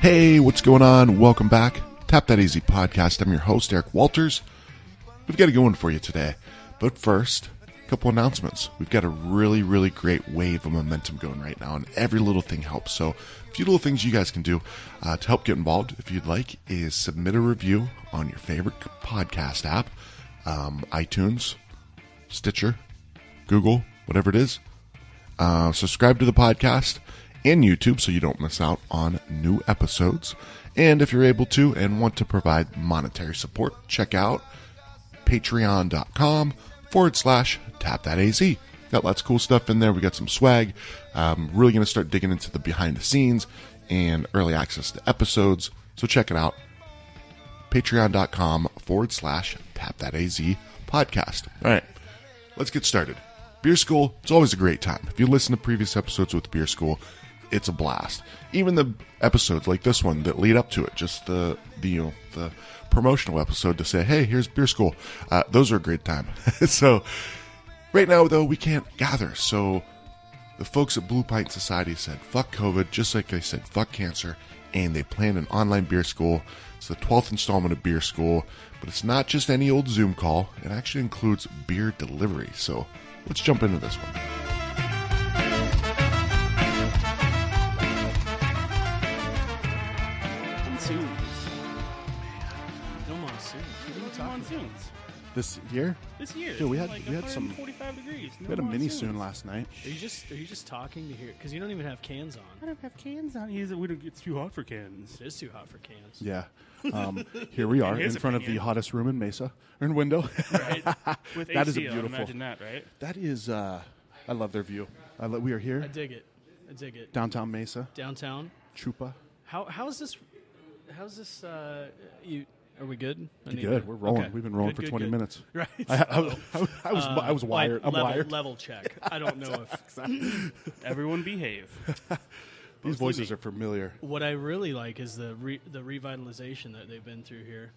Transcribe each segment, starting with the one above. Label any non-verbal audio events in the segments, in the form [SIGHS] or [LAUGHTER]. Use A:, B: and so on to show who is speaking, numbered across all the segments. A: Hey, what's going on? Welcome back. Tap That Easy Podcast. I'm your host, Eric Walters. We've got a good one for you today. But first, a couple announcements. We've got a really, really great wave of momentum going right now, and every little thing helps. So, a few little things you guys can do uh, to help get involved, if you'd like, is submit a review on your favorite podcast app, um, iTunes, Stitcher, Google, whatever it is. Uh, subscribe to the podcast and YouTube so you don't miss out on new episodes. And if you're able to and want to provide monetary support, check out patreon.com forward slash tap that AZ. Got lots of cool stuff in there. We got some swag. Um, really going to start digging into the behind the scenes and early access to episodes. So check it out. Patreon.com forward slash tap that AZ podcast. All right, let's get started. Beer School, it's always a great time. If you listen to previous episodes with Beer School, it's a blast. Even the episodes like this one that lead up to it, just the the you know, the promotional episode to say, "Hey, here's Beer School," uh, those are a great time. [LAUGHS] so, right now though, we can't gather. So, the folks at Blue Pint Society said, "Fuck COVID," just like they said, "Fuck cancer," and they planned an online beer school. It's the twelfth installment of Beer School, but it's not just any old Zoom call. It actually includes beer delivery. So, let's jump into this one.
B: Monsoons. No monsoons. What are you talking monsoons.
C: this year.
B: This year,
C: Dude, we had-
B: like
C: we had some-
B: 45 degrees. No
C: We had a mini
B: monsoons.
C: soon last night.
D: Are you just are you just talking to hear? Because you don't even have cans
B: I
D: on.
B: don't have cans on. Is it? [LAUGHS] we don't- It's too hot for cans.
D: It is too hot for cans.
B: [LAUGHS]
C: Yeah. Um, here we are
B: In
C: in
B: his
C: front of
B: opinion.
C: the hottest room in Mesa or in Window. [LAUGHS]
B: Right? With
C: That is a
B: ACL,
C: beautiful-
B: Imagine that, right?
C: that is, uh, I love their view. I lo- we are
D: I
C: here
D: dig it. I dig it.
C: downtown Mesa,
D: Downtown.
C: Chupa.
D: How how's this? How's this? Uh, you are we good? I need
C: Good,
D: to-
C: we're rolling.
D: okay.
C: We've been rolling
D: Good,
C: for 20
D: good, good.
C: minutes.
D: [LAUGHS] Right. Uh,
C: I, I, I, I was I was
D: Like,
C: wired. I'm
D: level,
C: wired.
D: Level check. I don't
C: [LAUGHS]
D: know if
B: Everyone behave.
C: These voices are familiar.
D: what I really like is the re, the revitalization that they've been through here.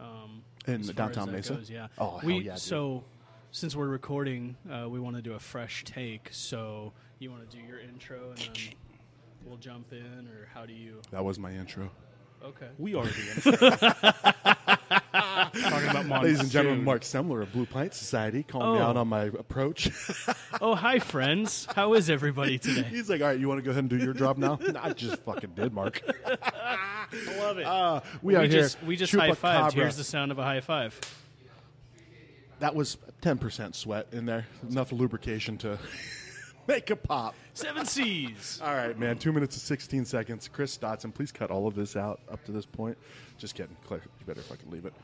D: Um,
C: In
D: as
C: the
D: far
C: downtown
D: as
C: Mesa?
D: that goes, yeah.
C: Oh, hell
D: we,
C: yeah, dude.
D: So since we're recording, uh, we want to do a fresh take. So you want to do your intro and then we'll jump in, or how do you?
C: That was my intro.
D: Okay.
B: We
C: [LAUGHS]
B: are the
D: [LAUGHS]
B: intro. Talking about monsoons.
C: Ladies and gentlemen, Mark Semler of Blue Pint Society calling me
D: Oh.
C: out on my approach. [LAUGHS]
D: Oh, hi, friends. How is everybody today?
C: He's like, all right, you want to go ahead and do your job
B: [LAUGHS]
C: now? I just fucking did, Mark.
B: I love it.
C: Uh, we, are
D: we just
C: here.
D: we just high
C: Chupacabra.
D: fived. Here's the sound of a high five.
C: That was 10% sweat in there. Enough lubrication to [LAUGHS] make a pop.
D: Seven C's.
C: All right, man. Two minutes and 16 seconds. Chris Dotson, please cut all of this out up to this point. Just kidding. Claire, you better fucking leave it.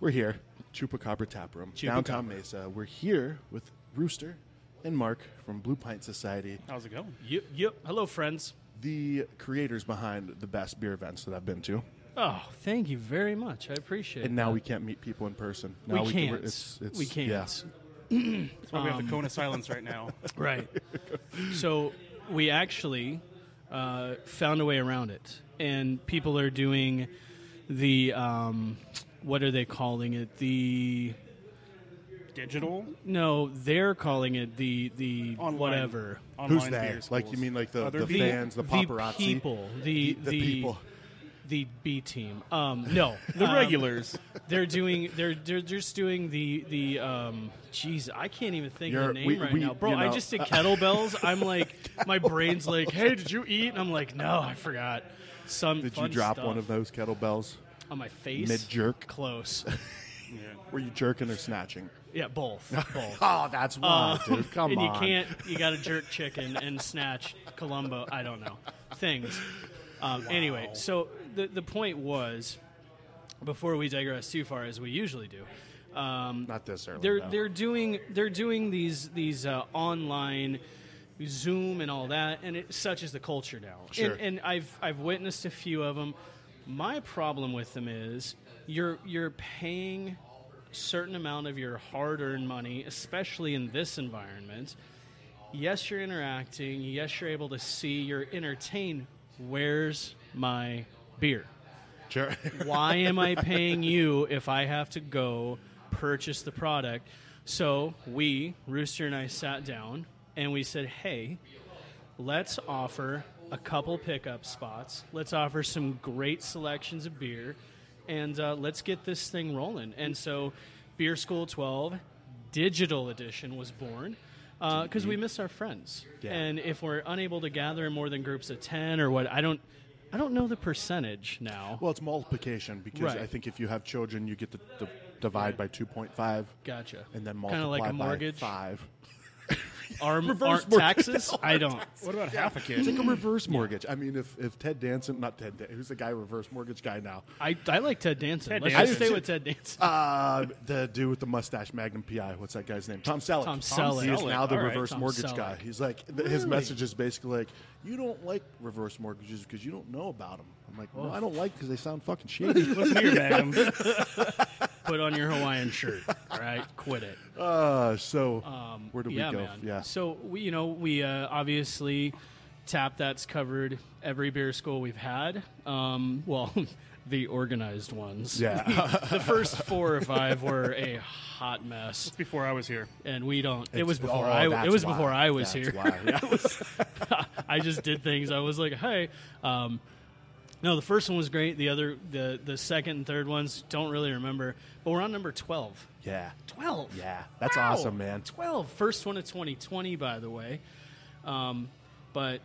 C: We're here, Chupacabra Tap Room, downtown Mesa. We're here with Rooster and Mark from Blue Pint Society,
B: How's it going?
D: Yep. Yep. Oh, Hello, friends.
C: the creators behind the best beer events that I've been to.
D: Oh, thank you very much. I appreciate
C: And
D: [CLEARS THROAT] it.
C: now we can't meet people in person.
D: we
C: Now
D: can't.
C: we're- it's- it's-
D: we can't.
C: yeah.
B: That's why we have
D: [LAUGHS]
B: the cone of silence right now.
D: Um, Right. so we actually uh, found a way around it, and people are doing the um, what are they calling it? The
B: Digital,
D: no, they're calling it the the
B: online,
D: whatever.
B: Online
C: Who's
B: beer
C: they? Like you
B: schools.
C: mean like the,
B: Other
C: the
B: people.
C: fans, the paparazzi,
D: the people, the
C: the people.
D: the B team.
C: [LAUGHS]
D: Um, no,
B: [LAUGHS] the
D: um,
B: regulars.
D: They're doing. They're they're just doing the the. Um, jeez, I can't even think of
C: You're-
D: the name
C: we-
D: right
C: we-
D: now, bro.
C: you
D: I
C: know- uh,
D: just did kettlebells.
C: [LAUGHS]
D: I'm like, my brain's like, hey, did you eat? And I'm like, no, I forgot. Some
C: Did you
D: fun
C: drop
D: stuff
C: one of those kettlebells?
D: on my face
C: mid-jerk? [LAUGHS]
D: Close.
B: yeah.
C: Were you jerking or snatching?
D: Yeah,
C: [LAUGHS]
D: both. Both.
C: Oh, that's why,
D: Uh, [LAUGHS]
C: dude. Come
D: and
C: on.
D: you can't. You got to jerk chicken and snatch Columbo. I don't know things. Um, Anyway, so the the point was, before we digress too far as we usually do, um,
C: Not this early.
D: they're
C: no.
D: they're doing they're doing these these uh, online Zoom and all that, and it such is the culture now.
C: Sure.
D: And, and I've I've witnessed a few of them. My problem with them is you're you're paying certain amount of your hard-earned money, especially in this environment. Yes, you're interacting. Yes, you're able to see. You're entertained. Where's my beer?
C: Sure. [LAUGHS]
D: why am I paying you if I have to go purchase the product? So we, Rooster and I, sat down and we said, hey, let's offer a couple pickup spots. Let's offer some great selections of beer, and uh, let's get this thing rolling. And so, Beer School 12 Digital Edition was born because we miss our friends.
C: Yeah.
D: And if we're unable to gather in more than groups of ten or what, I don't, I don't know the percentage now.
C: Well, it's multiplication because
D: Right.
C: I think if you have children, you get to d- divide by 2.5
D: gotcha.
C: and then
D: kind
C: multiply
D: of like a
C: by
D: mortgage.
C: five.
D: [LAUGHS] Arm,
C: Reverse
D: aren't
C: mortgage. [LAUGHS]
D: taxes? I don't.
B: What about half a
C: It's
B: kid?
C: like [CLEARS THROAT] a reverse mortgage. I mean, if, if Ted Danson, not Ted, Dan- who's the guy reverse mortgage guy now?
D: I, I like Ted Danson.
B: Ted
D: Let's
B: Danson.
D: just stay with Ted Danson.
C: Uh, the dude with the mustache, Magnum PI. What's that guy's name? Tom Selleck.
D: Tom Selleck.
C: He is
B: Selleck,
C: now the
B: all right.
C: reverse
D: Tom
C: mortgage
D: Selleck.
C: guy. He's like, th- his message is basically like, you don't like reverse mortgages because you don't know about them. I'm like, well, I don't like because they sound
D: [LAUGHS]
C: fucking shady.
B: Listen here, madam.
D: Put on your Hawaiian shirt. All right, quit it.
C: [LAUGHS] uh, so where do we
D: Um, yeah,
C: go?
D: man.
C: Yeah.
D: So we, you know, we uh, obviously tap that's covered every beer school we've had. Um, well, [LAUGHS] the organized ones.
C: yeah.
D: [LAUGHS] The first four or five were a hot mess,
B: Before I was here.
D: and we don't. it was before
C: Oh,
D: I.
C: that's
D: It was
C: why.
D: before I was
C: That's
D: here.
C: why. Yeah.
D: I just did things. I was like, hey. [LAUGHS] Um, no, the first one was great. The other, the the second and third ones, don't really remember. But we're on number twelve.
C: yeah.
D: 12.
C: Yeah, that's awesome, man.
D: 12. First one of 2020, by the way. Um, but,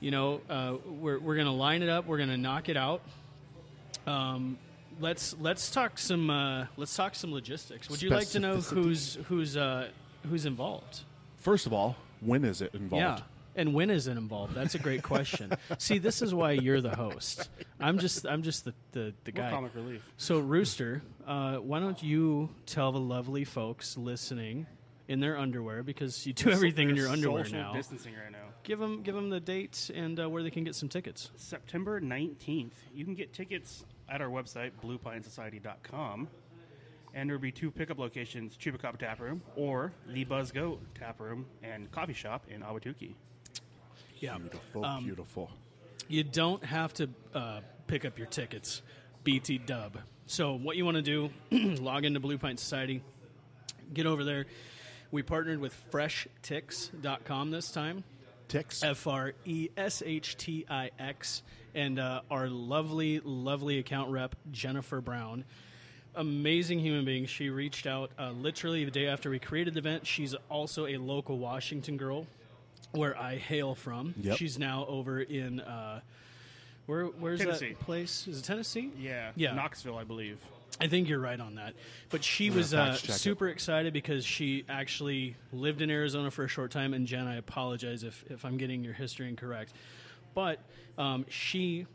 D: you know, uh, we're, we're going to line it up. We're going to knock it out. Um, let's let's talk some uh, let's talk some logistics. Would you like to know
C: Specificity.
D: who's who's uh, who's involved?
C: First of all, when is it involved?
D: Yeah. And when is it involved? That's a great question. See, this is why you're the host. I'm just I'm just the, the, the
B: We're
D: guy.
B: comic relief.
D: So, Rooster, uh, why don't you tell the lovely folks listening in their underwear because you do everything in your
B: There's
D: underwear
B: social
D: now.
B: distancing right now.
D: Give them, give them the dates and uh, where they can get some tickets.
B: September 19th. You can get tickets at our website, bluepinesociety.com. And there'll be two pickup locations, Chupacabra Tap Room or the Buzz Goat Tap Room and Coffee Shop in Awatuki.
D: Yeah,
C: Beautiful,
B: Um,
C: beautiful.
D: you don't have to uh, pick up your tickets, BT Dub. So, what you want to do? [CLEARS THROAT] log into Blue Pint Society. Get over there. We partnered with FreshTix.com this time.
C: Ticks.
D: F R E S H T I X, and uh, our lovely, lovely account rep, Jennifer Brown. Amazing human being. She reached out uh, literally the day after we created the event. She's also a local Washington girl, where I hail from.
C: Yep.
D: She's now over in uh, where? Where's
B: Tennessee.
D: that place? Is it Tennessee?
B: Yeah.
D: Yeah.
B: Knoxville, I believe.
D: I think you're right on that. But she was
C: fact
D: uh,
C: check it.
D: super excited because she actually lived in Arizona for a short time. And Jen, I apologize if, if I'm getting your history incorrect. But um, she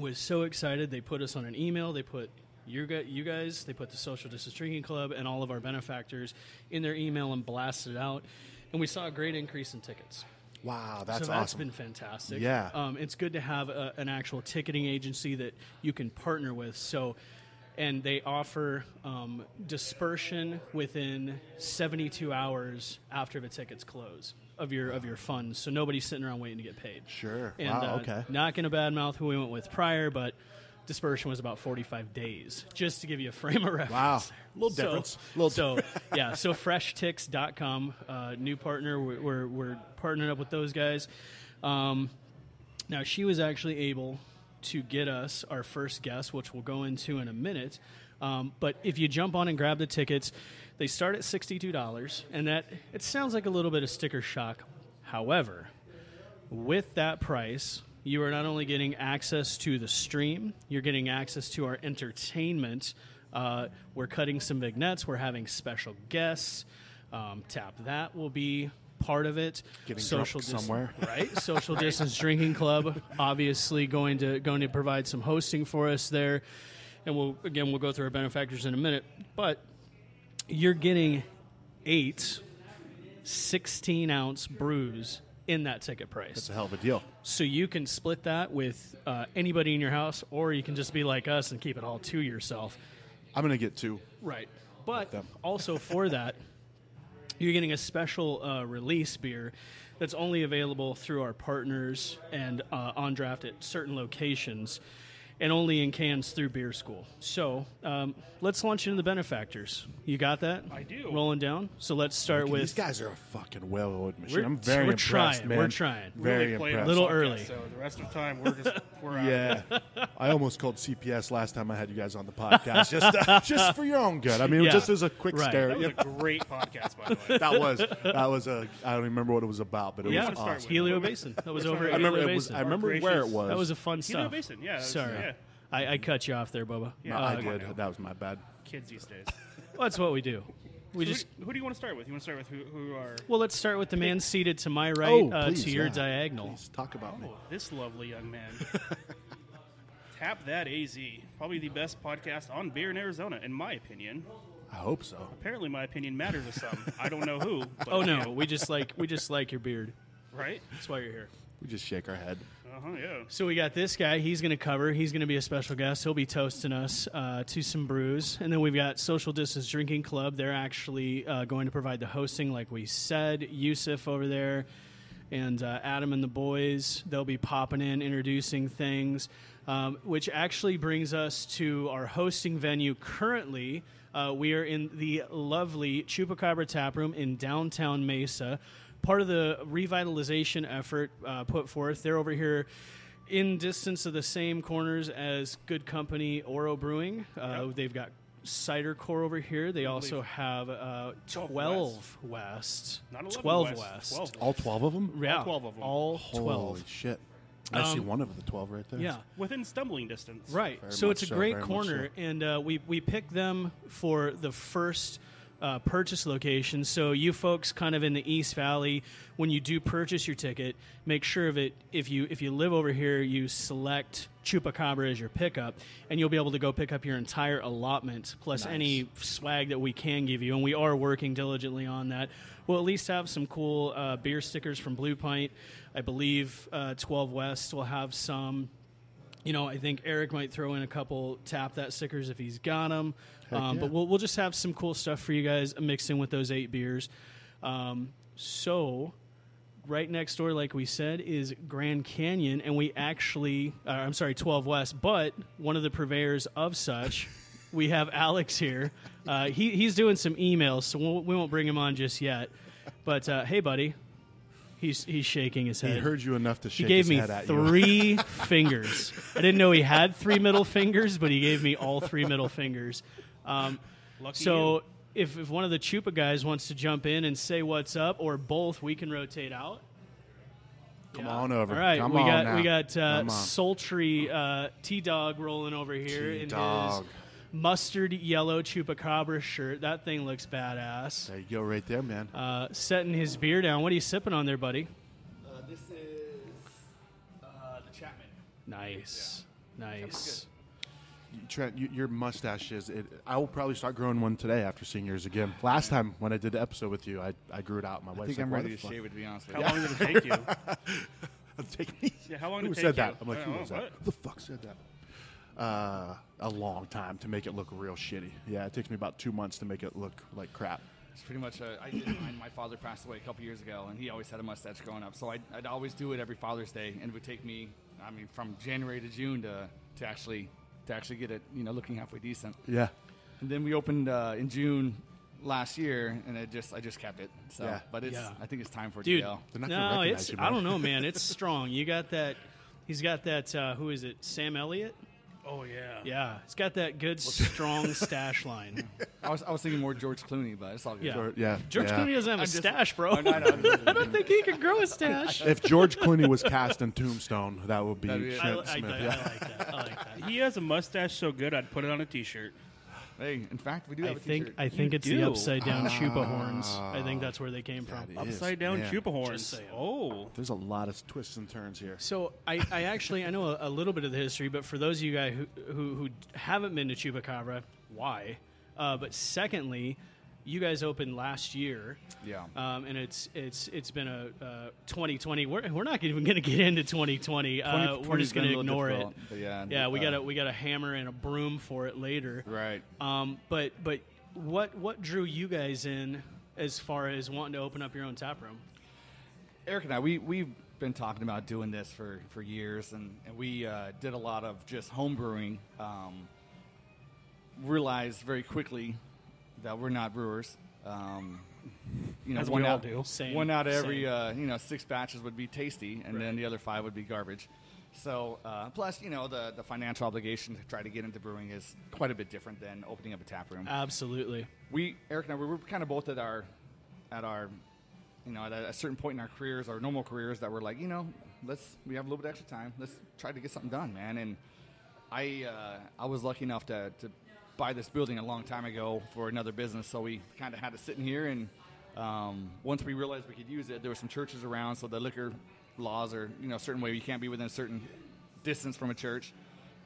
D: was so excited. They put us on an email. They put you gu- you guys, they put the Social Distance Drinking Club and all of our benefactors in their email and blasted it out. And we saw a great increase in tickets
C: wow, that's
D: so that's
C: awesome.
D: been fantastic.
C: Yeah.
D: um, it's good to have a, an actual ticketing agency that you can partner with. So, and they offer um, dispersion within 72 hours after the tickets close of your of your funds. So nobody's sitting around waiting to get paid.
C: Sure.
D: And,
C: Wow,
D: uh,
C: okay.
D: Not going to badmouth who we went with prior, but dispersion was about 45 days, just to give you a frame of reference.
C: Wow. Little difference. Little
D: so yeah, so freshtix.com, uh, new partner. We're, we're, we're partnering up with those guys. Um, now, she was actually able to get us our first guest, which we'll go into in a minute. Um, but if you jump on and grab the tickets, they start at $62, and that it sounds like a little bit of sticker shock. However, with that price, you are not only getting access to the stream, you're getting access to our entertainment. Uh, we're cutting some vignettes, we're having special guests. Um, tap that will be part of it.
C: Getting
D: social
C: drunk somewhere.
D: right?
C: [LAUGHS]
D: Social distance drinking club, obviously going to going to provide some hosting for us there, and we'll again we'll go through our benefactors in a minute. But you're getting eight 16 ounce brews in that ticket
C: It's
D: price,
C: a hell of a deal.
D: so you can split that with uh, anybody in your house, or you can just be like us and keep it all to yourself.
C: I'm gonna get two.
D: Right. But
C: them. [LAUGHS]
D: also for that, you're getting a special uh, release beer that's only available through our partners and uh, on draft at certain locations. and only in cans through beer school. So um, let's launch into the benefactors. You got that?
B: I do.
D: Rolling down. So let's start
C: These
D: with
C: guys are a fucking well-oiled machine.
D: We're-
C: I'm very
D: we're
C: impressed,
D: trying,
C: man.
D: we're trying.
B: We only
C: Very
B: played
C: impressed.
B: on
D: Little
B: podcast,
D: early.
B: So the rest of the time we're just we're out.
C: Yeah,
D: [LAUGHS]
C: I almost called CPS last time I had you guys on the [LAUGHS] podcast, just
D: [LAUGHS]
C: uh, just for your own good. I
B: [LAUGHS]
C: mean,
D: Yeah.
C: just as a quick
D: Right.
C: scare.
B: That was
C: Yeah.
B: a great podcast, by the
C: [LAUGHS]
B: way.
C: That was that was a. I don't remember what it was about, but it
D: yeah,
B: wanna
C: was
B: start
C: awesome.
D: Helio Basin. That was
B: We're
D: over. At
B: trying-
C: I remember
D: Helio
C: it was.
D: Basin.
C: I remember where it
B: Gracious.
C: was.
D: that was a fun stuff.
B: Helio Basin, yeah, that was-
D: Sorry,
B: yeah.
D: I, I cut you off there, Boba.
B: Yeah.
C: No,
D: Uh,
C: I did. That was my bad.
B: Kids these days.
D: well, that's what we do. We
B: Who,
D: just
B: who do you want to start with? You want to start with who, who are
D: well, let's start with the man seated to my right,
C: oh,
D: uh,
C: please,
D: to your
C: yeah.
D: diagonal.
C: Please talk about me.
B: oh, this lovely
D: [LAUGHS]
B: young man? Tap that AZ. Probably the best podcast on beer in Arizona, in my opinion.
C: I hope so.
B: Apparently, my opinion matters to some. I don't know who. But
D: Oh no, we just like we just like your beard.
B: Right?
D: That's why you're here.
C: We just shake our head.
B: Uh huh. Yeah.
D: So we got this guy. He's going to cover. He's going to be a special guest. He'll be toasting us uh, to some brews. And then we've got Social Distance Drinking Club. They're actually uh, going to provide the hosting, like we said. Yusuf over there and uh, Adam and the boys. They'll be popping in, introducing things, um, which actually brings us to our hosting venue currently. Uh, we are in the lovely Chupacabra Tap Room in downtown Mesa. Part of the revitalization effort uh, put forth. They're over here in distance of the same corners as Good Company Oro Brewing. Uh, They've got Cider Core over here. They also have uh, 12,
B: 12
D: West.
B: Not 11
D: 12
B: West.
D: West.
B: 12
C: All twelve of them.
D: Yeah,
B: 12 of 'em.
D: All
C: Holy
D: 12.
C: shit! I see one of the twelve right there.
D: Yeah.
B: Within stumbling distance.
D: Right.
C: Very
D: So
C: much
D: it's a
C: so,
D: great
C: very much
D: corner, and uh, we we picked them for the first uh, purchase location. So you folks, kind of in the East Valley, when you do purchase your ticket, make sure that if you if you live over here, you select Chupacabra as your pickup, and you'll be able to go pick up your entire allotment plus any swag that we can give you. And we are working diligently on that. We'll at least have some cool uh, beer stickers from Blue Pint. I believe uh, 12 West will have some. You know, I think Eric might throw in a couple tap that stickers if he's got them. Um,
C: yeah.
D: But we'll, we'll just have some cool stuff for you guys mixed in with those eight beers. Um, so, right next door, like we said, is Grand Canyon, and we actually, uh, I'm sorry, 12 West, but one of the purveyors of such, [LAUGHS] we have Alex here. Uh, he, he's doing some emails, so we'll, we won't bring him on just yet. But uh, hey, buddy, he's, he's shaking his head.
C: He heard you enough to
D: He
C: shake
D: gave
C: his
D: me
C: head at you.
D: three fingers. I didn't know he had three middle fingers, but he gave me all three middle fingers. Um,
B: Lucky
D: so if, if one of the Chupa guys wants to jump in and say what's up, or both, we can rotate out.
C: Come on over.
D: All right,
C: Come
D: we
C: on
D: got
C: now.
D: we got uh,
C: Come on.
D: sultry uh, T Dog rolling over here in
C: T-Dog.
D: his mustard yellow Chupacabra shirt. That thing looks badass.
C: There you go, right there, man.
D: Uh, setting his beer down. What are you sipping on there, buddy?
E: Uh, this is uh, the Chapman.
D: Nice, nice.
C: You- Trent, you, your mustache is. It, I will probably start growing one today after seeing yours again. Last time when I did the episode with you, I, I grew it out. My
E: I
C: wife's
E: think
C: like,
E: I'm
C: "Why
E: ready
C: the
E: to
C: fuck?"
E: shave it, to be honest with you.
B: How long did it take you?
C: [LAUGHS] Take me.
B: Yeah, how long
C: Who
B: did it
C: said
B: take you?
C: that? I'm like,
B: I
C: who
B: don't
C: was
B: know,
C: that?
B: what?
C: Who the fuck said that? Uh, a long time to make it look real shitty. Yeah, it takes me about two months to make it look like crap.
E: It's pretty much. A, I did mine. My father passed away a couple years ago, and he always had a mustache growing up. So I'd, I'd always do it every Father's Day, and it would take me. I mean, from January to June to, to actually to actually get it, you know, looking halfway decent.
C: Yeah.
E: And then we opened uh, in June last year, and I just I just kept it. So,
C: Yeah.
E: but it's
D: Yeah.
E: I think it's time for it
D: dude.
E: to go.
C: They're not gonna
D: no,
C: recognize
D: it's
C: you,
D: I
C: man.
D: don't know,
C: [LAUGHS]
D: man. It's strong. You got that. He's got that. Uh, who is it? Sam Elliott.
B: Oh yeah.
D: Yeah, he's got that good
C: [LAUGHS]
D: strong stash line.
E: I was I was thinking more George Clooney, but it's all good.
D: Yeah.
C: Or- yeah.
D: George
C: yeah.
D: Clooney doesn't have a
E: I'm just-
D: stash, bro.
E: Oh, no, no, I'm just-
D: [LAUGHS] I don't think he could grow a stash.
C: If George Clooney was cast in Tombstone, that would be
E: That'd be it.
D: I, I,
C: Trent
D: I,
C: Smith. [LAUGHS]
D: I
C: yeah.
D: like that. I like that.
B: He has a mustache so good I'd put it on a T-shirt.
E: Hey, in fact, we do
D: I
E: have a
D: think
E: t-shirt.
D: I think it's the
B: do.
D: upside down
C: Ah.
D: chupa horns. I think that's where they came from.
C: That is-
B: Upside down
C: man.
B: chupa
D: Just
B: horns.
D: saying.
B: Oh.
C: There's a lot of twists and turns here.
D: So I, I actually I know a, a little bit of the history, but for those of you guys who who, who haven't been to Chupacabra, why? Uh, but secondly, you guys opened last year.
E: Yeah.
D: Um, and it's it's it's been a uh, 2020. We're, we're not even going to get into 2020. Uh, we're
E: 2020 's
D: just
E: been
D: going
E: a
D: to
E: little
D: ignore it.
E: difficult, but yeah,
D: Yeah. We
E: uh,
D: got a we got a hammer and a broom for it later.
E: Right.
D: Um, but but what what drew you guys in as far as wanting to open up your own tap room?
E: Eric and I, we we been talking about doing this for, for years, and, and we uh, did a lot of just home brewing. Um, realized very quickly that we're not brewers. Um, you know,
B: As
E: one
B: we all
E: out,
B: do.
D: Same,
E: One out of every
D: same.
E: uh, you know six batches would be tasty, and
D: Right.
E: then the other five would be garbage. So uh, plus, you know, the the financial obligation to try to get into brewing is quite a bit different than opening up a tap room
D: Absolutely.
E: we Eric and I we were kind of both at our at our you know at a, a certain point in our careers our normal careers that we're like you know let's we have a little bit extra time let's try to get something done man and I uh, I was lucky enough to, to buy this building a long time ago for another business so we kind of had to sit in here and um, once we realized we could use it there were some churches around so the liquor laws are you know a certain way you can't be within a certain distance from a church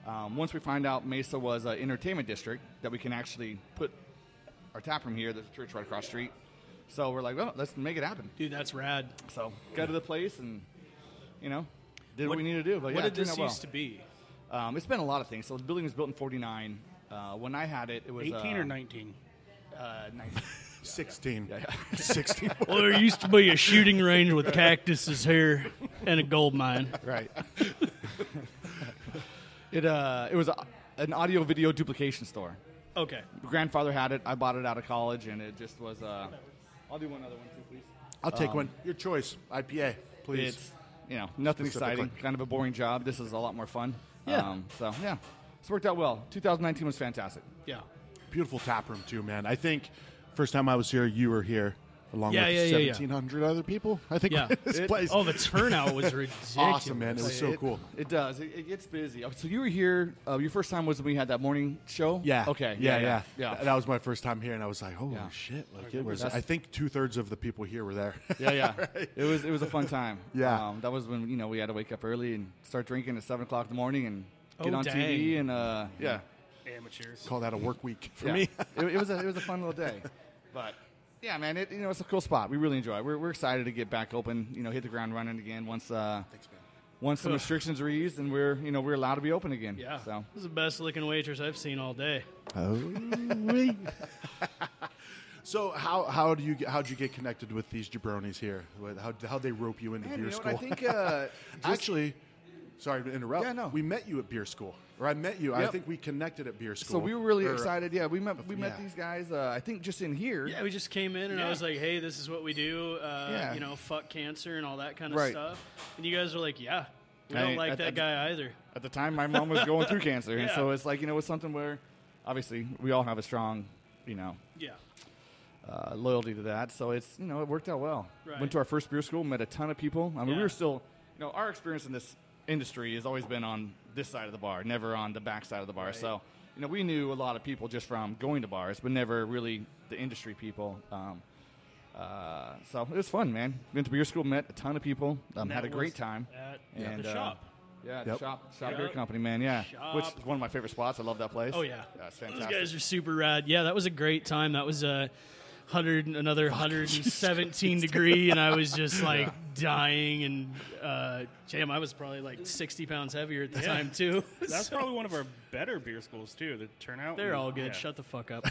E: um, once we find out Mesa was an entertainment district that we can actually put our tap room here. There's a church right across the street. So we're like, well, let's make it happen.
D: Dude, that's rad.
E: So got to the place and, you know, did what, we needed to do. But
D: what
E: yeah,
D: did this used to be?
E: to um, It's been a lot of things. So the building was built in 49. Uh, when I had it, it was.
B: 18
E: uh,
B: or 19?
E: Uh, 19.
C: 16.
E: Yeah, yeah.
D: [LAUGHS]
E: [LAUGHS]
C: 16.
D: Well, there used to be a shooting range with cactuses here and a gold mine.
E: right. it, uh, it was a, an audio video duplication store.
D: Okay.
E: My grandfather had it. I bought it out of college, and it just was. Uh, I'll do one other one, too, please.
C: I'll take one. Your choice. IPA, please.
E: Um, It's you know nothing
C: Specifically.
E: exciting, kind of a boring job. This is a lot more fun. Um,
D: Yeah.
E: so yeah, it's worked out well. 2019 was fantastic.
D: Yeah.
C: Beautiful tap room too, man. I think first time I was here, you were here along
D: Yeah,
C: with
D: yeah, yeah, yeah.
C: 1,700 other people. I think
D: Yeah.
C: [LAUGHS] this
E: It-
C: place.
D: Oh, the turnout was [LAUGHS] ridiculous.
C: awesome, man. It was
E: It-
C: so
E: it-
C: cool.
E: It does. It, it gets busy. Oh, So you were here. Uh, your first time was when we had that morning show.
C: Yeah.
E: Okay.
C: Yeah, yeah.
E: Yeah.
C: Th- That was my first time here, and I was like, "Holy
E: Yeah.
C: shit!" Like it was.
E: That's-
C: I think two thirds of the people here were there.
E: [LAUGHS]
C: [LAUGHS]
E: yeah, yeah. It was it was a fun time.
C: Yeah.
E: um, that was when you know we had to wake up early and start drinking at seven o'clock in the morning and get
D: Oh,
E: on
D: dang.
E: TV and uh, yeah.
B: Amateurs.
C: Call that a work week for
E: Yeah.
C: me.
E: [LAUGHS] it, it was a, it was a fun little day, but yeah, man, it, you know it's a cool spot. We really enjoy. it. We're, we're excited to get back open. You know, hit the ground running again once uh, once some restrictions are eased and we're you know we're allowed to be open again.
D: Yeah.
E: So
D: This is the best looking waitress I've seen all day.
C: so how how do you get, how'd you get connected with these jabronis here? What- How how they rope you into
E: Man,
C: beer
E: you know what?
C: school? [LAUGHS]
E: I think uh, just-
C: Actually, sorry to interrupt.
E: Yeah, no.
C: We met you at beer school, or I met you. I
E: Yep.
C: think we connected at beer school.
E: so we were really
C: Or- uh,
E: excited. Yeah, we met we met
C: Yeah.
E: these guys. Uh, I think just in here.
D: Yeah, we just came in and I was like, hey, this is what we do. Uh,
E: Yeah.
D: You know, fuck cancer and all that kind of
E: Right.
D: stuff. And you guys were like, yeah, we
E: Hey,
D: don't like
E: at-
D: that
E: at-
D: guy either.
E: At the time, my mom was
D: [LAUGHS]
E: going through cancer, and
D: Yeah.
E: so it's like you know it's something where obviously we all have a strong you know
D: Yeah.
E: uh, loyalty to that. So it's you know it worked out well.
D: Right.
E: Went to our first beer school, met a ton of people. I mean,
D: Yeah.
E: we were still you know our experience in this industry has always been on this side of the bar, never on the back side of the bar. So you know we knew a lot of people just from going to bars, but never really the industry people. Um, uh, so it was fun, man. Went to beer school, met a ton of people, um,
D: And
E: had a
D: that
E: great
D: was
E: time.
D: At
E: And,
D: the
E: uh,
D: shop.
E: Yeah, at the
C: Yep.
E: shop, shop
D: Yep.
E: beer company, man. Yeah, which
D: Shop.
E: is one of my favorite spots. I love that place.
D: Oh yeah,
E: that's
D: Those
E: fantastic.
D: guys are super rad. Yeah, that was a great time. That was a hundred, another hundred and
E: [LAUGHS]
D: seventeen degree, and I was just like dying. And uh, damn, I was probably like sixty pounds heavier at the time too.
B: [LAUGHS]
D: [LAUGHS]
B: That's
D: So
B: probably one of our better beer schools, too. The turnout.
D: they're
B: and-
D: all good.
B: yeah.
D: Shut the fuck up.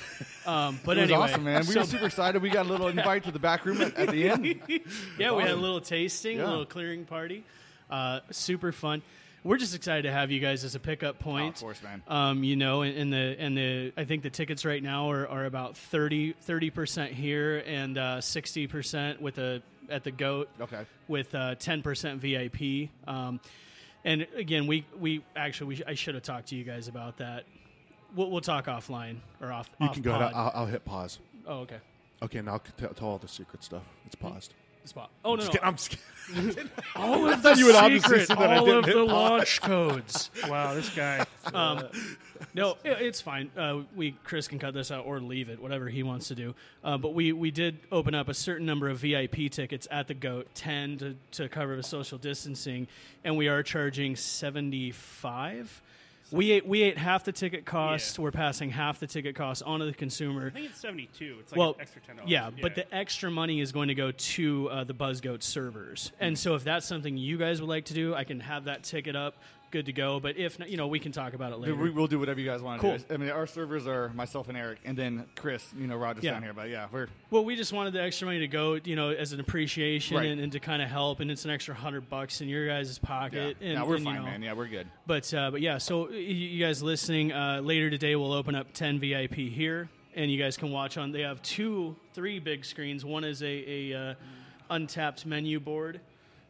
D: Um, but
E: It was
D: anyway,
E: awesome, man. We
D: so-
E: were super excited. We got a little invite to the back room at, at the end.
D: [LAUGHS] yeah, we had a little tasting, a
E: Yeah.
D: little clearing party. Uh, super fun. We're just excited to have you guys as a pickup point.
E: Oh, of course, man.
D: Um, you know, and, and the and the I think the tickets right now are, are about 30 percent here and uh, sixty percent with a at the goat.
E: Okay.
D: With uh, ten percent VIP. Um, and again, we we actually we sh- I should have talked to you guys about that. We'll, we'll talk offline or off.
C: You
D: off
C: can go. Ahead.
D: pod.
C: I'll, I'll hit pause.
D: oh, okay.
C: Okay, now I'll c- tell, tell all the secret stuff. It's paused.
D: Spot. Oh no,
C: Just
D: no.
C: kidding, I'm just kidding.
D: [LAUGHS] all of the
C: you would obviously
D: secret,
C: see that I
D: all
C: didn't
D: of
C: hit
D: the
C: pause. [LAUGHS]
D: launch codes.
B: Wow, this guy.
D: Um, no, i it's fine. Uh, we Chris can cut this out or leave it, whatever he wants to do. Uh, but we we did open up a certain number of VIP tickets at the goat, ten to to cover the social distancing, and we are charging seventy five. We ate, we ate half the ticket cost.
B: Yeah.
D: We're passing half the ticket cost onto the consumer.
B: I think it's 72. It's like
D: well,
B: an extra $10.
D: Yeah, but the extra money is going to go to uh, the Buzzgoat servers. And so if that's something you guys would like to do, I can have that ticket up, good to go. But if not, you know, we can talk about it later.
E: We, we'll do whatever you guys want to
D: Cool.
E: do. I mean, our servers are myself and Eric, and then Chris, you know, Roger's
D: Yeah.
E: down here. But yeah, we're
D: Well, we just wanted the extra money to go, you know, as an appreciation
E: Right.
D: and, and to kind of help, and it's an extra hundred bucks in your guys'
E: yeah,
D: pocket. And,
E: yeah we're
D: and, you
E: fine,
D: know,
E: man. Yeah, we're good.
D: But uh, but yeah, so y- you guys listening uh, later today, we'll open up 10 VIP here, and you guys can watch on. They have two, three big screens. One is a, a uh, untapped menu board,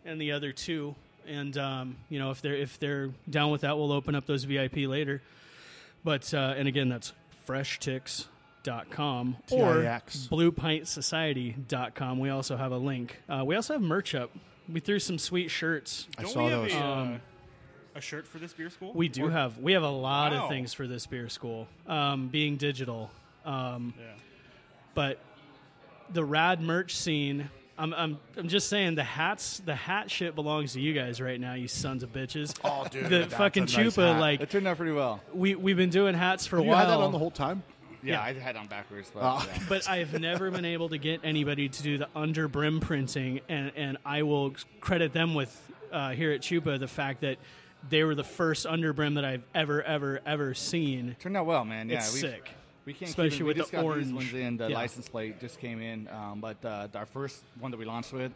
D: and the other two. And um, you know, if they're if they're down with that, we'll open up those VIP later. But uh, and again, that's freshticks.com or
C: T-I-X.
D: bluepintsociety.com. We also have a link. Uh, we also have merch up. We threw some sweet shirts.
C: I
B: Don't
C: saw
B: we have
C: those.
B: A, uh,
D: Um,
B: a shirt for this beer school?
D: we do
B: Or-
D: have we have a lot
B: Wow.
D: of things for this beer school, um, being digital, um,
B: Yeah.
D: but the rad merch scene. I'm, I'm, I'm just saying the hats the hat shit belongs to you guys right now, you sons of bitches.
C: Oh, dude,
D: the
C: that's
D: fucking
C: a nice
D: chupa
C: hat.
E: It
D: like
E: turned out pretty well.
D: we we've been doing hats for a
C: You
D: while.
C: had that on the whole time.
E: Yeah,
D: Yeah.
E: I had on backwards, but
C: Oh.
E: yeah.
D: but I've never been able to get anybody to do the under brim printing, and, and I will credit them with uh, here at Chupa the fact that they were the first under brim that I've ever ever ever seen.
E: turned out well, man. Yeah,
D: it's
E: we've-
D: sick.
E: We can't
D: Especially
E: keep it. We
D: with
E: just
D: the
E: got
D: orange.
E: these ones in. The
D: Yeah.
E: license plate just came in, um, but uh, our first one that we launched with,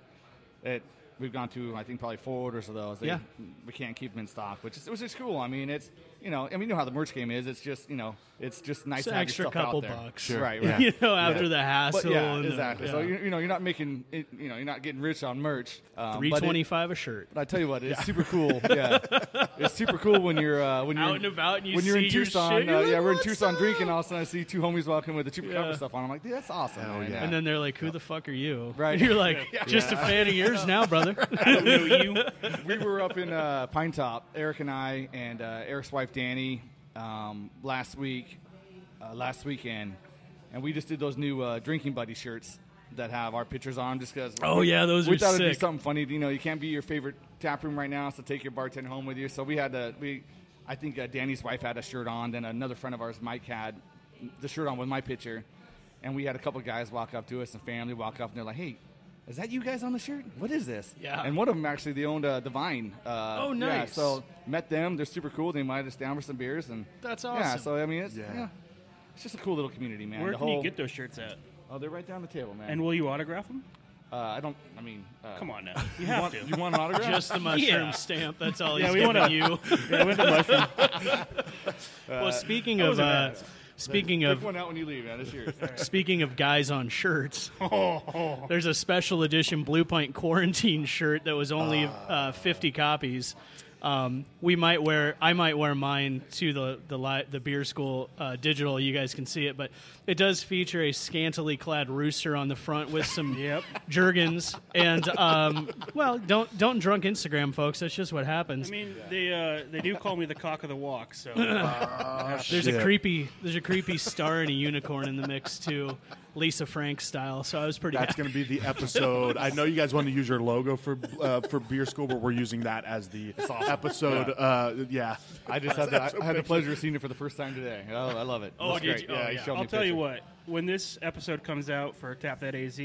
E: it we've gone through I think probably four orders of those. They-
D: Yeah.
E: we can't keep them in stock, which is, which is cool. I mean, it's you know, and we know how the merch game is. It's just you know, it's just nice
D: It's an
E: to have your
D: extra
E: stuff
D: couple
E: out there.
D: bucks. Sure.
E: [LAUGHS] right?
C: Yeah.
E: Right.
D: you know, after the
E: But
D: hassle.
E: yeah,
D: and the-
E: exactly. So
D: yeah.
E: you, you know, you're not making it, you know, you're not getting rich on merch. Um, but it-
D: 325 a shirt.
E: But I tell you what, it's
D: [LAUGHS]
E: super cool. Yeah, it's super cool when you're uh, when you're
D: Out and about and you
E: when you're in
D: see your
E: Tucson.
D: shit, you're
E: uh,
D: like,
E: yeah, we're in
D: "What's
E: Tucson
D: up?"
E: drinking. All of a sudden, I see two homies walking with the Chupacabra
D: Yeah.
E: stuff on. I'm like, dude, that's awesome.
C: Hell
E: man.
C: yeah.
D: And then they're like, "Who the fuck are you?"
E: Right.
D: You're [LAUGHS] like, "Just a fan of yours now, [LAUGHS] brother."
E: [LAUGHS] we were up in uh, Pine Top, Eric and I, and uh, Eric's wife Danny, um, last week, uh, last weekend, and we just did those new uh, drinking buddy shirts that have our pictures on, them just because.
D: oh yeah, those
E: we
D: are
E: thought it'd be
D: sick.
E: something funny. You know, you can't be your favorite tap room right now, so take your bartender home with you. So we had to. We, I think uh, Danny's wife had a shirt on. Then another friend of ours, Mike, had the shirt on with my picture, and we had a couple guys walk up to us and family walk up and they're like, "Hey." Is that you guys on the shirt? What is this?
D: Yeah.
E: And one of them actually, they owned uh, Divine. Uh,
D: Oh,
E: Yeah,
D: nice.
E: so met them. They're super cool. They invited us down for some beers, and
D: That's
E: Yeah.
D: awesome.
E: So I mean, it's
C: Yeah.
E: yeah. it's just a cool little community, man.
B: Where
E: the
B: can
E: whole,
B: you get those shirts at?
E: Oh, they're right down the table, man.
B: And will you autograph them?
E: uh, I don't. I mean, uh,
B: Come
E: [LAUGHS]
B: on now, you have to.
E: You want an autograph?
D: Just the mushroom
B: Yeah.
D: stamp. That's all he's
B: Yeah, we
D: giving
B: wanna-
D: you.
B: [LAUGHS] Yeah, with the mushroom.
D: [LAUGHS] well, speaking
E: that
D: of
E: was an
D: uh,
E: ad.
D: speaking
E: Pick
D: of
E: one out when you leave, man. It's yours.
D: Speaking of guys on shirts, [LAUGHS] there's a special edition Blue Point quarantine shirt that was only uh, 50 copies. Um, we might wear, I might wear mine to the the, li- the beer school uh, digital. You guys can see it, but it does feature a scantily clad rooster on the front with some
B: Yep.
D: jergens and um, well, don't don't drunk Instagram, folks. That's just what happens.
B: I mean, they uh, they do call me the cock of the walk. [LAUGHS] So
C: Ah,
B: uh,
D: There's
C: Yeah.
D: a creepy, there's a creepy star and a unicorn in the mix too, Lisa Frank style. So I was pretty.
C: That's
D: happy.
C: going to be the episode. I know you guys want to use your logo for uh, for beer school, but we're using that as the episode. Uh, yeah,
E: I just had the, I had the pleasure of seeing it for the first time today. Oh, I love it.
D: Oh,
E: That's
D: did
E: great.
D: you? Oh,
E: he
D: yeah.
E: showed me
B: I'll
E: a
B: tell you what.
E: picture.
B: When this episode comes out for Tap That AZ,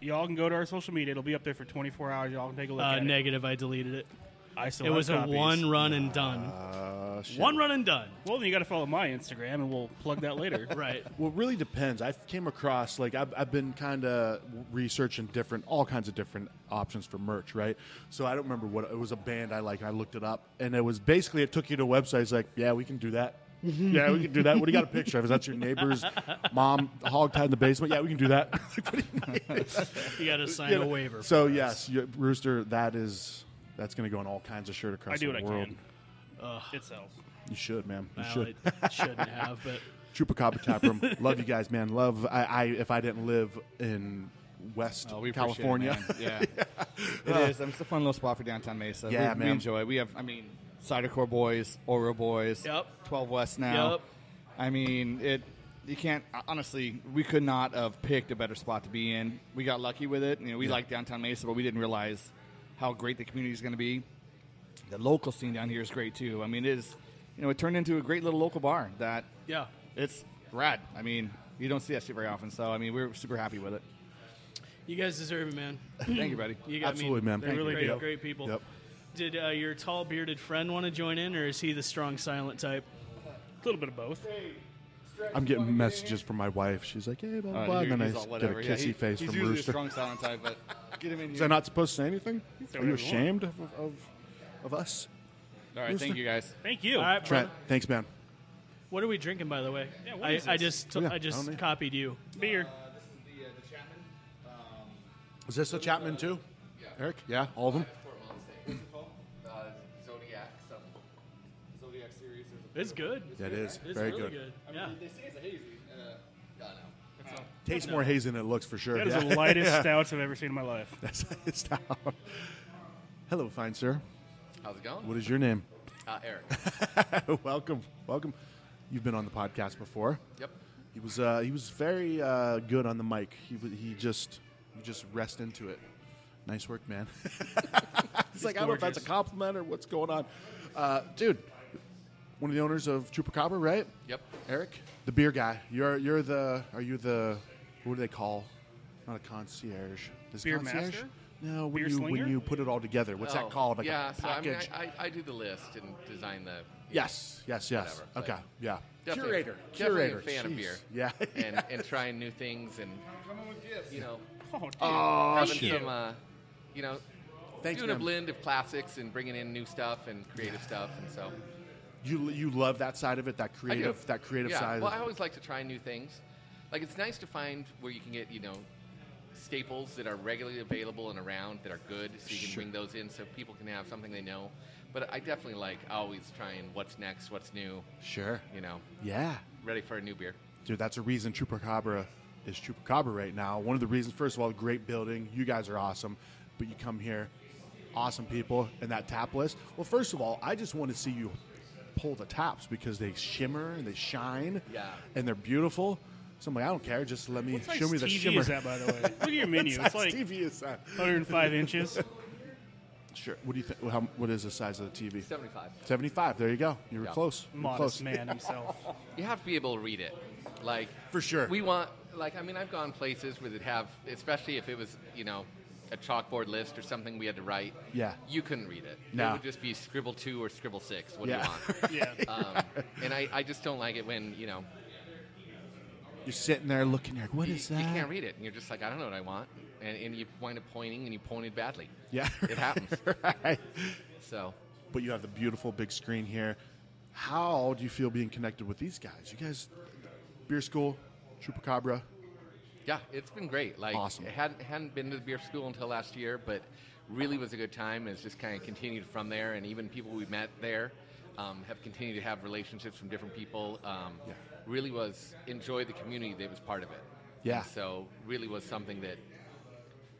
B: y'all can go to our social media. It'll be up there for 24 hours. Y'all can take a
D: [LAUGHS]
B: look
D: Uh,
B: at it.
D: negative. I deleted it.
B: I still
D: It
B: have
D: was a
B: copies.
D: one run and done.
C: uh, shit. [LAUGHS]
D: one run and done.
B: Well, then you got to follow my Instagram, and we'll plug that [LAUGHS] later.
D: Right.
C: Well, it really depends. I came across like I've, I've been kind of researching different, all kinds of different options for merch, right? So I don't remember what it was. A band I like. I looked it up, and it was basically it took you to websites like, yeah, we can do
B: [LAUGHS]
C: that. yeah, we can do that. What do you got a picture of? Is that your neighbor's mom hog tied in the basement? Yeah, we can do that. [LAUGHS] What do you mean?
D: You got to sign
C: You know,
D: a waiver.
C: So yes, you, Rooster, that is that's going to go on all kinds of shirt across
B: I do
C: the
B: what I
C: world.
B: can. it sells.
C: You should, man. You
D: Well,
C: should.
D: it shouldn't have, but
C: [LAUGHS] Chupacabra Taproom. Love you guys, man. Love. I, I if I didn't live in West
E: Oh, we appreciate it,
C: California, Uh, [LAUGHS]
E: man. yeah. It is. It's a fun little spot for downtown Mesa.
C: Yeah,
E: we,
C: man.
E: we enjoy it. We have, I mean, Cider Core Boys, Oro Boys,
D: Yep.
E: 12 West now.
D: Yep.
E: I mean, it. You can't honestly. We could not have picked a better spot to be in. We got lucky with it. You know, we like downtown Mesa, but we didn't realize how great the community is going to be. The local scene down here is great too. I mean, it is. You know, it turned into a great little local bar that
D: yeah.
E: it's rad. I mean, you don't see that shit very often, so I mean, we're super happy with it.
D: You guys deserve it, man.
E: Thank you, buddy.
D: You got
C: Absolutely,
D: me.
C: man.
D: They're
C: Thank
D: really
C: you.
D: great,
C: Yep.
D: great people.
C: Yep.
D: Did uh, your tall bearded friend want to join in, or is he the strong silent type?
B: A little bit of both.
C: I'm getting messages from my wife. She's like, "Hey, blah blah," blah. and then I
E: he's all
C: get a
E: whatever.
C: kissy
E: Yeah, he-
C: face
E: he's
C: from
E: usually
C: Rooster.
E: a strong silent type, but get him in
C: Is
E: here.
C: I not supposed to say anything?
B: say
C: Are you
B: whatever you want.
C: ashamed of, of of us?
E: All right, thank you guys.
B: Thank you.
D: All right,
C: Trent,
D: brother.
C: thanks, man.
D: What are we drinking, by the way?
B: Yeah, what
D: I,
B: is
D: I
B: this?
D: just
C: Oh, yeah,
D: I
C: I don't
D: just
C: know.
D: copied you.
B: Beer.
E: This is the, uh, the Chapman.
C: Is this the Chapman too? Eric? Yeah, all of them.
E: Uh, What's it called? Uh, Zodiac. Something. Zodiac series. There's a
D: It's good.
C: Yeah, it is.
D: It's
C: Very
D: really
C: good.
D: good.
E: I mean,
D: Yeah.
E: they, they say it's a hazy. Uh, no, no.
C: Tastes more hazy than it looks for sure.
B: That is the
C: [LAUGHS]
B: lightest stouts I've ever seen in my life.
C: That's it's down. Hello, fine sir.
F: How's it going?
C: What is your name?
F: Uh, Eric.
C: [LAUGHS] welcome, welcome. You've been on the podcast before.
F: yep.
C: He was uh, he was very uh, good on the mic. He wa- he just you just rest into it. Nice work, man. [LAUGHS] It's like I don't know if that's a compliment or what's going on, uh, dude. One of the owners of Chupacabra, right?
F: Yep.
C: Eric, the beer guy. You're you're the are you the what do they call? Not a concierge. Is it
B: Beer
C: concierge?
B: master?
C: No, when
B: Beer
C: you
B: slinger?
C: when you put it all together, what's
F: Oh,
C: that called? Like
F: yeah,
C: a package.
F: so I mean, I, I, I do the list and design the.
C: yes, yes, yes.
F: Whatever, but
C: okay, yeah.
F: Definitely-
C: Curator,
F: definitely a
C: curator.
F: fan of
C: Jeez.
F: beer.
C: Yeah.
F: And, and trying new things and, you know,
B: Oh, dude.
F: having
B: Thank you.
F: some, uh, you know,
C: Thanks,
F: doing
C: man.
F: a blend of classics and bringing in new stuff and creative stuff. And so
C: You you love that side of it, that
F: I do.
C: creative, that creative
F: yeah.
C: side.
F: Well,
C: of
F: I
C: it.
F: always like to try new things. Like it's nice to find where you can get you know staples that are regularly available and around that are good, so you can bring those in so people can have something they know. But I definitely like always trying what's next, what's new.
C: Sure.
F: You know,
C: Yeah.
F: ready for a new beer.
C: Dude, that's a reason Chupacabra is Chupacabra right now. One of the reasons, first of all, great building. You guys are awesome, but you come here, awesome people, and that tap list. Well, first of all, I just want to see you pull the taps because they shimmer and they shine,
F: Yeah.
C: and they're beautiful. So I'm like, I don't care. Just let me
B: What size
C: show me the
B: TV
C: shimmer.
B: is that, by the
C: [LAUGHS]
B: way? [LAUGHS] Look at your menu.
C: What
B: it's
C: size
B: like
C: TV is that? [LAUGHS]
B: 105 inches.
C: Sure. What do you think? How, what is the size of the TV?
F: Seventy-five.
C: 75. There you go. You were
F: Yeah.
C: close. You were
B: Modest
C: close.
B: man himself.
F: [LAUGHS] You have to be able to read it, like
C: For sure.
F: We want like I mean I've gone places where they'd have, especially if it was you know a chalkboard list or something we had to write.
C: Yeah.
F: you couldn't read it.
C: No.
F: it would just be scribble two or scribble six. What
C: [LAUGHS] Yeah.
F: do you want?
B: Yeah.
F: um, and I, I just don't like it when you know
C: You're sitting there looking. You're like, what
F: you,
C: is
F: you
C: that?
F: can't read it, and you're just like I don't know what I want, and, and you wind up pointing, and you pointed badly.
C: Yeah.
F: it happens.
C: [LAUGHS] Right.
F: So
C: But you have the beautiful big screen here. How do you feel being connected with these guys? You guys, beer school, Chupacabra.
F: yeah, it's been great. Like
C: Awesome.
F: it hadn't hadn't been to the beer school until last year, but really was a good time. It's just kind of continued from there, and even people we met there um, have continued to have relationships from different people. Um,
C: Yeah.
F: Really was enjoy the community that was part of it.
C: Yeah.
F: So really was something that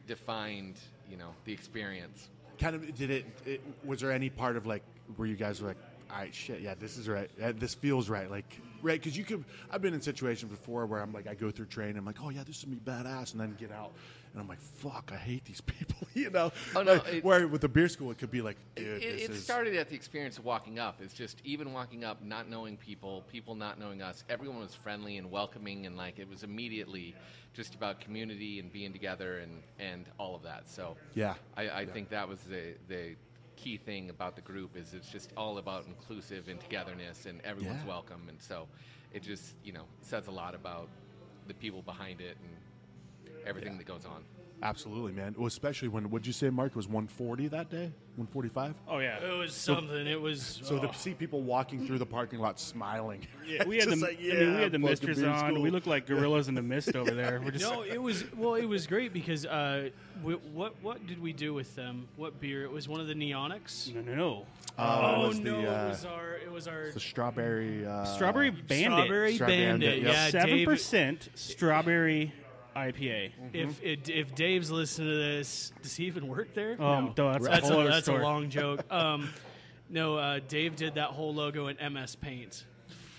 F: defined you know the experience.
C: Kind of did it, it. Was there any part of like where you guys were like, all right, shit, yeah, this is right. Yeah, this feels right. Like, right? Because you could. I've been in situations before where I'm like, I go through training, I'm like, oh yeah, this would be badass, and then get out, and I'm like, fuck, I hate these [LAUGHS] people. you know?
F: Oh, no,
C: Like,
F: it-
C: where with the beer school, it could be like, dude,
F: it, it
C: this is
F: started at the experience of walking up. It's just even walking up, not knowing people, people not knowing us. Everyone was friendly and welcoming, and like it was immediately just about community and being together and and all of that. So
C: Yeah.
F: I, I think that was the the key thing about the group is it's just all about inclusive and togetherness, and everyone's
C: Yeah.
F: welcome. And so it just you know says a lot about the people behind it and everything that goes on.
C: Absolutely, man. Well, especially when would you say Mark it was 140 that day? 145.
B: Oh, yeah.
D: It was something. It was.
C: So
D: oh.
C: to see people walking through the parking lot smiling.
B: [LAUGHS] Yeah, we had the,
C: [LAUGHS] Just like,
B: I mean,
C: yeah,
B: we had the
C: fucking
B: misters
C: beer
B: on.
C: school.
B: We looked like gorillas in the mist over there.
C: [LAUGHS]
B: We're just [LAUGHS]
D: no, it was well. It was great because uh, we, what what did we do with them? What beer? It was one of the Neonics.
B: no, no, no.
C: Oh, it was the,
D: no!
C: uh,
D: it was our it was our
C: the strawberry. Uh,
B: [LAUGHS] Strawberry bandit.
D: strawberry
C: Strawberry
D: bandit.
C: Bandit, yep.
D: Yeah,
B: seven
D: Dave-
B: percent strawberry IPA.
C: Mm-hmm.
D: If it, if Dave's listening to this, does he even work there?
B: Um, no, that's a whole other
D: that's a
B: story.
D: long
B: [LAUGHS]
D: joke. Um, no, uh, Dave did that whole logo in MS Paint.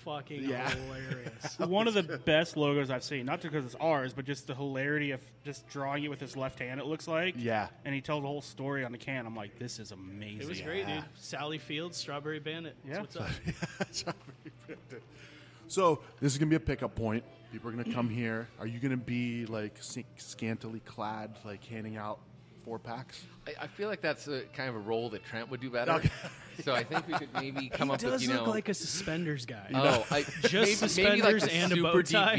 D: Fucking [LAUGHS]
C: Yeah.
D: hilarious.
B: [LAUGHS]
C: [LAUGHS]
B: One of the best logos I've seen, not because it's ours, but just the hilarity of just drawing it with his left hand. It looks like
C: Yeah.
B: and he tells the whole story on the can. I'm like, this is amazing.
D: It was great, dude. Sally Fields, Strawberry Bandit. That's
B: Yeah.
D: what's
C: [LAUGHS]
D: up.
C: Strawberry bandit. So this is gonna be a pickup point. People are gonna come here. Are you gonna be like sc- scantily clad, like handing out four packs.
F: I, I feel like that's a, kind of a role that Trent would do better. So I think we could
D: [LAUGHS]
F: maybe come up
D: does
F: with you
D: look
F: know.
D: like a suspenders guy. [LAUGHS]
F: oh, I,
D: Just
F: maybe, maybe like
D: suspenders
F: the
D: and a
F: super
D: bow tie.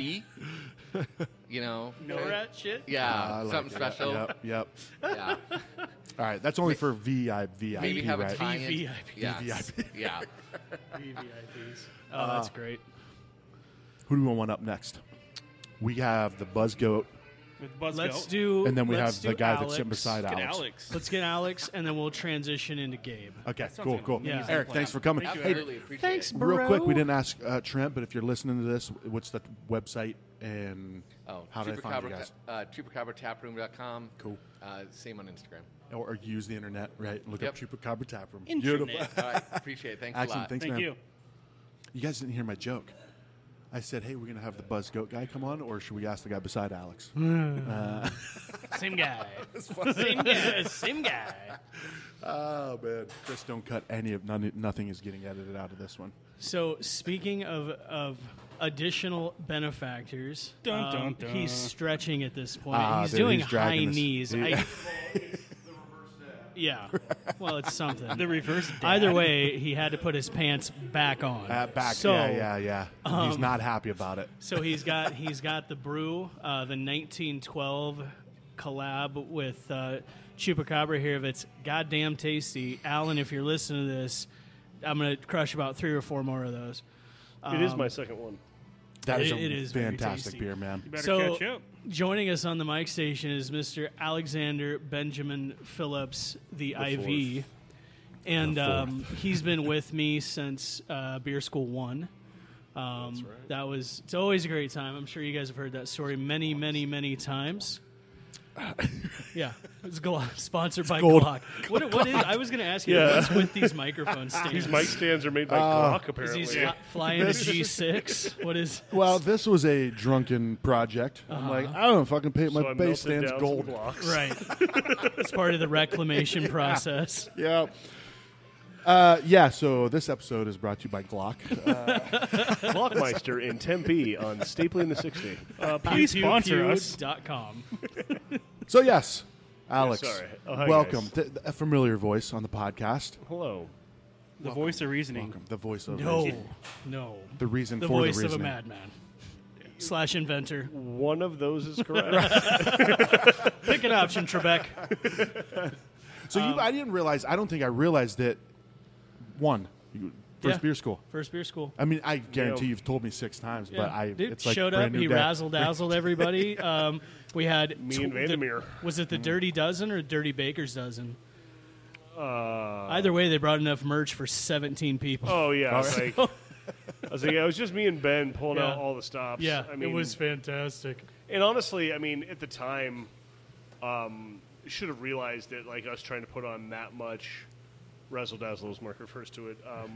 F: DV,
D: [LAUGHS]
F: you know,
D: no rat shit.
F: Yeah,
C: Ah, I like
F: something
C: it.
F: special.
C: Yep, yep.
F: [LAUGHS] Yeah,
C: All right, that's only for VI, VIP,
F: maybe have a
C: right?
F: tie in.
D: VVIP.
F: Yeah,
C: [LAUGHS] VVIP.
D: [LAUGHS]
F: yeah.
D: Oh,
C: Uh.
D: that's great.
C: Who do we want up next? We have the Buzzgoat,
B: With Buzzgo.
D: Let's do.
C: and then we
D: let's
C: have the
D: do
C: guy
D: Alex.
C: that's sitting beside
B: Get
C: Alex.
B: Alex.
D: Let's get Alex, and then we'll transition into Gabe.
C: Okay,
B: sounds
C: cool,
B: like an
C: cool.
B: amazing
C: Eric,
B: plan.
C: thanks for coming.
B: Thank you,
C: Hey,
B: Eric.
F: Really appreciate
D: Thanks,
F: it.
D: bro.
C: Real quick, we didn't ask uh, Trent, but if you're listening to this, what's the website and
F: Oh,
C: how do they find
F: Chupacabra
C: you guys?
F: ta- Uh, ChupacabraTaproom.com.
C: Cool.
F: Uh, same on Instagram.
C: Or, or use the internet, right? Look up
F: Yep.
C: Chupacabra Tap Room.
B: Internet.
F: All
C: [LAUGHS]
F: right, appreciate it. Thanks a
C: Excellent.
F: lot.
C: Thanks,
B: Thank
C: man.
B: you.
C: You guys didn't hear my joke. I said, hey, we're going to have the Buzz Goat guy come on, or should we ask the guy beside Alex?
D: Same guy. Same guy. Same guy.
C: [LAUGHS] oh, man. Just don't cut any of none, Nothing is getting edited out of this one.
D: So speaking of of additional benefactors, um,
B: Dun, dun, dun.
D: he's stretching at this point.
C: Ah,
D: he's
C: dude,
D: doing
C: he's
D: high
C: dragging this.
D: knees.
C: He- [LAUGHS]
D: I, yeah. Well, it's something.
B: [LAUGHS] The reverse. Dad.
D: Either way, he had to put his pants back on.
C: Uh, back,
D: So, um,
C: yeah, yeah, yeah. He's not happy about it.
D: so he's got he's got the brew, uh, the 1912 collab with uh, Chupacabra here. That's goddamn tasty, Alan. If you're listening to this, I'm gonna crush about three or four more of those.
G: It is my second one.
C: That is
D: Um, it-
C: a
D: it is very
C: fantastic
D: tasty.
C: beer, man.
B: Better
D: So,
B: catch up.
D: joining us on the mic station is Mr. Alexander Benjamin Phillips, the, IV, and um, [LAUGHS] he's been with me since uh, Beer School One. Um, That was it's always a great time. I'm sure you guys have heard that story many, many, many times. yeah, it's Glock, sponsored by
C: gold.
D: Glock. What, what is? I was going to ask you
G: Yeah.
D: what's with these microphone stands. Uh,
G: These mic stands are made by Glock,
D: is
G: apparently.
D: he fly, flying a G6? What is?
C: [LAUGHS] Well, this was a drunken project. I'm like, I don't fucking paint my
G: So I
C: base
G: melted
C: stands
G: down
C: gold.
G: some Glocks.
D: Right, [LAUGHS] it's part of the reclamation process.
C: Yeah. [LAUGHS] Uh, yeah, so this episode is brought to you by Glock. Uh,
D: [LAUGHS]
G: Glockmeister in Tempe on Stapley in the 60.
B: Uh, please sponsor us.
D: com.
C: so, yes, Alex,
G: Yeah, sorry. Oh, hi,
C: welcome.
G: guys.
C: Th- th- a familiar voice on the podcast.
G: Hello.
B: The voice of reasoning.
C: Welcome. The voice of
D: No,
C: reason.
D: no.
C: The reason
D: The
C: for
D: voice
C: the
D: of a
C: reason.
D: madman slash inventor.
G: One of those
D: [LAUGHS]
G: is correct.
D: Pick an option, Um, Trebek.
C: So you, I didn't realize. I don't think I realized that. One, you, first
D: Yeah.
C: beer school.
D: First beer school.
C: I mean, I guarantee
G: Yeah.
C: you've told me six times,
D: Yeah.
C: but I
D: Dude
C: it's like
D: showed
C: brand
D: up.
C: new
D: He
C: day.
D: razzle
C: [LAUGHS]
D: dazzled everybody. um, we had
G: Me and
D: the-
G: Vandermeer.
D: was it the
C: Mm-hmm.
D: Dirty Dozen or Dirty Baker's Dozen?
G: Uh,
D: Either way, they brought enough merch for seventeen people.
G: oh, yeah. I
D: [LAUGHS]
G: was, like, I was like, yeah, it was just me and Ben pulling
D: Yeah.
G: out all the stops.
D: yeah,
G: I mean,
D: it was fantastic.
G: And honestly, I mean, at the time, um, should have realized that like us trying to put on that much razzle dazzle, as Mark refers to it, um,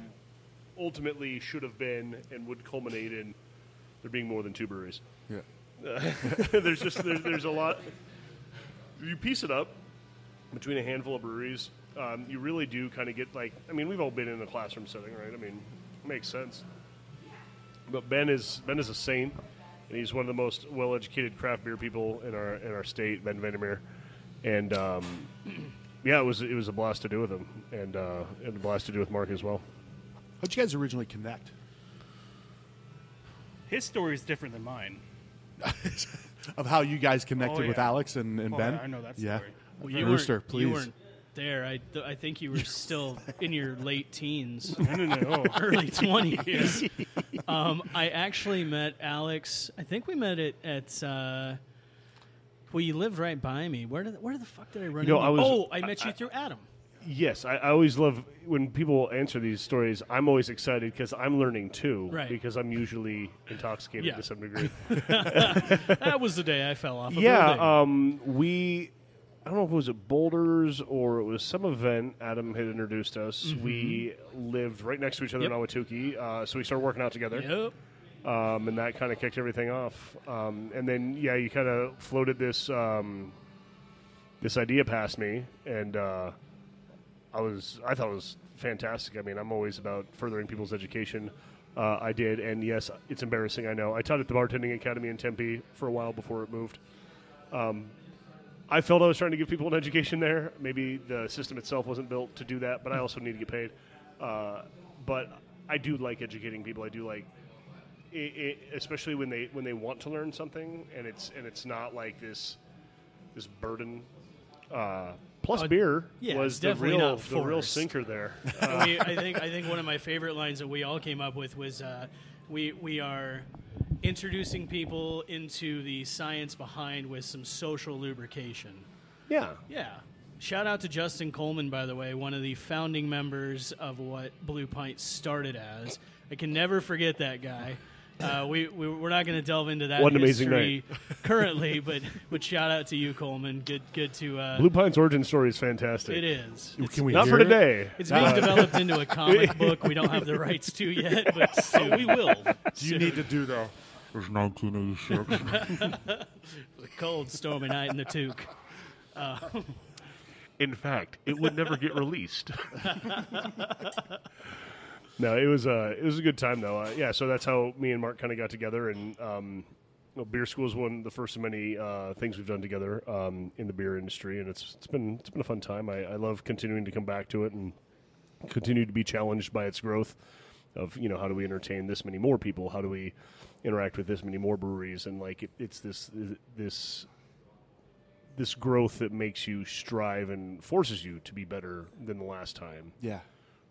G: ultimately should have been and would culminate in there being more than two breweries.
C: Yeah.
G: [LAUGHS] there's just there's, there's a lot. You piece it up between a handful of breweries. Um, you really do kind of get like I mean we've all been in a classroom setting, right? I mean, it makes sense. But Ben is Ben is a saint, and he's one of the most well-educated craft beer people in our in our state, Ben Vandermeer, and um, yeah, it was it was a blast to do with him, and uh, and a blast to do with Mark as well.
C: How'd you guys originally connect?
B: His story is different than mine.
C: of how you guys connected
B: Oh,
C: with
B: yeah.
C: Alex and, and
B: Oh,
C: Ben?
B: I- I know that
C: Yeah.
B: story.
D: Well, you
C: Rooster,
D: weren't,
C: please.
D: You weren't there. I, th- I think you were still in your late teens.
B: No, no, no.
D: [LAUGHS] early 20s. um, I actually met Alex. I think we met at at. Uh, well, you lived right by me. Where did where the fuck did I run?
G: You know,
D: into
G: I was-
D: oh, I met you through Adam. [LAUGHS]
G: Yes, I, I always love when people answer these stories. I'm always excited because I'm learning too,
D: Right.
G: because I'm usually intoxicated
D: Yeah.
G: to some degree.
D: That was the day I fell [LAUGHS] off. A building.
G: yeah, um, we. I don't know if it was at Boulders or it was some event Adam had introduced us.
D: Mm-hmm.
G: We lived right next to each other in
D: Yep.
G: Awatuki, uh, so we started working out together,
D: Yep.
G: um, and that kind of kicked everything off. Um, and then, yeah, you kind of floated this um, this idea past me, and uh, I was I thought it was fantastic. I mean, I'm always about furthering people's education. Uh, I did, and yes, it's embarrassing. I know. I taught at the bartending academy in Tempe for a while before it moved. Um, I felt I was trying to give people an education there. Maybe the system itself wasn't built to do that, but I also need to get paid. Uh, but I do like educating people. I do like, i i especially when they when they want to learn something, and it's and it's not like this this burden. Uh, plus,
D: Oh,
G: beer
D: yeah,
G: was
D: it's
G: the
D: definitely
G: real
D: not
G: the real
D: forced.
G: sinker there. Uh,
D: we, [LAUGHS] I think I think one of my favorite lines that we all came up with was uh, we we are introducing people into the science behind with some social lubrication.
G: yeah,
D: Yeah. Shout out to Justin Coleman, by the way, one of the founding members of what Blue Pint started as. I can never forget that guy. Uh, we, we we're not going to delve into that
G: What an amazing
D: history
G: [LAUGHS]
D: currently, but but shout out to you, Coleman. Good good to uh,
G: Blue Pine's origin story is fantastic.
D: it is. It's,
C: Can we
G: Not
C: hear
G: for
C: it?
G: today. Uh,
D: it's being developed into
C: [LAUGHS]
D: a comic book. We don't have the rights to yet, but soon we will.
C: Do you need to do the
H: It's
D: [LAUGHS]
H: 1986.
D: Cold stormy night in the toque. Uh, [LAUGHS]
G: In fact, it would never get released. [LAUGHS] no, it was a uh, it was a good time though. Uh, yeah, so that's how me and Mark kind of got together, and um, well, beer school is one of the first of many uh, things we've done together um, in the beer industry, and it's it's been it's been a fun time. I, I love continuing to come back to it and continue to be challenged by its growth. Of you know how do we entertain this many more people? How do we interact with this many more breweries? And like it, it's this this this growth that makes you strive and forces you to be better than the last time,
C: Yeah.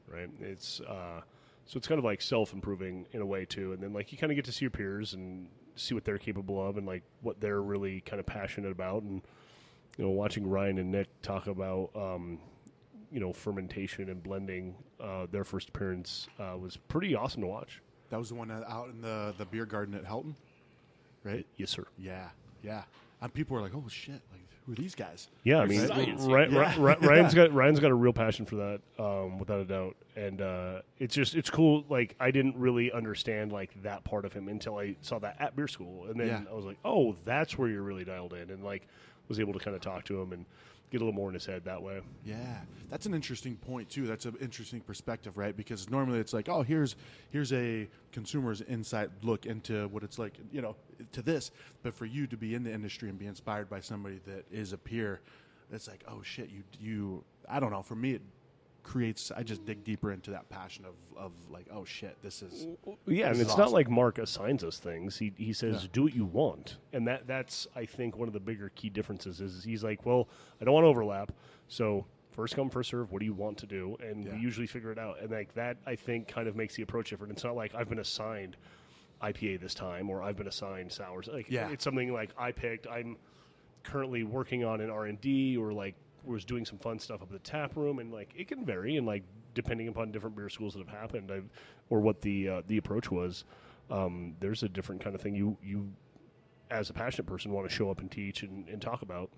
G: right? It's uh, so it's kind of like self improving in a way too, and then like you kind of get to see your peers and see what they're capable of and like what they're really kind of passionate about, and you know, watching Ryan and Nick talk about um, you know fermentation and blending uh, their first appearance uh, was pretty awesome to watch.
C: That was the one out in the, the beer garden at Helton, right?
G: Yes, sir.
C: Yeah, yeah. And people were like, "Oh shit! Like, who are these guys?"
G: Yeah, I mean, Ryan,
C: [LAUGHS]
G: Ryan's got Ryan's got a real passion for that, um, without a doubt. And uh, it's just it's cool. Like I didn't really understand like that part of him until I saw that at beer school, and then
C: Yeah.
G: I was like, oh, that's where you're really dialed in, and like was able to kind of talk to him and get a little more in his head that way.
C: Yeah, that's an interesting point too. That's an interesting perspective, right? Because normally it's like, "Oh, here's here's a consumer's insight look into what it's like, you know, to this." But for you to be in the industry and be inspired by somebody that is a peer, it's like, "Oh shit! You you." I don't know. For me, it creates. I just dig deeper into that passion of of like, "Oh shit! This is."
G: Yeah, and
C: This is
G: it's not
C: awesome.
G: like Mark assigns us things. He he says do what you want, and that that's I think one of the bigger key differences is he's like, well, I don't want to overlap, so first come first serve. What do you want to do? And
C: Yeah.
G: we usually figure it out. And like that, I think kind of makes the approach different. It's not like I've been assigned IPA this time or I've been assigned sours. Like
C: Yeah.
G: it's something like I picked. I'm currently working on an R and D or like was doing some fun stuff up at the tap room and like it can vary and like depending upon different beer schools that have happened I've, or what the uh, the approach was. Um, there's a different kind of thing you you as a passionate person want to show up and teach and, and talk about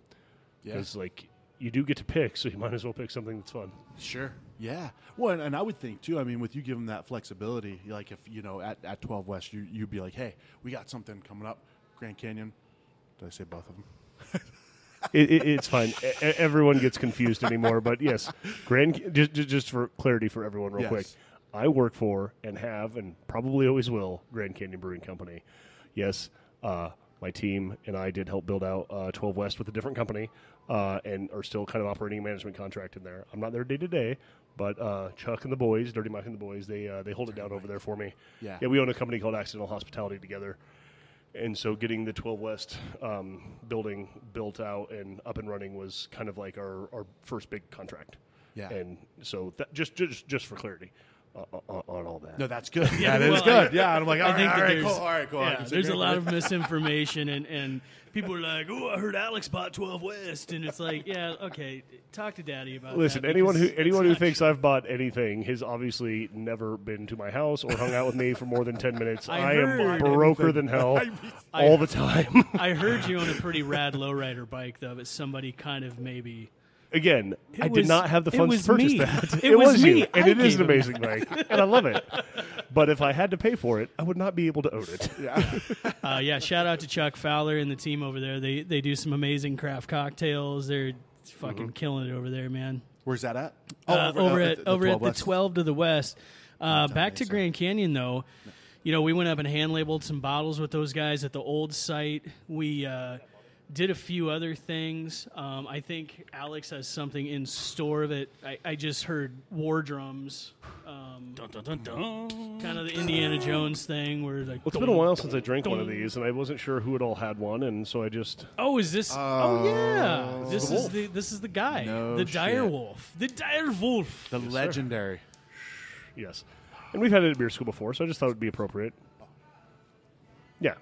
C: Yeah.
G: because like you do get to pick so you might as well pick something that's fun.
C: Sure. Yeah. Well, and, and I would think too. I mean, with you giving that flexibility, like if you know at, at twelve West, you you'd be like, hey, we got something coming up, Grand Canyon. Did I say both of them?
G: it, it, it's fine. E- e- everyone gets confused anymore, but yes, Grand. Just, just for clarity for everyone, real
C: Yes.
G: quick, I work for and have and probably always will Grand Canyon Brewing Company. Yes, uh, my team and I did help build out uh, Twelve West with a different company, uh, and are still kind of operating a management contract in there. I'm not there day to day. But uh, Chuck and the boys, Dirty Mike and the boys, they uh, they hold it down over there for me.
C: Yeah.
G: yeah, we own a company called Accidental Hospitality together, and so getting the 12 West um, building built out and up and running was kind of like our, our first big contract.
C: Yeah.
G: And so that, just just just for clarity uh, uh, uh, on all
C: [LAUGHS]
G: that.
C: No, that's good.
D: [LAUGHS] Yeah,
C: that is
D: well, I-
C: good. yeah, and I'm like, all
D: I
C: right,
D: think
C: all
D: that
C: right,
D: there's-
C: cool, all right, cool. I
D: Yeah,
C: can sit
D: there's a
C: here.
D: lot of misinformation, and, and people are like, "Oh, I heard Alex bought 12 West," and it's like, "Yeah, okay, talk to Daddy about."
G: Listen,
D: uh, that
G: anyone who
D: because
G: anyone
D: it's
G: who
D: not
G: thinks I've bought anything has obviously never been to my house or hung out with me for more than 10 minutes.
D: [LAUGHS] I
G: I, am
D: heard
G: broker than
D: [LAUGHS]
G: hell all the time.
D: true. [LAUGHS] I heard you on a
G: [LAUGHS]
D: pretty rad lowrider bike though, but somebody kind of maybe.
G: Again,
D: It
G: I did
D: was-
G: not have the
D: it
G: funds
D: was
G: to purchase
D: me.
G: that.
D: [LAUGHS] It was me.
G: you, and [LAUGHS]
D: I
G: it is
D: gave
G: an
D: him that. [LAUGHS]
G: amazing bike, and I love it. But if I had to pay for it, I would not be able to own
D: [LAUGHS]
G: it.
D: Uh, yeah, shout out to Chuck Fowler and the team over there. They they do some amazing craft cocktails. They're fucking
G: Mm-hmm.
D: killing it over there, man.
C: Where's that Oh, at?
D: uh, over, at over at the
C: West.
D: twelve to the west. Uh, back to Grand Canyon though, you know we went up and hand labeled some bottles with those guys at the old site. We uh, did a few other things. Um, I think Alex has something in store that I, I just heard war drums, um,
B: Dun, dun, dun, dun.
D: kind of the Indiana Jones thing where
G: [LAUGHS]
D: like
G: Well, it's been a while since I drank one of these, and I wasn't sure who had all had one, and so I just
D: Oh, is this? oh yeah, this
C: the
D: is
C: wolf.
D: the this is the guy,
C: No
D: the
C: shit.
D: dire wolf, the dire wolf.
C: The legendary.
G: yes. And we've had it at beer school before, so I just thought it would be
D: [LAUGHS]
G: appropriate. Yeah.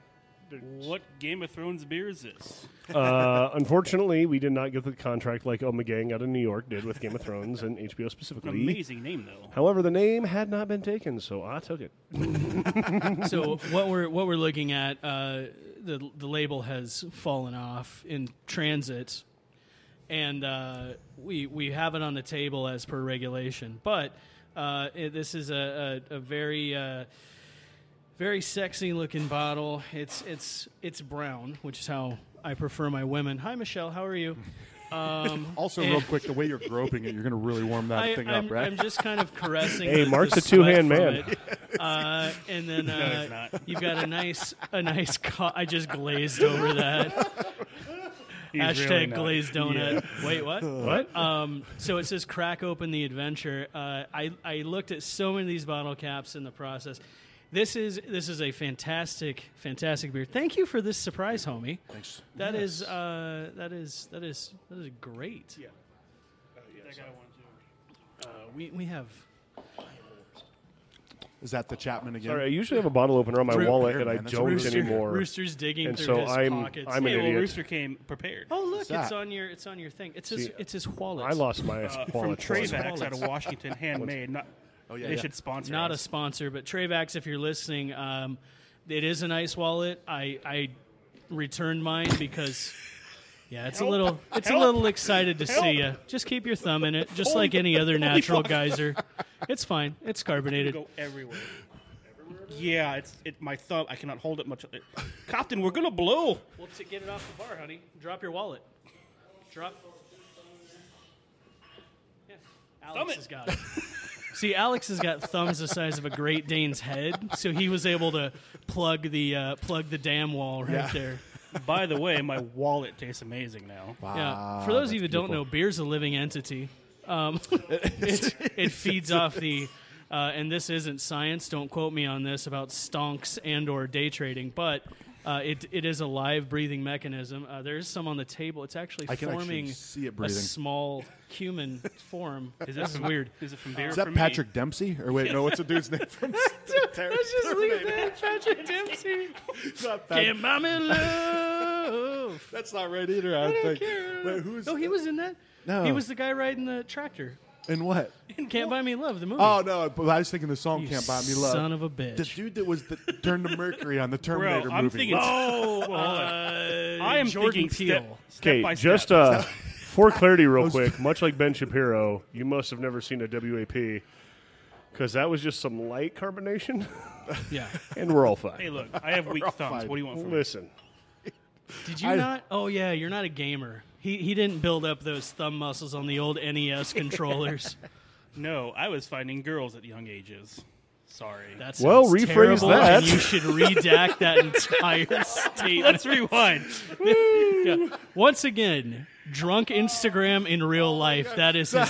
B: What Game of Thrones beer is this?
G: [LAUGHS] Uh, unfortunately, we did not get the contract like Omegang out of New York did with Game of Thrones and HBO
B: An
G: specifically.
B: amazing name though.
G: However, the name had not been taken, so I took it.
D: [LAUGHS] so what we're what we're looking at uh, the the label has fallen off in transit, and uh, we we have it on the table as per regulation. But uh, it, this is a a, a very uh, very sexy looking bottle. It's it's it's brown, which is how I prefer my women. Hi Michelle, how
C: [LAUGHS]
D: are you? Um,
C: Also,
D: Eh.
C: real quick, the way you're groping it, you're going to really warm that
D: I,
C: thing
D: am
C: up, right?
D: I'm
G: [LAUGHS]
D: just kind of caressing.
G: Hey,
D: the,
G: Mark's
D: the
G: a two-hand
D: sweat from
G: man.
D: it. Uh, and
B: [LAUGHS]
D: then
B: he's
D: uh,
B: not.
D: you've got a nice, a nice. Co- I just glazed over
B: [LAUGHS]
D: that. Hashtag
B: really not.
D: glazed donut. Wait,
B: [LAUGHS]
D: what? What? Um, so it says crack open the adventure. Uh, I I looked at so many of these bottle caps in the process. This is this is a fantastic fantastic beer. Thank you for this surprise, homie. Thanks. That is uh, that is that is that is great. Yeah.
B: Uh,
D: We we have
C: Is that the Chapman again?
G: Sorry, I usually have a bottle opener on my
C: Root
G: wallet,
C: beer,
G: and I
C: man, that's a
G: don't
C: rooster.
G: anymore.
D: Rooster's digging
G: And
D: through
G: so
D: his
G: I'm-
D: pockets.
G: I'm an
B: Hey, well,
G: idiot.
B: Rooster came prepared.
D: oh look,
C: that?
D: it's on your it's on your thing. It's his
G: See,
D: it's his wallet.
G: I lost my
B: Uh, From
G: wallet.
B: Trayvax
D: Wallets.
B: out of Washington, handmade. Not, oh
C: yeah,
B: they
C: yeah.
B: should sponsor.
D: Not a
B: us.
D: sponsor, but Travax, if you're listening, um, it is a nice wallet. I I returned mine because. Yeah, it's a little it's
B: Help.
D: a little excited to see you. Just keep your thumb in it, just like any [LAUGHS] other natural
B: [LAUGHS]
D: geyser. It's fine. It's carbonated.
B: go everywhere. Yeah, it's it. My thumb. I cannot hold it much. It- Captain, we're gonna blow.
D: Well, to get it off the bar, honey, drop your wallet. Drop. Yeah,
B: Thumb
D: Alex
B: it.
D: has got
B: [LAUGHS]
D: it. See, Alex has got thumbs the size of a Great Dane's head, so he was able to plug the uh, plug the dam wall right there.
B: By the way, my wallet tastes amazing now.
D: yeah. For those of you that don't know, beer's a living entity. Um, [LAUGHS] it, it feeds off the, uh, and this isn't science. Don't quote me on this about stonks and or day trading, but uh, it it is a live breathing mechanism. Uh, there is some on the table. It's actually
C: I can actually
D: forming
C: see it
D: a
C: breathing.
D: small human form.
B: Is this
D: It's weird.
B: Is it from beer?
C: Is
B: or
C: that
B: from me?
C: Patrick Dempsey? Or wait, no, what's the dude's name
D: [LAUGHS]
C: from
D: Let's just leave it there, Patrick
C: [LAUGHS]
D: Dempsey.
C: not Pat-
D: Can't buy me love.
C: [LAUGHS] That's not right either. I,
D: I don't
C: think.
D: care.
C: Wait, who's
D: oh, he was in that.
C: No.
D: he was the guy riding the tractor.
C: in what?
D: Can't buy me love. The movie.
C: Oh no, but I was thinking the song
D: Hmm. You
C: "Can't Buy Me Love."
D: Son of a
C: the
D: bitch.
C: dude that was the, turned
D: [LAUGHS]
C: to Mercury on the
B: Bro,
C: Terminator
B: I'm
C: movie.
B: thinking.
D: Oh,
B: Well, hold on.
D: uh,
B: I am
D: Jordan
B: thinking step-
D: Peele.
B: Step, by
G: Okay,
B: step.
G: just
B: [LAUGHS]
G: uh, for clarity, real quick, much like Ben Shapiro, you must have never seen a WAP because that was just some light carbonation,
D: Yeah.
G: [LAUGHS] and we're all
B: hey,
G: fine.
B: look, I
C: [LAUGHS]
B: have weak thumbs.
C: fine.
B: What do you want from me?
G: Listen,
D: Did you
C: I-
D: not? Oh yeah, you're not a gamer. He he didn't build up those thumb muscles on the old
C: [LAUGHS]
D: NES controllers.
B: [LAUGHS] No, I was finding girls at young ages. Sorry.
D: That's
G: Well,
D: sounds
G: rephrase
D: terrible,
G: that.
D: and you should
C: [LAUGHS]
D: redact that entire statement.
B: Let's rewind.
D: Yeah. Once again, drunk Instagram in real life. That is his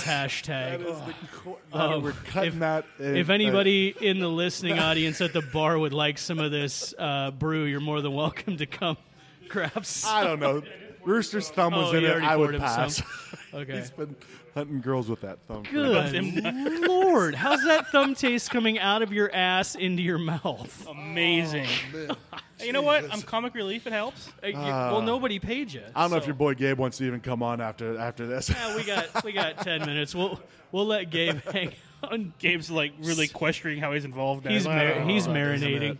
C: [LAUGHS] That
D: hashtag.
C: is the co- no,
D: Um,
C: Oh, we're cutting
D: if-
C: that. in,
D: If
C: uh,
D: anybody in the listening audience at the bar would like some of this uh, brew, you're more than welcome to come [LAUGHS] grab some.
C: Uh, I don't know. Rooster's thumb was
D: Oh,
C: in
D: he
C: it.
D: already
C: I
D: poured
C: would
D: him
C: pass. [LAUGHS]
D: some. [LAUGHS]
G: [LAUGHS]
D: Okay.
C: He's been hunting girls with that thumb. for-
D: Good [LAUGHS] lord, how's that thumb taste coming out of your ass into your mouth?
B: Amazing.
G: Oh,
B: Hey, you know what? I'm comic relief. It helps.
D: Uh, you- well, nobody paid you.
C: I don't know if your boy Gabe wants to even come on after after this. [LAUGHS]
D: Yeah, we got we got ten minutes. We'll we'll let Gabe hang on.
B: Gabe's like really questioning how he's involved. Now.
D: He's mar- he's
C: Yeah.
D: marinating.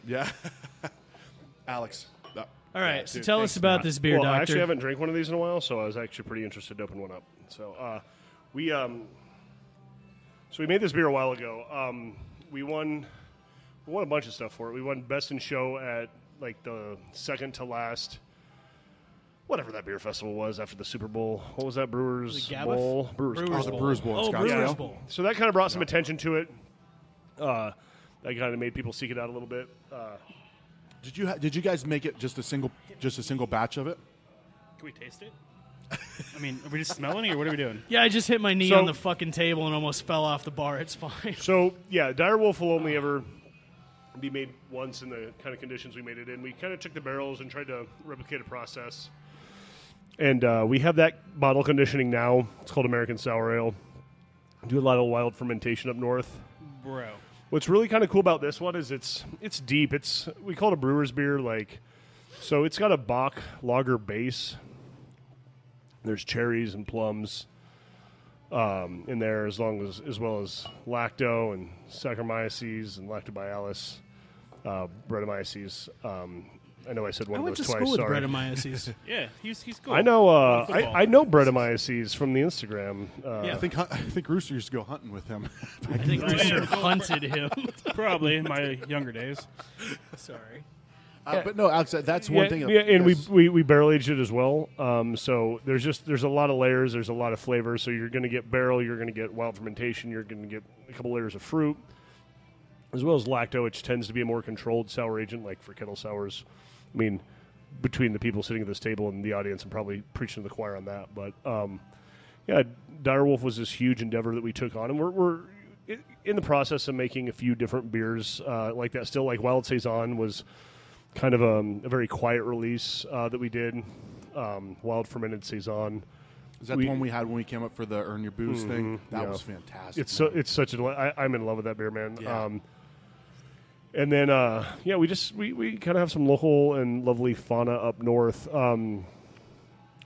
C: [LAUGHS] Alex. uh,
D: All right,
C: yeah,
D: so
C: dude,
D: tell
C: thanks.
D: us about this beer,
G: well, I
D: doctor.
G: actually haven't drank one of these in a while, so I was actually pretty interested to open one up. So uh, we um, so we made this beer a while ago. Um, we won we won a bunch of stuff for it. We won best in show at like the second to last. Whatever that beer festival was after the Super Bowl, what was that Brewers
D: The Gabbeth?
G: Bowl? Brewers,
D: Brewers
G: Bowl.
C: Oh, the Brewers Bowl in
D: Oh,
C: Scottsdale.
D: Brewers Bowl.
G: So that kind of brought some attention to it. Uh, that kind of made people seek it out a little bit. Uh,
C: Did you ha- did you guys make it just a single just a single batch of it?
B: Can we taste it? I mean, are we just smelling it, or what are we doing?
D: Yeah, I just hit my knee
G: So-
D: on the fucking table and almost fell off the bar. It's fine.
G: So yeah, direwolf will only ever be made once in the kind of conditions we made it in. We kind of took the barrels and tried to replicate a process, and uh, we have that bottle conditioning now. It's called American Sour Ale. Do a lot of wild fermentation up north.
B: Bro.
G: What's really kind of cool about this one is it's it's deep. It's we call it a brewer's beer, like so. It's got a Bach lager base. There's cherries and plums um, in there, as long as as well as lacto and Saccharomyces and lactobacillus, uh, Brettanomyces. Um, I know I said one
D: I
G: of
D: went to
G: those
D: school
G: twice.
D: with
G: sorry. [LAUGHS]
D: Brettanomyces.
B: Yeah, he's he's cool.
G: I know. Uh,
B: Football.
G: I, I know Brettanomyces from the Instagram. Uh,
C: I think hu- I think Rooster used to go hunting with him. [LAUGHS]
D: I think
B: [LAUGHS]
D: Rooster hunted him.
B: Probably in my younger days.
D: Sorry.
C: Uh, but no, Alex, that- that's
G: yeah,
C: one thing.
G: yeah, and we,
C: that's-
G: we we barrel aged it as well. Um, so there's just there's a lot of layers. There's a lot of flavors. So you're going to get barrel. You're going to get wild fermentation. You're going to get a couple layers of fruit, as well as lacto, which tends to be a more controlled sour agent, like for kettle sours. I mean, between the people sitting at this table and the audience, I'm probably preaching to the choir on that. But um, yeah, Direwolf was this huge endeavor that we took on, and we're, we're i- in the process of making a few different beers uh, like that. Still, like Wild Saison was kind of um, a very quiet release uh, that we did. Um, Wild Fermented Saison.
C: is that
G: we-
C: the one we had when we came up for the earn your booze thing? That
G: Mm-hmm. yeah.
C: was fantastic.
G: It's so,
C: man.
G: it's such a deli- I, I'm in love with that beer, man.
C: Yeah.
G: Um, and then uh, yeah, we just we, we kind of have some local and lovely fauna up north. Um,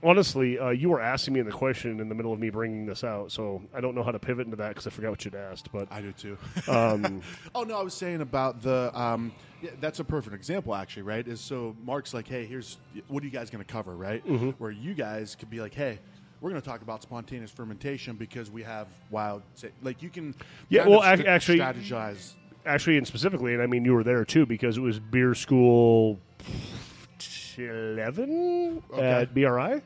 G: honestly, uh, you were asking me the question in the middle of me bringing this out, so I don't know how to pivot into that because I forgot what you'd asked. But um,
C: I do too. [LAUGHS] oh no, I was saying about the. Um, yeah, that's a perfect example, actually. Right? Is so Mark's like, hey, here's what are you guys going to cover, right?
G: Mm-hmm.
C: Where you guys could be like, hey, we're going to talk about spontaneous fermentation because we have wild. sa- Like you can.
G: Yeah,
C: kind
G: well,
C: of
G: ac- actually-
C: strategize.
G: actually, and specifically, and I mean you were there too because it was beer school eleven at BRI.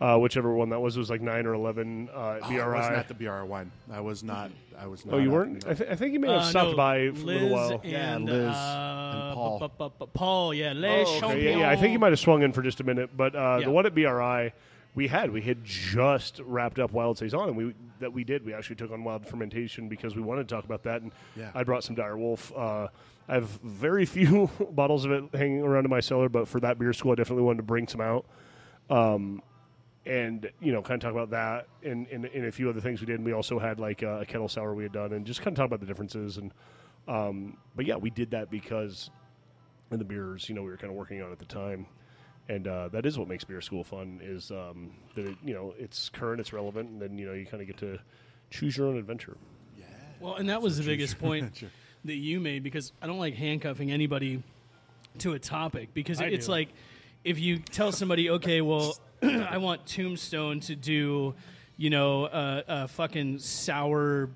G: Uh, whichever one that was, it was like nine or eleven uh, at BRI.
C: Oh, I wasn't at the BRI wine. I was not. I was not.
G: Oh,
C: at
G: you
C: the
G: weren't?
C: BRI.
G: I, th- I think you may have
D: Uh,
G: stopped
D: no,
G: by for
D: Liz
G: a little while.
D: And,
C: Yeah, Liz
D: uh,
C: and Paul.
D: bu- bu- bu- Paul, yeah, Les
G: Oh, okay. yeah, yeah, I think you might have swung in for just a minute, but uh,
D: Yeah.
G: the one at BRI we had we had just wrapped up Wild Saison, and we that we did we actually took on Wild Fermentation because we wanted to talk about that, and
C: Yeah.
G: I brought some Dire Wolf. Uh, I have very [LAUGHS] few bottles of it hanging around in my cellar, but for that beer school, I definitely wanted to bring some out. Um, and you know kind of talk about that and, and, and a few other things we did and we also had like uh, a kettle sour we had done and just kind of talk about the differences and um, but yeah we did that because in the beers you know we were kind of working on at the time and uh, that is what makes beer school fun is um, that it, you know it's current it's relevant and then you know you kind of get to choose your own adventure
D: Well, and that was the
C: [LAUGHS]
D: biggest point that you made because I don't like handcuffing anybody to a topic because
B: I
D: it's
B: do.
D: like if you tell somebody, okay, well, [CLEARS THROAT] I want Tombstone to do, you know, uh, a fucking sour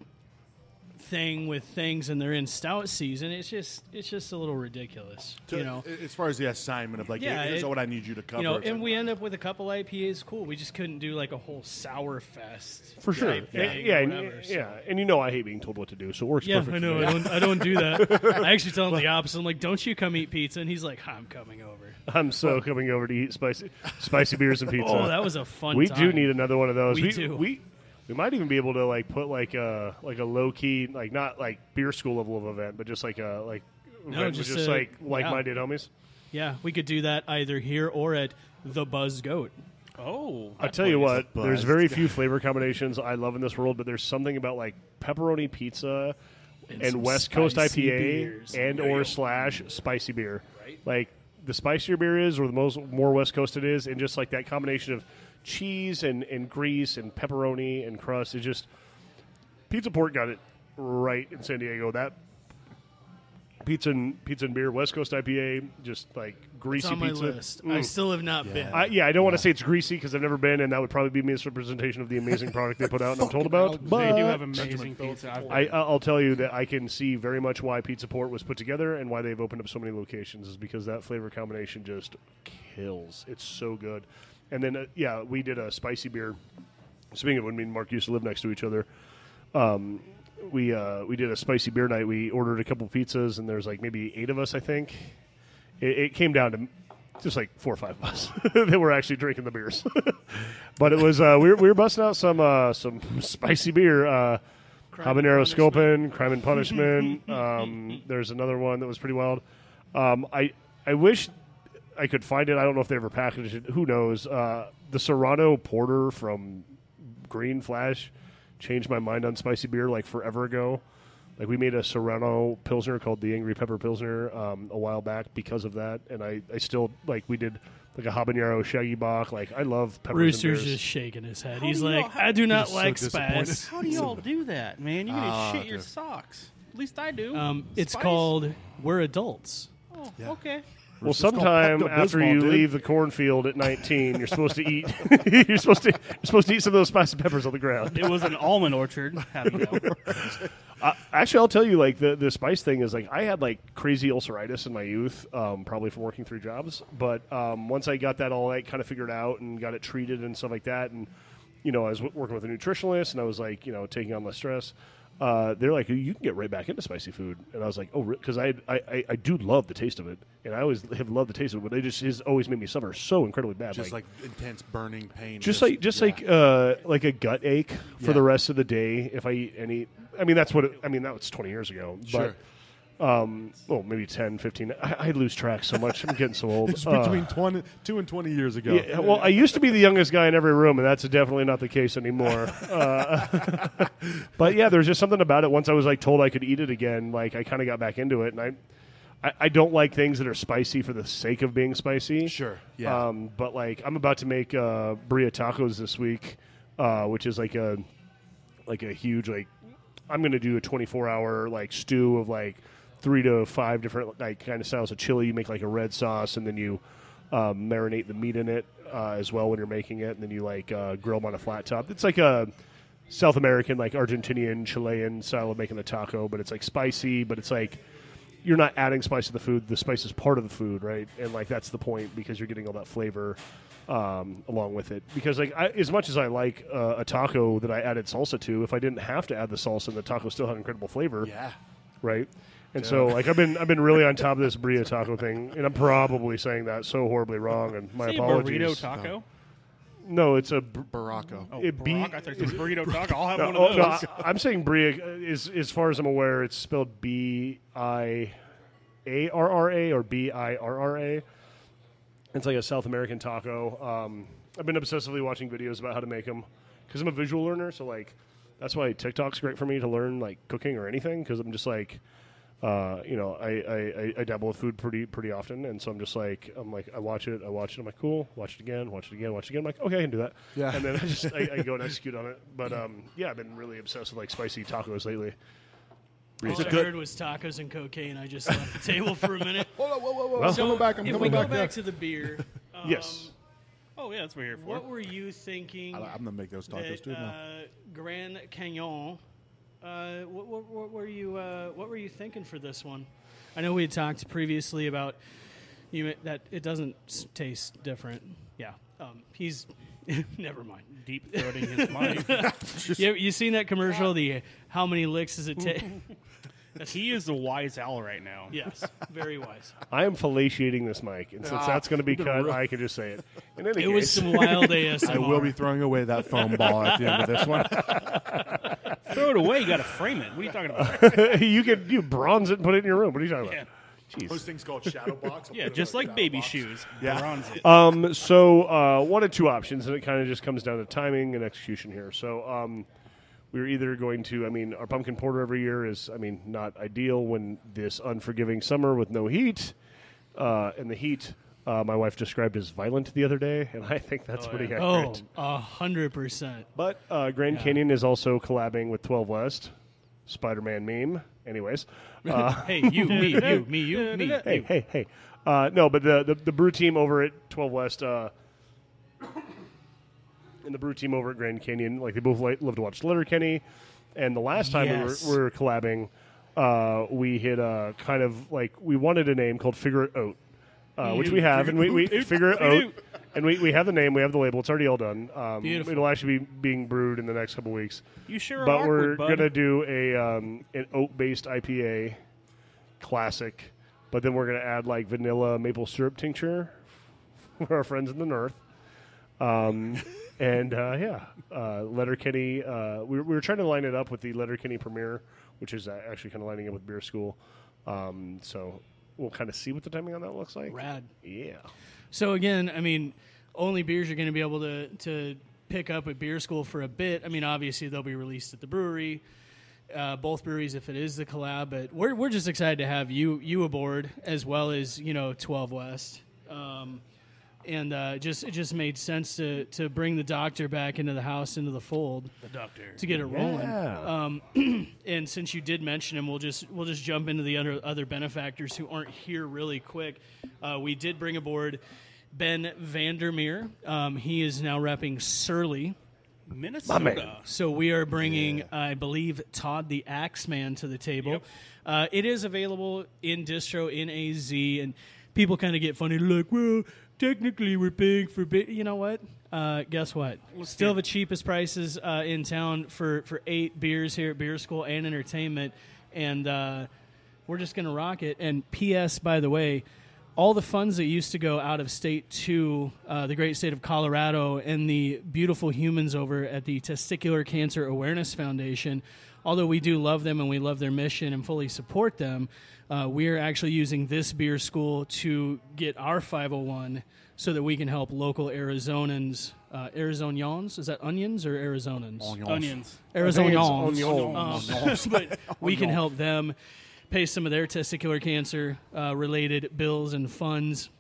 D: thing with things and they're in stout season it's just it's just a little ridiculous
C: To-
D: you know
C: as far as the assignment of like,
D: Yeah,
C: here's
D: it-
C: what I need you to cover.
D: you know
C: It's
D: and
C: like,
D: we end up with a couple ipas cool we just couldn't do like a whole sour fest
G: for sure yeah
D: type
G: yeah,
D: thing or
G: and,
D: whatever, so.
G: yeah and you know i hate being told what to do so it works
D: Yeah,
G: perfect for
D: I know.
G: me.
D: I don't. I don't do that. I actually tell him the opposite. I'm like, "Don't you come eat pizza?" And he's like, "I'm coming over."
G: [LAUGHS] i'm so coming over to eat spicy spicy beers and pizza
D: Oh, that was a fun.
G: we
D: time.
G: do need another one of those.
D: We
G: We, we
D: do.
G: We, might even be able to like put like a like a low key like not like beer school level of event, but just like a like event with
D: just
G: just,
D: a-
G: like
D: yeah.
G: like minded homies.
D: Yeah, we could do that either here or at the Buzz Goat.
B: Oh,
G: I'll tell you what,
C: buzzed.
G: there's very
D: [LAUGHS]
G: few flavor combinations I love in this world, but there's something about like pepperoni pizza and,
D: some
G: West Coast
D: spicy
G: IPA
D: beers.
G: and
D: Yeah.
G: or slash spicy beer. Like the spicier beer is, or the most more West Coast it is, and just like that combination of cheese and, and grease and pepperoni and crust. It just Pizza Port got it right in San Diego. That pizza and pizza and beer, West Coast IPA, just like greasy
D: It's on my
G: pizza.
D: list.
G: Mm.
D: I still have not been.
G: I, yeah, I don't want to say it's greasy because I've never been, and that would probably be a misrepresentation of the amazing product they put out and I'm told about. But
B: they do have amazing pizza. I've-
G: I, I'll tell you that I can see very much why Pizza Port was put together and why they've opened up so many locations is because that flavor combination just kills. It's so good. And then, uh, yeah, we did a spicy beer. Speaking of when me and Mark used to live next to each other, um, we uh, we did a spicy beer night. We ordered a couple pizzas, and there's like maybe eight of us, I think. It, it came down to just like four or five of us [LAUGHS] that were actually drinking the beers. [LAUGHS] but it was uh, we were we were busting out some uh, some spicy beer. Uh,
D: and
G: Habanero Sculpin, Crime and Punishment. um, there's another one that was pretty wild. Um, I I wish I could find it. I don't know if they ever packaged it. Who knows? Uh, the Serrano Porter from Green Flash changed my mind on spicy beer like forever ago. Like we made a Serrano Pilsner called the Angry Pepper Pilsner um, a while back because of that, and I, I still like we did like a habanero Shaggy Bach. Like I love peppers. and
I: Rooster's
G: beers.
I: just shaking his head.
B: How
I: He's
B: do you
I: like,
B: know-
I: I do not
C: so
I: like
C: disappointed.
I: spice.
B: How
C: [LAUGHS]
G: [LAUGHS]
B: do y'all do that, man? You're gonna
A: Ah,
B: shit your
A: dude.
B: socks. At least I do.
I: Um, it's
B: Spice?
I: called We're Adults.
B: Oh, okay.
G: Well,
C: It's called
G: sometime
C: Pepto-Bismol,
G: after you
C: dude.
G: leave the cornfield at 19, you're supposed to eat. [LAUGHS] you're supposed to. You're supposed to eat some of those spicy peppers on the ground.
B: It was an almond orchard.
C: [LAUGHS]
B: How do you know?
G: Uh, actually, I'll tell you, like the the spice thing is like I had like crazy ulceritis in my youth, um, probably from working three jobs. But um, once I got that all like kind of figured out and got it treated and stuff like that, and you know, I was w- working with a nutritionalist and I was like, you know, taking on less stress. Uh, they're like, you can get right back into spicy food, and I was like, oh, because I, I I I do love the taste of it, and I always have loved the taste of it, but it just has always made me suffer so incredibly bad.
C: Just like intense burning pain.
G: Just like just
C: yeah.
G: like uh, like a gut ache for
C: Yeah.
G: the rest of the day if I eat any. I mean that's what it, I mean that was 20 years ago.
C: Sure.
G: But um, well maybe 10, 15. I, I lose track so much. I'm
C: [LAUGHS]
G: getting so old.
C: It's
G: Uh,
C: between 20, two and twenty years ago.
G: yeah, well, I used to be the youngest guy in every room, and that's definitely not the
C: [LAUGHS]
G: case anymore. Uh, [LAUGHS] but yeah, there's just something about it. Once I was like told I could eat it again, like I kind of got back into it, and I, I, I don't like things that are spicy for the sake of being spicy.
C: Sure, yeah.
G: Um, but like, I'm about to make uh, bria tacos this week, uh, which is like a, like a huge like, I'm gonna do a 24 hour like stew of like three to five different like kind of styles of chili. You make like a red sauce, and then you um, marinate the meat in it uh, as well when you're making it, and then you like uh, grill them on a flat top. It's like a South American, like Argentinian, Chilean style of making the taco, but it's like spicy, but it's like you're not adding spice to the food. The spice is part of the food, right? And like that's the point because you're getting all that flavor um, along with it. Because like I, as much as I like uh, a taco that I added salsa to, if I didn't have to add the salsa, the taco still had incredible flavor,
C: yeah.
G: right? And so like I've been I've been really on top of this burrito taco thing, and I'm probably saying that so horribly wrong. And my
B: Say
G: apologies.
B: burrito taco.
G: No, it's a. br-
C: Baracco.
B: Oh,
G: It be-
B: Barack, I thought it was burrito taco. I'll have
G: No,
B: one
G: oh,
B: of
G: no,
B: those.
G: I, I'm saying bria. uh, Is as far as I'm aware, it's spelled B I A R R A or B I R R A. It's like a South American taco. Um, I've been obsessively watching videos about how to make them because I'm a visual learner. So like, that's why TikTok's great for me to learn like cooking or anything because I'm just like, uh, you know, I, I, I, I dabble with food pretty pretty often, and so I'm just like, I'm like, I watch it, I watch it, I'm like, cool, watch it again, watch it again, watch it again. I'm like, okay, I can do that.
C: Yeah.
G: And then I just I, I go and execute on it. But um, yeah, I've been really obsessed with like spicy tacos lately.
I: All I heard was tacos and cocaine. I just left the table for a
B: [LAUGHS]
I: minute.
C: Whoa, whoa, whoa, whoa!
G: Well-
C: I'm coming back. I'm
I: if we
C: coming
I: go
C: back.
I: back, to the
C: [LAUGHS]
I: beer, um,
G: yes.
B: Oh yeah, that's what we're here for.
I: What were you thinking?
C: I- I'm gonna make those tacos
I: that,
C: too. now.
I: uh, Grand Canyon. Uh, what, what, what were you? Uh, what were you thinking for this one? I know we had talked previously about you ma- that it doesn't s- taste different. Yeah, um, he's [LAUGHS] never mind.
B: Deep throating his mind.
I: [LAUGHS] You, you seen that commercial? The how many licks does
C: [LAUGHS]
I: it take?
B: [LAUGHS] he is the wise owl right now.
I: yes, very
B: [LAUGHS]
I: wise.
G: I am fellatiating this mic, and since that's going to be cut, I can just say it.
D: [LAUGHS]
G: In
I: [LAUGHS]
G: any
I: It was
G: case-
I: some
G: [LAUGHS]
I: wild ASMR.
C: I will be throwing away that foam ball at the end of this one.
B: [LAUGHS] Throw it away. You got to frame it. What are you talking
G: [LAUGHS]
B: about?
G: you could you bronze it and put it in your room. What are you talking
B: yeah.
G: about?
C: Those things called
B: [LAUGHS]
C: shadow box.
B: yeah, just like baby shoes.
C: Yeah.
B: Bronze [LAUGHS] it.
G: Um, so uh, one of two options, and it kind of just comes down to timing and execution here. So um, we're either going to, I mean, our pumpkin porter every year is, I mean, not ideal when this unforgiving summer with no heat, uh, and the heat. Uh, my wife described as violent the other day, and I think that's pretty
I: Oh,
G: accurate.
I: a hundred percent.
G: But uh, Grand Canyon is also collabing with 12 West, Spider Man meme.
I: [LAUGHS]
G: Anyways, uh,
I: Hey, you, me,
G: [LAUGHS]
I: you, me, you, me.
G: hey, hey, hey. Uh, no, but the, the the brew team over at Twelve West uh, and the brew team over at Grand Canyon, like they both like, love to watch Letterkenny. And the last time
I: Yes.
G: we, were, we were collabing, uh, we hit uh, kind of like we wanted a name called Figure It Out, uh, which we have, and we, we
I: [LAUGHS]
G: Figure It Out, and we, we have the name, we have the label, it's already all done. Um,
I: Beautiful.
G: It'll actually be being brewed in the next couple weeks
B: You sure are
G: but
B: awkward,
G: we're
B: bud.
G: gonna do a um, an oat based IPA, classic. But then we're gonna add like vanilla maple syrup tincture with our friends in the north.
B: [LAUGHS]
G: Um, and uh, yeah, uh, Letterkenny. Uh, we, were- we were trying to line it up with the Letterkenny premiere, which is uh, actually kind of lining up with Beer School. Um, so we'll kind of see what the timing on that looks like.
D: Rad.
G: Yeah.
D: So again, I mean, only beers you're going to be able to to pick up at beer school for a bit. I mean, obviously they'll be released at the brewery, uh, both breweries if it is the collab. But we're we're just excited to have you you aboard as well as you know Twelve West. Um, and uh, just it just made sense to to bring the doctor back into the house into the fold
B: The doctor.
D: to get it rolling. Um,
G: Yeah.
D: [CLEARS THROAT] And since you did mention him, we'll just we'll just jump into the other other benefactors who aren't here really quick. Uh, we did bring aboard Ben Vandermeer. Um, he is now repping Surly.
B: Minnesota.
D: So we are bringing, I believe, Todd the Axeman to the table. Uh, it is available in distro in AZ, and people kind of get funny, like, well, technically we're paying for, ba-. you know what? Uh, guess what? Still the cheapest prices uh, in town for for eight beers here at Beer School and entertainment, and uh, we're just gonna rock it. And P.S. By the way, all the funds that used to go out of state to uh, the great state of Colorado and the beautiful humans over at the Testicular Cancer Awareness Foundation, although we do love them and we love their mission and fully support them, uh, we are actually using this beer school to get our 501 so that we can help local Arizonans, uh, Arizonians, is that onions or Arizonans?
B: Onions.
D: Arizonians. Um, [LAUGHS] but we can help them pay some of their testicular cancer uh, related bills and funds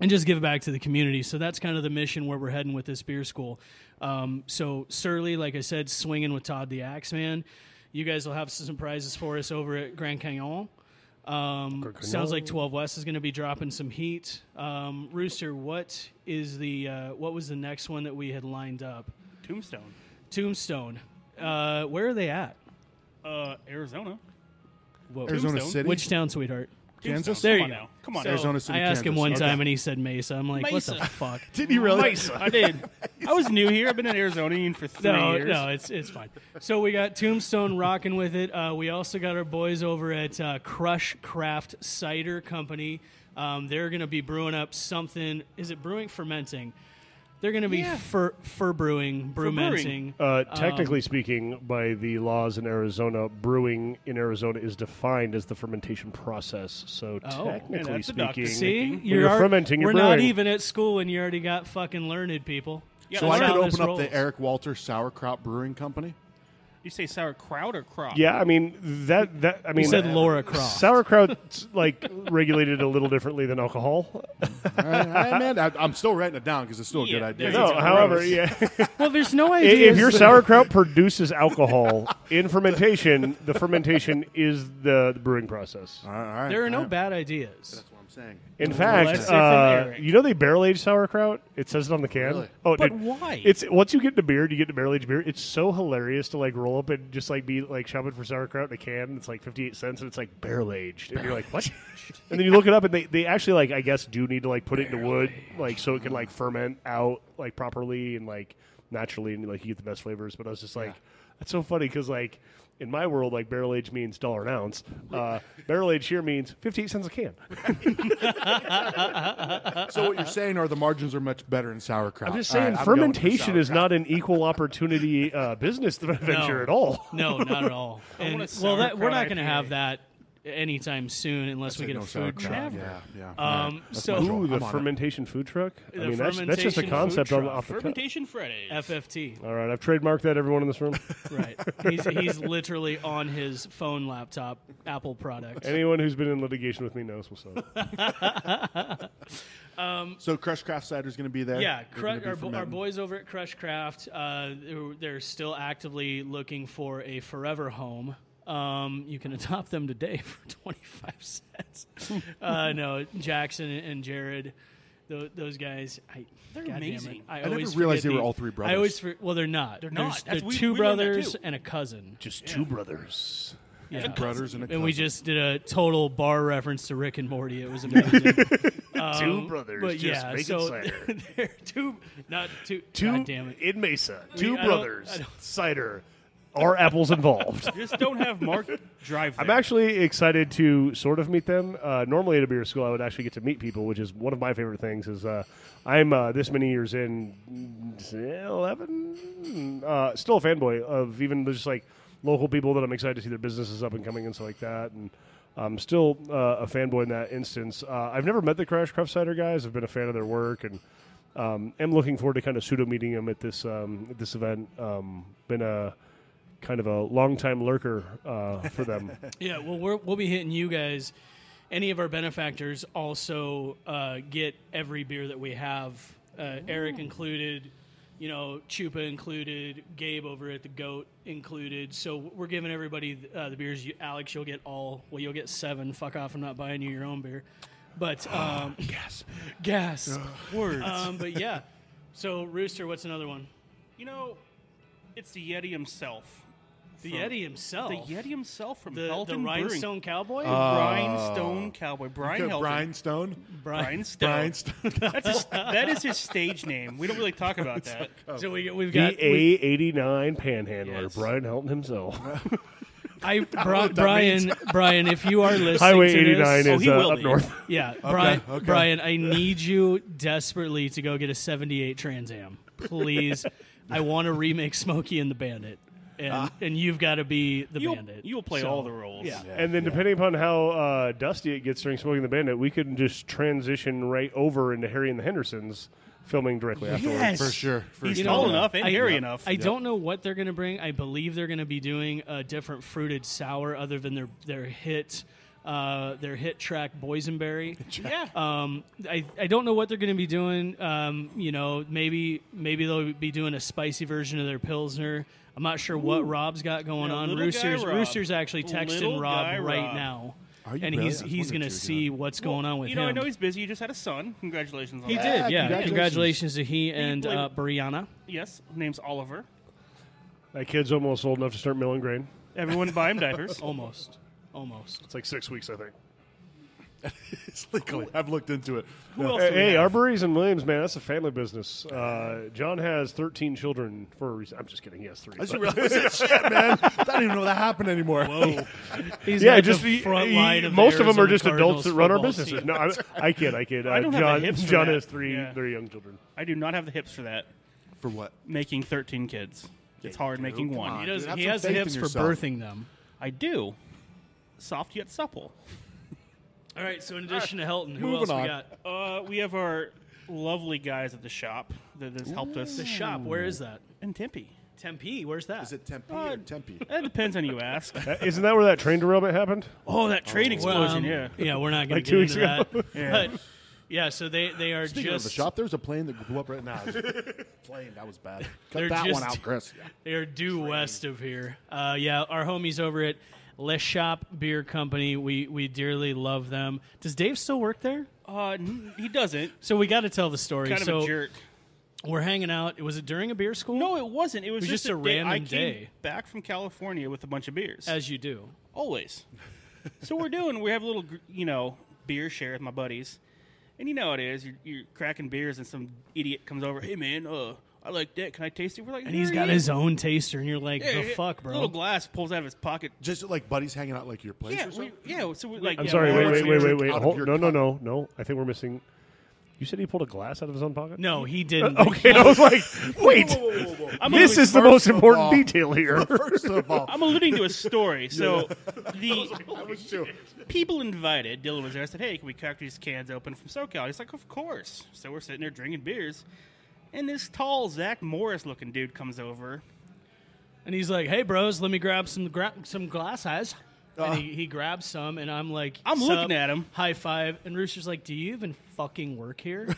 D: and just give back to the community. So that's kind of the mission where we're heading with this beer school. Um, so Surly, like I said, swinging with Todd the Axeman. You guys will have some prizes for us over at Grand Canyon. Um, Sounds like Twelve West is going to be dropping some heat. Um, Rooster, what is the uh, what was the next one that we had lined up?
B: Tombstone.
D: Tombstone. Uh, where are they at?
B: Uh, Arizona.
D: Whoa.
C: Arizona
B: Tombstone.
C: City,
D: Oh. Which town, sweetheart?
C: Kansas.
D: There
B: Come
D: you
B: on
D: go.
B: now. Come on.
D: So-
B: Arizona.
C: Arizona City,
D: I asked him
C: Kansas.
D: one
C: Okay.
D: time and he said Mesa. I'm like, what the
J: Mesa.
B: [LAUGHS]
D: fuck?
C: [LAUGHS] Did you really?
D: I did.
B: I was new here. I've been an Arizonian for [LAUGHS] three
D: No,
B: years.
D: no, it's it's fine. So we got Tombstone rocking with it. Uh, we also got our boys over at uh, Crush Craft Cider Company. Um, they're going to be brewing up something. Is it brewing fermenting? They're going to be fur fur brewing, Um, brewmenting.
G: Uh, technically speaking, by the laws in Arizona, brewing in Arizona is defined as the fermentation process. So
D: Oh.
G: technically
B: And that's the doctor.
G: speaking,
D: See,
G: when you're,
D: alre-
G: fermenting. You're
D: We're
G: brewing.
D: not even at school, and you already got fucking learned people.
B: Yeah,
D: So
C: So I
D: That's
C: could
D: how this
C: open up
D: rolls.
C: the Eric Walter Sauerkraut Brewing Company.
B: You say sauerkraut or crop?
G: Yeah, I mean that. That I mean,
D: e- said Laura Croft.
G: Sauerkraut's like regulated a little differently than
D: [LAUGHS]
G: alcohol.
C: All right, all right, man. I, I'm still writing it down because it's still a
B: Yeah,
C: good idea.
B: there you
G: No,
B: It's
G: however,
B: gross.
G: yeah, if,
D: Well, there's no idea
G: if your sauerkraut produces alcohol in fermentation, the fermentation is the, the brewing process.
C: All right, all right,
D: There are no
C: all right.
D: bad ideas.
C: That's what I'm saying.
G: In
D: Lesser
G: fact,
D: from
G: uh,
D: Eric.
G: you know they barrel aged sauerkraut. It says it on the can.
C: Really?
G: Oh,
B: But
G: dude,
B: why?
G: It's once you get into beer, you get into barrel aged beer. It's so hilarious to like roll up and just like be like shopping for sauerkraut in a can. It's like fifty eight cents, and it's like barrel aged, and you're like what? and then you look it up, and they, they actually like I guess do need to like put it into wood, like so it can like ferment out like properly and like naturally, and like you get the best flavors. But I was just like, that's so funny because like. In my world, like barrel age means dollar an ounce. Uh, barrel age here means fifty-eight cents a can.
C: [LAUGHS] So what
B: [LAUGHS]
C: you're saying are the margins are much better in sauerkraut.
G: I'm just
C: All
G: saying,
C: right, I'm going for
G: fermentation is
C: sauerkraut.
G: not an
D: [LAUGHS]
G: equal opportunity uh, business that I venture at all.
D: No, not at all. And,
B: want a
D: well, that, we're
B: sauerkraut
D: not going to
B: IPA.
D: have that anytime soon unless we
C: Say
D: get
C: no
D: a food truck.
C: sauerkraut. Yeah, [LAUGHS] yeah. all
D: Um,
C: right. That's my
D: so
C: choice.
G: Ooh, the
C: I'm on it.
G: fermentation food truck.
D: The
G: I mean, that's, that's just a
D: fermentation
G: concept
D: food
G: on,
D: truck.
G: off the cuff.
B: Fermentation Friday.
D: FFT,
G: All right, I've trademarked that. Everyone in this room,
D: [LAUGHS] [LAUGHS] right?
G: [LAUGHS]
D: He's, he's literally on his phone, laptop, Apple product.
G: anyone who's been in litigation with me knows what's up.
D: Um,
C: So Crush Craft Cider is going to be there.
D: Yeah,
C: They're gonna
D: Cru-
C: be
D: our, bo- our
C: fermenting.
D: boys over at Crush Craft, uh, they're, they're still actively looking for a forever home. Um, you can [LAUGHS] adopt them today for 25
C: [LAUGHS]
D: cents. uh, no, Jackson and Jared, tho- those guys, I,
B: They're
D: God damn it,
B: amazing.
D: I,
B: I
D: always
C: never realized
D: forget
C: they were
D: the-
C: all three
D: I
C: brothers.
D: always, for, well, they're not.
B: They're
D: They're
B: not.
D: s-
B: That's-
D: they're
B: we-
D: two
B: we learned that
D: brothers
B: too.
D: and a cousin.
G: Just two brothers.
D: Yeah.
C: brothers and a
D: And we
C: cousin.
D: just did a total bar reference to Rick and Morty. It was amazing.
G: [LAUGHS]
D: Um,
G: two brothers.
D: but
G: just
D: yeah,
G: making
D: so [LAUGHS]
G: cider.
D: they're two, not two.
G: two
D: God damn it.
G: in Mesa. Two
D: I don't-
B: [LAUGHS]
G: brothers.
D: I don't-
G: Cider.
K: are apples
D: [LAUGHS]
K: involved?
B: Just don't
C: [LAUGHS]
B: have Mark drive.
G: I'm
B: there.
G: actually excited to sort of meet them. Uh, normally at a beer school, I would actually get to meet people, which is one of my favorite things. Is uh, I'm uh, this many years in, mm, eleven, uh, still a fanboy of even just like local people that I'm excited to see their businesses up and coming and stuff like that. And I'm still uh, a fanboy in that instance. Uh, I've never met the Crash Craft Cider guys. I've been a fan of their work and. Um, am looking forward to kind of pseudo meeting them at this um, at this event. Um, been a kind of a long time lurker uh, for them.
D: Yeah, well, we're, we'll be hitting you guys. Any of our benefactors also uh, get every beer that we have, uh, Eric included, you know, Chupa included, Gabe over at the Goat included. So we're giving everybody uh, the beers. You, Alex, you'll get all. Well, you'll get seven. Fuck off! I'm not buying you your own beer. [GASPS] But um, gasp, gasp, words. Um, but yeah. So Rooster, what's another one?
B: you know, it's the Yeti himself.
D: The
B: From-
D: Yeti himself.
B: The Yeti himself from
D: the, the
B: Helton
D: rhinestone
B: Brewing.
D: cowboy.
G: Oh.
C: Oh.
B: Rhinestone Uh, Cowboy. Brian Helton.
C: Brian Stone.
D: Brian.
B: Rhinestone.
C: Brian Stone.
G: [LAUGHS]
B: That's his, that is his stage name. We don't really talk about that.
G: Oh.
D: So we, we've
G: The
D: got we-
G: A89 E Panhandler,
D: Yes.
G: Brian Helton himself.
D: I, Bri- Brian, Brian, if you are listening
G: Highway
D: to
G: 89
D: this, Oh,
G: is
B: he
G: uh,
B: will
G: up
B: be.
G: north.
D: [LAUGHS] yeah, Brian,
C: okay.
D: Brian, I need you desperately to go get a '78 Trans Am, please. I want to remake Smokey and the Bandit, and and you've got to be the
B: You'll,
D: Bandit.
B: you'll play
D: So,
B: all the roles.
D: Yeah.
G: and then, depending upon how uh, dusty it gets during Smoking the Bandit, we could just transition right over into Harry and the Hendersons filming directly afterwards.
C: For sure. For
B: He's
C: sure.
B: tall enough and
D: I-
B: hairy enough.
D: I don't know what they're going to bring. I believe they're going to be doing a different fruited sour other than their their hit uh, their hit track
B: [LAUGHS]
D: Boysenberry.
B: yeah.
D: Um, I, I don't know what they're going to be doing. Um, you know, maybe maybe they'll be doing a spicy version of their pilsner. I'm not sure what Rob's got going
B: Yeah,
D: on.
B: little guy
D: Roosters
B: Rob.
D: Roosters actually texting
B: Little
D: Rob
B: guy
D: right
B: Rob.
D: now,
C: Are you
D: and
C: really?
D: he's
C: I was
D: he's
C: wondering
D: going
C: if you
D: to
C: were
D: see what's going on with
B: you know,
D: him.
B: I know he's busy. You just had a son. Congratulations on
D: he
B: that.
D: did, yeah. Congratulations,
C: congratulations.
D: to he and
C: [LAUGHS]
B: played-
D: uh, Brianna.
B: Yes, name's
D: [LAUGHS]
B: Oliver.
G: That kid's almost old enough to start milling grain.
B: Everyone buy him diapers.
D: Almost, almost.
G: It's like six weeks, I think.
C: It's oh, legally. I've looked into it. No.
G: Hey, hey Arbories and Williams, man, that's a family business. Uh, John has 13 children for a reason. I'm just kidding. He has three.
C: I just
G: but- [LAUGHS]
C: realized that shit, man. I don't even know that happened anymore.
D: He's
G: yeah,
D: like
G: just
D: the
G: he-
D: front
G: he-
D: line of the
G: most of them are
D: Arizona
G: just adults
D: Cardinals
G: that run our
D: football
G: businesses.
D: team.
G: No, I, I kid, I
B: [LAUGHS]
G: kid. Uh,
B: don't have the
G: John,
B: hips for
G: John
B: that.
G: has three
B: Yeah.
G: very young children.
B: I do not have the hips for that.
C: For what?
B: Making 13 kids. It's hard making one.
C: on.
D: He, does,
C: Dude, have
D: he
C: some
D: has the
C: faith in
D: hips for
C: yourself.
D: birthing them.
B: I do. Soft yet supple.
D: All right. So in addition to Helton, who
C: Moving
D: else we
C: on.
D: got?
B: Uh, we have our lovely guys at the shop that has helped us.
D: The shop. Where is that?
B: and Tempe.
D: Tempe. Where's that?
C: Is it Tempe or Tempe?
B: That depends on you
G: [LAUGHS]
B: ask.
G: Uh, Isn't that where that train derailment happened?
B: oh, that train
D: Well,
B: explosion!
D: um,
B: yeah,
D: we're not going
G: Like
D: to
G: two
D: get
G: weeks
D: into that.
G: [LAUGHS]
D: But yeah, so they they are
C: Speaking
D: just
C: of the shop, [LAUGHS] there's a plane that blew up right now. plane, that was bad. Cut
D: They're
C: that
D: just-
C: one out, Chris. Yeah.
D: they are due west of here. Uh, yeah, our homies over at Les Shop Beer Company. We we dearly love them. Does Dave still work there?
B: uh, n- he doesn't.
D: So we got to tell the story.
B: Kind of
D: so
B: a jerk.
D: we're hanging out. Was it during a beer school?
B: No, it wasn't. It was,
D: was just a
B: day- I
D: random
B: came
D: day.
B: back from California with a bunch of beers,
D: as you do.
B: always. so we're doing. We have a little, gr- you know, beer share with my buddies, and you know how it is. You're, you're cracking beers, and some idiot comes over. Hey, man, uh, I like that. Can I taste it? We're like,
D: And he's
B: "Here
D: got
B: it
D: his
B: is."
D: own taster, and you're like,
B: Yeah,
D: the
B: yeah.
D: fuck, bro.
B: Little glass pulls out of his pocket.
C: Just like buddies hanging out like your place
B: Yeah,
C: or
B: we,
C: something.
B: yeah. So we like.
G: I'm
B: yeah,
G: sorry.
B: we're
G: Wait,
B: all
G: wait, wait,
B: cheers.
G: wait,
C: Out
G: wait.
C: of
G: Hold,
C: your
G: no, no,
C: cup.
G: no, no. I think we're missing. You said he pulled a glass out of his own pocket.
D: no, he didn't.
G: Uh, Okay, I was
B: [LAUGHS]
G: like, wait. This is the most important
C: all-
B: [LAUGHS]
G: detail here.
C: First of all,
B: I'm alluding to
G: [LAUGHS]
B: a story. So the people invited, Dylan was there. I said, "Hey, can we crack these cans open from SoCal?" He's like, "Of course." So we're sitting there drinking beers, and this tall Zach Morris-looking dude comes over.
D: And he's like, "Hey, bros, let me grab some gra- some glass eyes." and he, he grabs some, and I'm like,
B: Oh. I'm
D: "Sup?"
B: looking at him.
D: High five, and Rooster's like, "Do you even fucking work
B: [LAUGHS]
D: here?"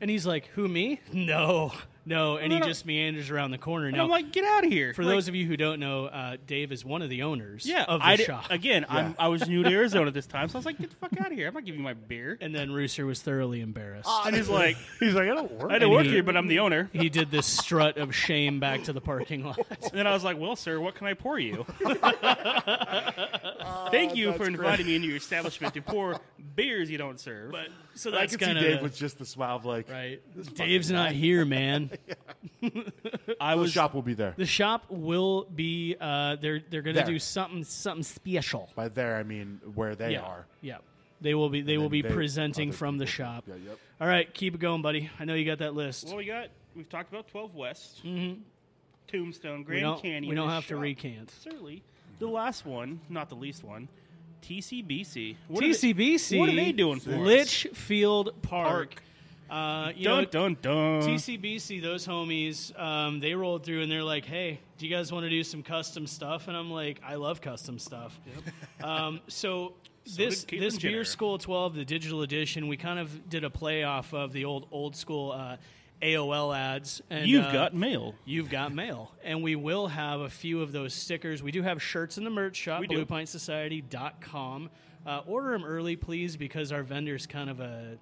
D: and he's like, "Who me? No, no." And he
B: no, no.
D: just meanders around the corner.
B: And
D: Now,
B: I'm like, "Get out of here!"
D: for
B: Like,
D: those of you who don't know, uh, Dave is one of the owners
B: yeah,
D: of the
B: I di-
D: shop.
B: again, I'm, I was
D: [LAUGHS]
B: new to Arizona
G: [LAUGHS]
B: this time, so I was like, "Get the fuck out of here! I'm not giving you my beer." Ah,
D: and then Rooster was thoroughly embarrassed.
B: And he's like,
G: [LAUGHS] He's like, I don't work.
B: "I don't work
D: he-
B: here, but I'm the owner."
D: he did this strut of shame back to the parking lot.
B: And then I was like, "Well, sir, what can I
C: [LAUGHS]
B: pour you?" [LAUGHS]
C: Oh,
B: Thank you for inviting me into your establishment to pour beers you don't serve. But
I: So
C: I
I: that's
C: could see
I: kind
C: Dave
I: of
C: with just the smile of like,
D: right. Dave's not
C: [LAUGHS]
D: here, man. I
B: [LAUGHS]
C: the
D: was
C: shop will be there.
D: The shop will be. Uh, they're they're going to
C: There.
D: do something something special.
C: By there, I mean where they
D: yeah.
C: are.
D: Yeah. They will be. They will
C: then
D: be
C: they-
D: presenting
C: other
D: from the
C: people.
D: shop.
C: Yeah, yep.
D: All right, keep it going, buddy. I know you got that list.
B: Well, we got we've talked about 12 West, Tombstone,
D: we
B: Grand
D: don't.
B: Canyon.
D: we don't
B: the
D: have to
B: shop.
D: recant.
B: Certainly, the last one, not the least one, TCBC. What are they-
D: TCBC.
B: what are they doing for us?
D: Litchfield Park. Uh, you know,
B: Dun dun dun.
D: TCBC, those homies, um, they rolled through and they're like, "Hey, do you guys want to do some custom stuff?" And I'm like, "I love custom stuff." um, so, this
B: did Caitlyn
D: this
B: Jenner.
D: beer school 12, the digital edition, we kind of did a play off of the old old school uh, AOL ads. And,
B: You've
D: uh,
B: got mail.
D: You've got mail. And we will have a few of those stickers. We do have shirts in the merch shop,
B: We do.
D: bluepinesociety.com. Uh, order them early, please, because our vendor's kind of a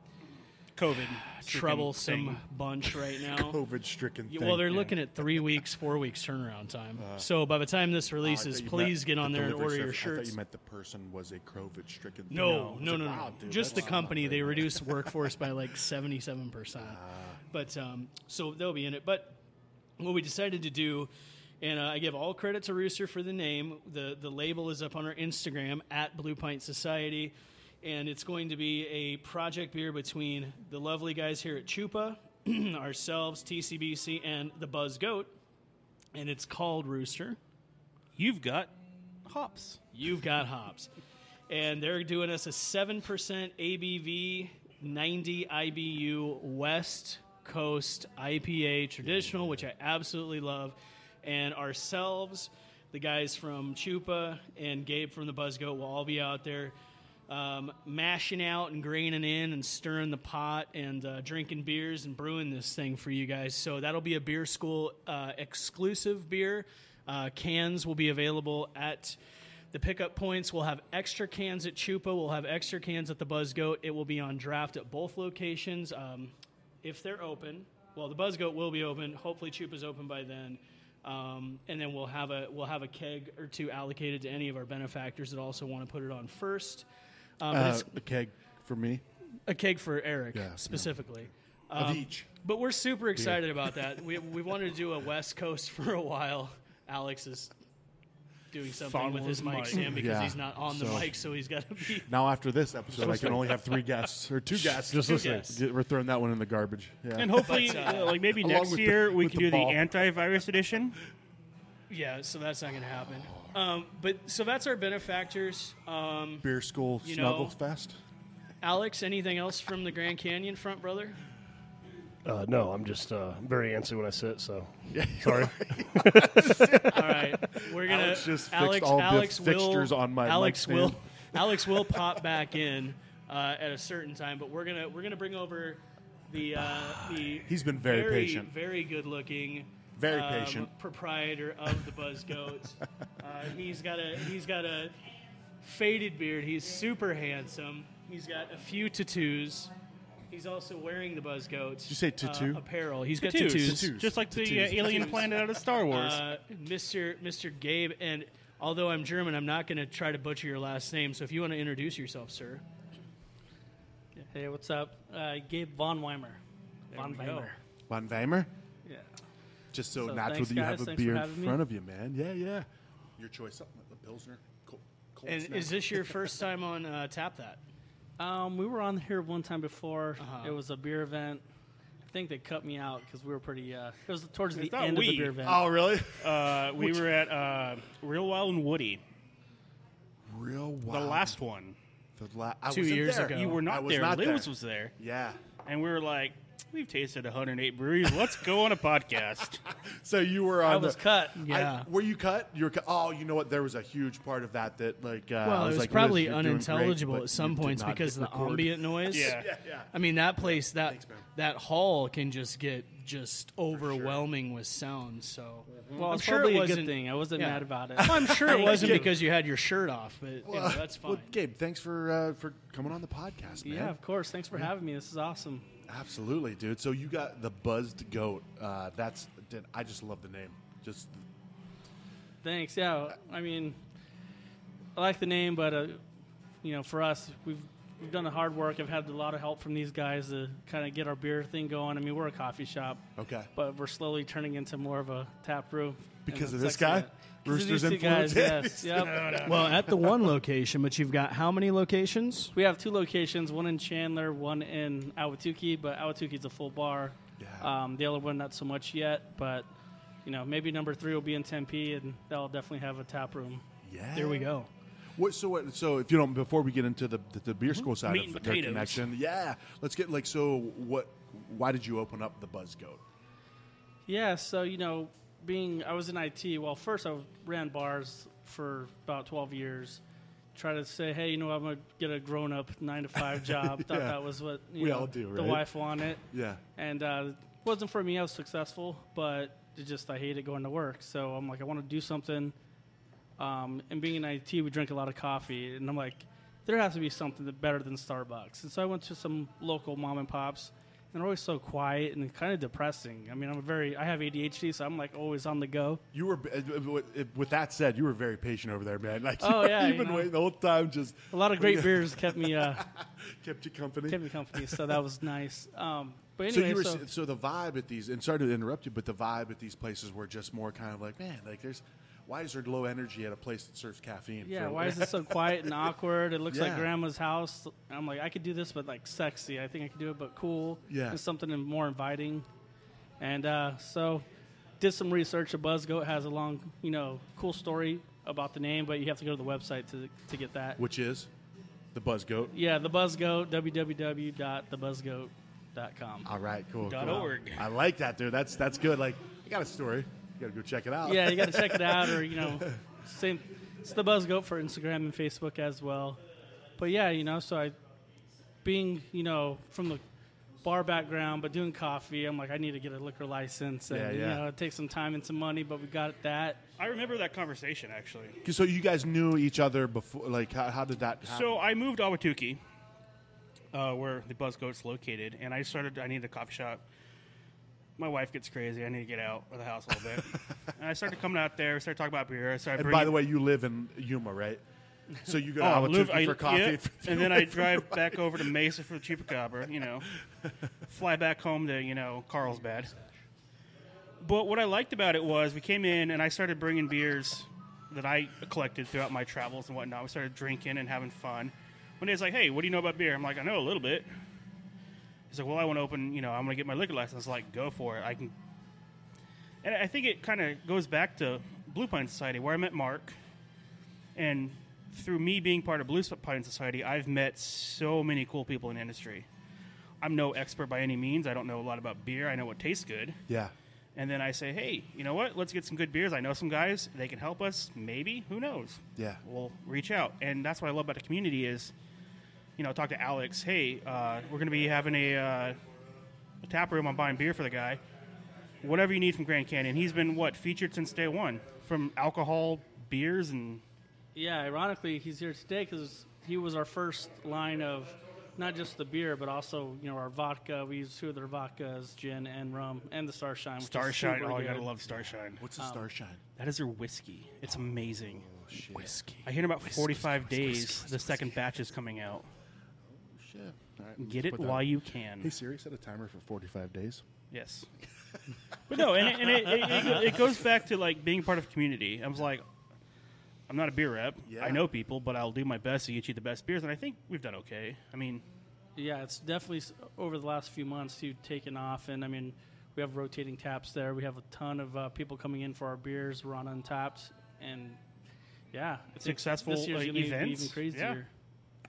B: COVID
D: troublesome bunch
B: [LAUGHS]
D: right now.
C: COVID stricken.
D: Yeah, well, they're looking at three weeks, four weeks turnaround time.
C: Uh-huh.
B: Uh,
D: so by the time
C: Oh,
B: oh,
D: this releases, please get on there and order your
C: I thought
D: shirts.
C: you meant the person was a COVID stricken.
D: No, no, no, no. Just the company. They
B: [LAUGHS]
D: reduce workforce by like 77%.
B: Ah.
D: but um, so they'll be in it. But what we decided to do, and uh, I give all credit to Rooster for the name. The, the label is up on our Instagram at Blue Pint Society. And it's going to be a project beer between the lovely guys here at Chupa, [CLEARS THROAT] ourselves, TCBC, and the Buzz Goat. And it's called Rooster.
B: You've got hops.
D: You've got hops. And they're doing us a 7% ABV, 90 IBU West Coast IPA traditional, which I absolutely love. And ourselves, the guys from Chupa and Gabe from the Buzzgoat will all be out there um, mashing out and graining in and stirring the pot and uh, drinking beers and brewing this thing for you guys. So that'll be a beer school uh, exclusive beer. Uh, cans will be available at the pickup points. We'll have extra cans at Chupa. We'll have extra cans at the Buzz Goat. It will be on draft at both locations. Um, if they're open, well, the Buzz Goat will be open. Hopefully, Chupa's open by then. Um, and then we'll have a we'll have a keg or two allocated to any of our benefactors that also want to put it on first. Um, but it's
C: a Uh, keg for me.
D: a keg for Eric
C: Yeah, yeah.
D: specifically. Um,
C: Of each.
D: But we're super excited
C: [LAUGHS]
D: about that. We we wanted to do a West Coast [LAUGHS] for a while. Alex is doing something
B: Fondle
D: with his
B: his
D: mic,
B: mic.
D: stand because
C: Yeah,
D: he's not on the
C: so-
D: mic, so he's got to be.
C: Now after this episode, I can only have three guests
D: [LAUGHS]
C: or two guests. Just
D: listening.
C: We're throwing that one in the garbage. Yeah.
B: And hopefully, uh, like maybe
C: Along
B: next
C: with the-
B: year, we
C: with
B: can
C: the
B: do
C: ball.
B: the antivirus edition.
D: Yeah, so that's not going to happen. Um, but so that's our benefactors. Um,
C: beer school
D: You
C: snuggle
D: know-
C: fest.
D: Alex, anything else from the Grand Canyon front, brother?
G: Uh, no, I'm just uh, very antsy when I sit. So
C: [LAUGHS]
G: sorry.
D: All right, we're gonna.
C: Alex just fixed
D: Alex,
C: all the
D: Alex
C: fixtures
D: will,
C: on my
D: Alex
C: mic
D: will. [LAUGHS]
C: stand.
D: Alex will pop back in uh, at a certain time, but we're gonna we're gonna bring over the uh, the.
C: [SIGHS] He's been very patient.
D: very good looking. um,
C: Very patient.
D: Proprietor of the Buzz
C: [LAUGHS]
D: Goats. uh, he's got a he's got a faded beard. He's super handsome. He's got a few tattoos. He's also wearing the Buzz Goats. Did
C: you say tattoo?
D: apparel? He's got
B: Tattoos.
D: tattoos.
B: Just like the uh, alien planet out of Star Wars.
D: Uh, Mr. Mr. Gabe, and although I'm German, I'm not going to try to butcher your last name. So if you want to introduce yourself, sir,
L: Hey, what's up? Uh, Gabe Von Weimer. Von
D: we go.
L: Weimer.
C: Von Weimer.
L: Yeah.
C: Just so,
L: So
C: natural
L: thanks,
C: that you
L: guys.
C: have a
L: Thanks for
C: beer in
L: having me.
C: front of you, man. Yeah, yeah. Your choice. Something like a pilsner. Cold, cold
D: and
C: snack.
D: is this your first time on uh, Tap That?
L: Um, we were on here one time before.
D: Uh-huh.
L: It was a beer event. I think they cut me out because we were pretty. Uh, it was towards the
B: not
L: end of
B: we.
L: the beer event.
C: Oh, really?
B: Uh, we were at uh, Real Wild and Woody,
C: [LAUGHS] Real
B: the
C: wild.
B: last one.
C: The la- I
D: Two
C: wasn't
D: years
C: there.
D: ago.
B: You were
C: I
B: not
C: was
B: there.
C: not
B: Liz
C: there.
B: was there,
C: Yeah.
B: and we were like, "We've tasted 108 breweries. Let's go on a podcast."
C: [LAUGHS] So you were on.
L: I was
C: the-
L: cut.
C: I-
D: Yeah.
C: were you cut? You were cut. Oh, you know what? There was a huge part of that that like. Uh, I
D: Well, it was
C: like, Liz,
D: probably
C: you're doing great,
D: unintelligible
C: but
D: at some
C: you did
D: points
C: not
D: because of
C: hit
D: the
C: record.
D: ambient noise.
B: Yeah.
C: Yeah, yeah.
D: I mean that place that
C: Thanks, man.
D: that hall can just get just overwhelming with sound. So
B: Mm-hmm.
L: Well,
D: I'm
L: it's
D: sure
L: probably
D: it
L: a
D: wasn't.
L: good thing. I wasn't
D: yeah.
L: mad about it.
D: Well, I'm sure it
L: Thank
D: wasn't
L: you.
D: because you had your shirt off, but you know, that's fine.
C: Well, Gabe, thanks for uh, for coming on the podcast, man.
L: Yeah, of course. Thanks for having me. This is awesome.
C: Absolutely, dude. So you got the buzzed goat. Uh, that's dude, I just love the name. Just
L: Thanks. Yeah, I mean, I like the name, but uh, you know, for us, we've We've done the hard work. I've had a lot of help from these guys to kind of get our beer thing going. I mean, we're a coffee shop,
C: Okay.
L: but we're slowly turning into more of a tap room and
C: Because of this
L: that's
C: guy?
L: excellent. 'Cause of
C: Rooster's
L: these two guys,
C: influence? [LAUGHS]
L: yes. Yep.
D: Well,
L: [LAUGHS]
D: at the one location, but you've got how many locations?
L: We have two locations, one in Chandler, one in Awatuki, but Awatuki's a full bar.
C: Yeah.
L: Um, the other one, not so much yet, but, you know, maybe number three will be in Tempe, and that'll definitely have a tap room.
C: Yeah.
I: There we go.
C: What, so what, so if you don't before we get into the the, the
D: Mm-hmm.
C: beer school side
B: Meat
C: of
B: and
C: the
B: potatoes.
C: connection, yeah, let's get like so what why did you open up the Buzz Goat?
L: Yeah, so you know, being I was in IT. Well, first I ran bars for about twelve years. Try to say, hey, you know, I'm gonna get a grown up nine
C: [LAUGHS]
L: to five job. Thought
C: Yeah.
L: that was what you
C: We
L: know,
C: all do,
L: The
C: right?
L: wife wanted,
C: Yeah,
L: and uh, it wasn't for me. I was successful, but it just I hated going to work. So I'm like, I want to do something. Um, and being in IT, we drink a lot of coffee, and I'm like, there has to be something that better than Starbucks. And so I went to some local mom and pops, and they're always so quiet and kind of depressing. I mean, I'm very, I have ADHD, so I'm like always on the go.
C: you were. uh, uh, With that said, you were very patient over there, man. Like,
L: Oh,
C: [LAUGHS]
L: yeah,
C: you've
L: you
C: been
L: know.
C: waiting the whole time, just
L: A lot
C: [LAUGHS]
L: of great beers kept me, uh,
C: kept you company.
L: kept me company, so that was nice. Um, but
C: so
L: anyway,
C: you were
L: so,
C: so, the vibe at these, and sorry to interrupt you, but the vibe at these places were just more kind of like, man, like there's why is there low energy at a place that serves caffeine?
L: yeah,
C: for-
L: why is it so quiet and awkward? It looks
C: Yeah.
L: like grandma's house. And I'm like, I could do this, but like sexy. I think I could do it, but cool.
C: Yeah.
L: And something more inviting. And uh, so, did some research. A Buzzgoat has a long, you know, cool story about the name, but you have to go to the website to to get
C: [LAUGHS]
L: that.
C: which is the Buzz Goat.
L: Yeah, the Buzzgoat. www.thebuzzgoat.com.
C: All right, cool.
B: Dot
C: cool.
B: org.
C: I like that, dude. That's that's good. Like, I got a story. You gotta go check it out.
L: yeah, you
C: [LAUGHS]
L: got to check it out, or
B: [LAUGHS]
L: you know, same. It's the Buzz Goat for Instagram and Facebook as well. But yeah, you know, so I, being you know from the bar background, but doing coffee, I'm like, I need to get a liquor license, and
C: Yeah, yeah.
L: you know, it takes some time and some money, but we got that.
B: I remember that conversation actually.
C: So you guys knew each other before. Like, how, how did that? happen?
B: So I moved to Awatuki, uh, where the Buzzgoat's located, and I started. I needed a coffee shop. My wife gets crazy. I need to get out of the house a little
C: [LAUGHS]
B: bit. and I started coming out there. Started talking about beer. I started.
C: and
B: bringing,
C: by the way, you live in Yuma, right? So you go to
B: [LAUGHS] Oh, I live-
C: Awatuki
B: I-
C: for coffee,
B: yeah,
C: for-
B: [LAUGHS] and then I drive back over to Mesa for the Chupacabra. You know, fly back home to you know Carlsbad. But what I liked about it was we came in and I started bringing beers that I collected throughout my travels and whatnot. We started drinking and having fun. One day it's like, "Hey, what do you know about beer?" I'm like, "I know a little bit." He's like, "Well, I want to open. You know, I'm going to get my liquor license. Like, go for it. I can." And I think it kind of goes back to Blue Pine Society where I met Mark and through me being part of Blue Pine Society, I've met so many cool people in the industry. I'm no expert by any means. I don't know a lot about beer. I know what tastes good.
C: yeah.
B: And then I say, hey, you know what? Let's get some good beers. I know some guys. They can help us. Maybe. Who knows?
C: Yeah.
B: We'll reach out. And that's what I love about the community is, you know, talk to Alex. Hey, uh, we're going to be having a, uh, a tap room. I'm buying beer for the guy. Whatever you need from Grand Canyon. He's been, what, featured since day one from alcohol, beers, and
L: Yeah, ironically, he's here today because he was our first line of not just the beer, but also you know our vodka. We use two of their vodkas, gin and rum, and the Starshine. Which is
B: Starshine.
L: super Um,
B: Oh, you
L: good.
B: gotta love Starshine.
C: What's the starshine? Oh,
B: That is their whiskey. It's amazing. Whiskey. I hear in about 45 days the second batch is coming out.
C: Oh, Shit. All right,
B: Get
C: let's
B: it
C: put that-
B: while you can.
C: Hey Siri, set a timer for forty-five days.
B: Yes. but no, and, it, and it, it, it, it goes back to like being part of community. I was like, I'm not a beer rep.
C: Yeah.
B: I know people, but I'll do my best to get you the best beers, and I think we've done okay. I mean,
L: Yeah, it's definitely s- over the last few months you've taken off, and I mean, we have rotating taps there. We have a ton of uh, people coming in for our beers. We're on untapped, and yeah, I think
B: Successful,
L: this year's
B: uh,
L: gonna be- be
B: events?
L: even crazier.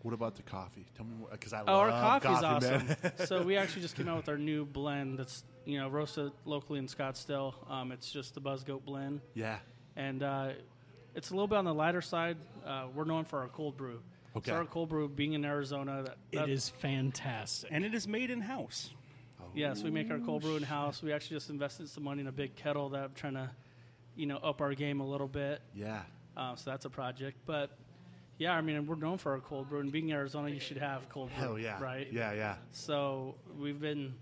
C: What about the coffee? Tell me because I
L: Oh,
C: love
L: our coffee's
C: coffee, man.
L: awesome.
C: [LAUGHS]
L: so we actually just came out with our new blend. That's you know roasted locally in Scottsdale. Um, it's just the Buzzgoat blend.
C: yeah.
L: and uh, it's a little bit on the lighter side. Uh, we're known for our cold brew.
C: Okay.
L: So our cold brew, being in Arizona, that,
I: It
L: that-
I: is fantastic.
B: and it is made in house.
L: Yes, we make our cold brew in house. We actually just invested some money in a big kettle that I'm trying to, you know, up our game a little bit.
C: Yeah.
L: Uh, so that's a project. But yeah, I mean, we're known for our cold brew, and being in Arizona, you should have cold brew.
C: Hell yeah.
L: Right.
C: Yeah. Yeah.
L: So we've been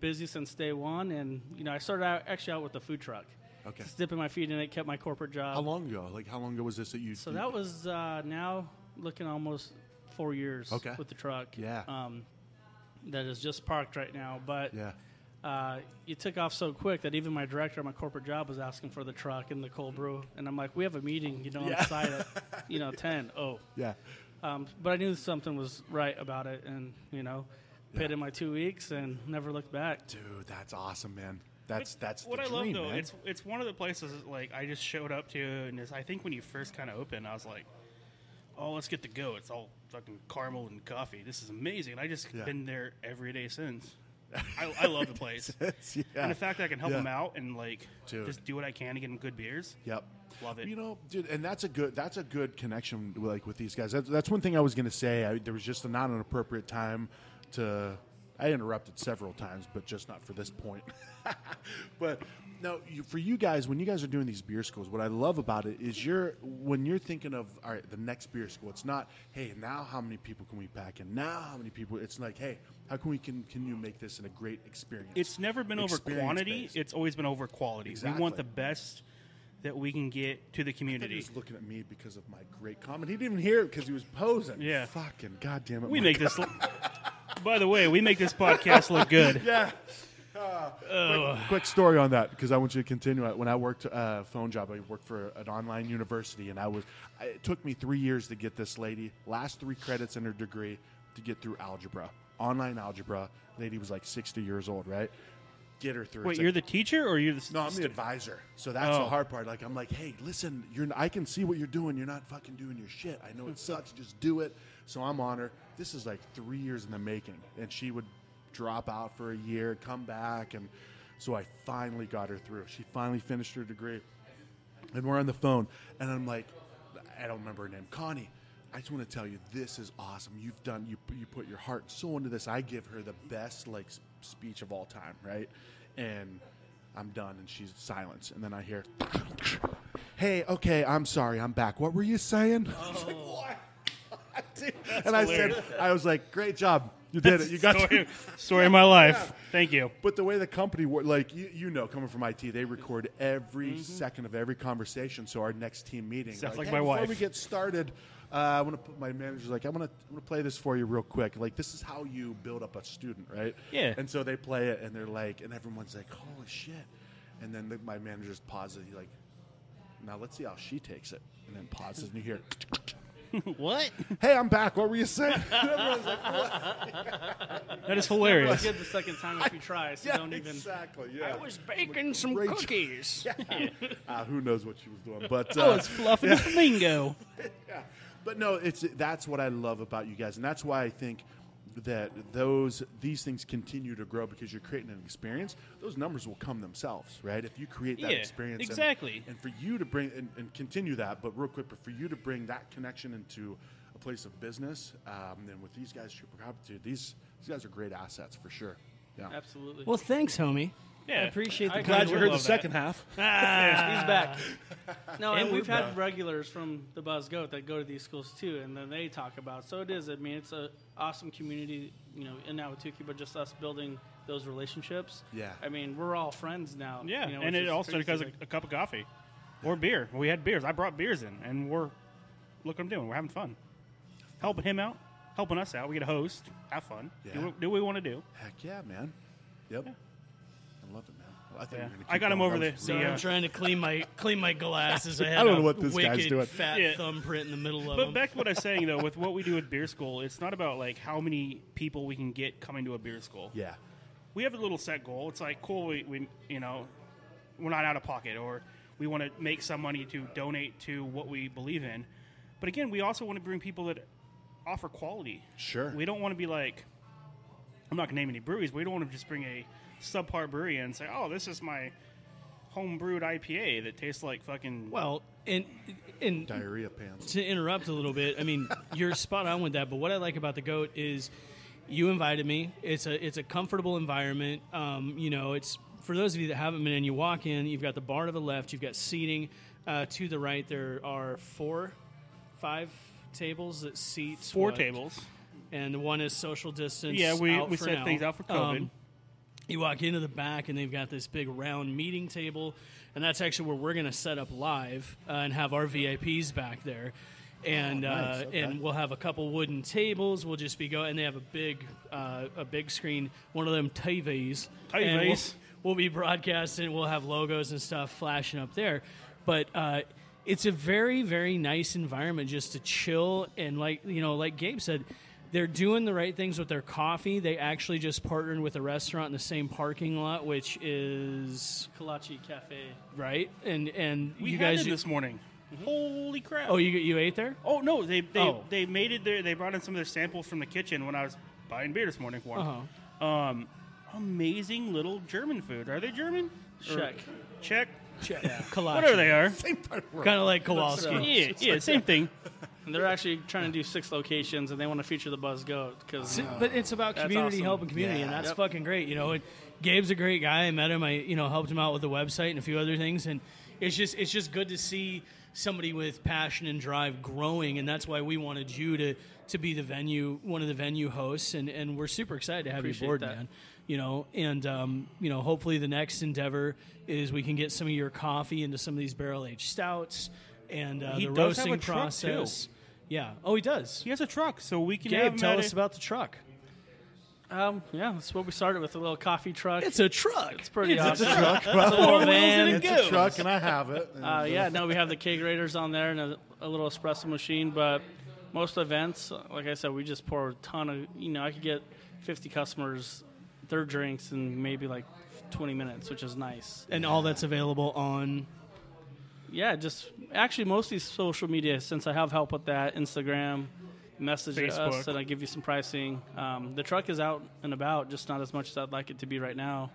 L: busy since day one, and you know, I started out actually out with the food truck.
C: Okay.
L: Just dipping my feet in it, kept my corporate job.
C: How long ago? Like how long ago was this that you?
L: So
C: you-
L: that was uh, now looking almost four years
C: Okay.
L: with the truck.
C: Yeah.
L: Um, that is just parked right now, but
C: Yeah.
L: uh, you took off so quick that even my director at my corporate job was asking for the truck and the cold brew, and I'm like, we have a meeting, you know, on
C: Yeah.
L: the
C: [LAUGHS]
L: side at you know ten. Oh,
C: Yeah.
L: um, but I knew something was right about it, and you know, paid in my two weeks and never looked back.
C: Dude, that's awesome, man. That's that's
B: what
C: the
B: I
C: dream,
B: love though,
C: man.
L: [LAUGHS]
B: it's it's one of the places like I just showed up to, and it's, I think when you first kind of opened, I was like, "Oh, let's get to go." It's all fucking caramel and coffee. This is amazing. And I just
C: Yeah.
B: been there every day
C: [LAUGHS]
B: since. I, I love the place,
C: It's- yeah.
B: and the fact that I can help
C: Yeah.
B: them out and like
C: Dude.
B: just do what I can to get them good beers.
C: Yep.
B: Love it.
C: You know, dude, and that's a good that's a good connection like with these guys. That's, that's one thing I was going to say. I, there was just not an appropriate time to I interrupted several times, but just not for this point. [LAUGHS] but no, you, for you guys, when you guys are doing these beer schools, what I love about it is you're when you're thinking of all right, the next beer school. It's not hey, now how many people can we pack in? Now how many people? It's like hey, how can we continue to make this in a great experience?
B: It's never been over
C: Experience
B: quantity.
C: based.
B: It's always been over quality. We
C: Exactly.
B: want the best that we can get to the
C: He
B: community.
C: was looking at me because of my great comment. He didn't even hear it because he was posing.
B: Yeah.
C: Fucking goddamn it.
B: We
C: Mike.
B: make this. Look, [LAUGHS] by the way, we make this podcast look good.
C: [LAUGHS]
B: Uh,
C: Yeah. Quick story on that because I want you to continue it. When I worked a uh, phone job, I worked for an online university, and I was. I, it took me three years to get this lady last three credits in her degree to get through algebra, online algebra. Lady was like sixty years old, right? Get her through.
B: Wait,
C: It's
B: you're
C: like-
B: the teacher or you're the
C: No, I'm the
B: stu-
C: advisor. So that's the
B: Oh.
C: hard part. Like I'm like, hey, listen, you're. I can see what you're doing. You're not fucking doing your shit. I know it sucks. Just do it. So I'm on her. This is like three years in the making, and she would drop out for a year, come back, and so I finally got her through. She finally finished her degree and we're on the phone, and I'm like, I don't remember her name, Connie. I just want to tell you, this is awesome. You've done, you you put your heart and soul into this. I give her the best like s- speech of all time, right? And I'm done, and she's silence, and then I hear, "Hey, okay, I'm sorry, I'm back. What were you saying?" I was like, [LAUGHS] "What?" Dude. and I said, "I was like, great job, you did it. You got
B: story,
C: to
B: story of my life. Thank you.
C: but the way the company wor like you, you know, coming from IT, they record every second of every conversation. So our next team meeting,
B: Mm-hmm. Sounds like
C: hey,
B: my
C: before
B: wife.
C: we get started, uh, I want to put my manager's like, I want to, I want to play this for you real quick. Like this is how you build up a student, right?
B: Yeah.
C: And so they play it, and they're like, and everyone's like, holy shit. And then the, my manager just pauses. He's like, now let's see how she takes it, and then pauses, and you hear.
B: [LAUGHS] What?
C: Hey, I'm back. What were you
B: [LAUGHS]
C: saying? Everyone's like, [LAUGHS]
B: That is
L: Never
B: hilarious.
L: good the second time if you try,
C: [LAUGHS]
L: so
C: yeah,
L: don't even.
C: exactly. Yeah.
D: baking some
C: Great job. [LAUGHS]
D: cookies.
C: Uh, who knows what she was doing? But uh,
L: Oh, it's fluffing a flamingo.
C: Yeah. [LAUGHS] But no, it's that's what I love about you guys, and that's why I think that those these things continue to grow because you're creating an experience. Those numbers will come themselves, right? If you create that
B: Yeah,
C: experience, and-
B: exactly.
C: And, for you to bring and, and continue that, but real quick, but for you to bring that connection into a place of business, um, then with these guys, Chupacabra, dude, these these guys are great assets for sure. Yeah.
L: Absolutely.
D: Well, thanks, homie. I
B: Yeah.
D: appreciate the
B: I'm glad
D: kind
B: you
D: words.
B: heard the second
L: half.
B: [LAUGHS]
D: He's
L: Ah.
D: back.
C: [LAUGHS]
L: No, and,
D: And
L: we've
D: we're
L: had regulars from the Buzz Goat that go to these schools too, and then they talk about. So it is. I mean, it's a awesome community, you know, in Awatuki, but just us building those relationships.
C: Yeah.
L: I mean, we're all friends now.
B: Yeah,
L: you know,
B: and
L: which
B: it
L: is
B: all started because
L: crazy.
B: of a cup of coffee or beer. We had beers. I brought beers in, and we're look what I'm doing. We're having fun, helping him out, helping us out. We get a host, have fun,
C: Yeah.
B: do, what, do what we want to do.
C: Heck yeah, man. Yep. I love it, man. Well, I, thought you
B: Yeah.
C: were gonna
B: I
C: keep
B: got him
C: going.
B: over
C: That
B: the-
C: was
D: So
B: the, uh,
D: I'm trying to clean my clean
C: [LAUGHS]
D: my
B: [LAUGHS]
D: glasses. I, had
C: don't
D: a
C: know what this guy's
D: wicked
C: doing.
D: Fat
B: Yeah.
D: thumbprint in the middle of
B: But
D: them.
B: back to what I was saying though, with what we do with beer school, it's not about like how many people we can get coming to a beer school.
C: yeah.
B: we have a little set goal. It's like cool. We, we you know we're not out of pocket, or we want to make some money to donate to what we believe in. But again, we also want to bring people that offer quality.
C: Sure.
B: We don't want to be like I'm not going to name any breweries. But we don't want to just bring a subpar brewery and say, oh, this is my home brewed IPA that tastes like fucking.
D: well, and and
C: Diarrhea pants.
D: to interrupt a little bit, I
C: [LAUGHS]
D: mean, you're spot on with that. But what I like about the goat is you invited me. It's a it's a comfortable environment. Um, you know, it's for those of you that haven't been in. You walk in, you've got the bar to the left, you've got seating uh, to the right. There are four, five tables that seats
B: Four
D: what?
B: tables.
D: and one is social distance.
B: Yeah, we,
D: out
B: we
D: for
B: set
D: now.
B: things out for COVID.
D: Um, you walk into the back and they've got this big round meeting table and that's actually where we're going to set up live uh, and have our vips back there and
C: Oh, nice,
D: uh,
C: okay.
D: and we'll have a couple wooden tables. We'll just be going, and they have a big uh, a big screen, one of them TVs. And we'll,
B: TVs.
D: we'll be broadcasting. We'll have logos and stuff flashing up there, but. Uh, it's a very, very nice environment just to chill and like you know, like Gabe said, they're doing the right things with their coffee. They actually just partnered with a restaurant in the same parking lot, which is
L: Kalachi Cafe.
D: right. And and
B: We
D: you
B: had
D: guys,
B: it this morning. Holy crap!
D: oh, you you ate there?
B: Oh no, they they,
D: Oh.
B: they made it there. They brought in some of their samples from the kitchen when I was buying beer this morning. One,
D: Uh-huh.
B: um, amazing little German food. Are they German? Or-
L: Czech.
B: Czech,
D: Check. [LAUGHS] Kolache.
B: whatever they are.
D: Kind of like Kowalski.
B: Yeah, yeah, same
D: [LAUGHS]
B: thing.
L: And they're actually trying to do six locations, and they want to feature the Buzz Goat because
D: It's- but it's about
L: That's
D: community
L: awesome.
D: helping community, and that's fucking great. You know, and Gabe's a great guy. I met him. I you know helped him out with the website and a few other things, and it's just it's just good to see somebody with passion and drive growing, and that's why we wanted you to to be the venue one of the venue hosts, and and we're super excited to have
L: Appreciate
D: you aboard,
L: that.
D: man. You know, and um, you know, hopefully the next endeavor is we can get some of your coffee into some of these barrel aged stouts and uh,
B: He
D: the
B: does have a
D: roasting
B: truck, too.
D: process. Yeah. Oh, he does.
B: He has a truck, so we can have
D: Gabe,
B: him
D: tell
B: at
D: us
B: it.
D: about the truck.
L: um, yeah, that's what we started with—a little coffee truck.
D: It's a truck. It's
L: pretty
C: It's a
L: awesome.
C: truck,
L: It's a
C: bro.
L: little van.
C: It's a truck, and I have it. And
L: [LAUGHS] Uh, yeah, no, we have the keg raters on there and a, a little espresso machine. But most events, like I said, we just pour a ton of. You know, I could get 50 customers their drinks in maybe like 20 minutes, which is nice.
D: and all that's available on
L: Yeah, just actually mostly social media since I have help with that. Instagram, message
B: Facebook.
L: us, and I give you some pricing. Um, the truck is out and about, just not as much as I'd like it to be right now.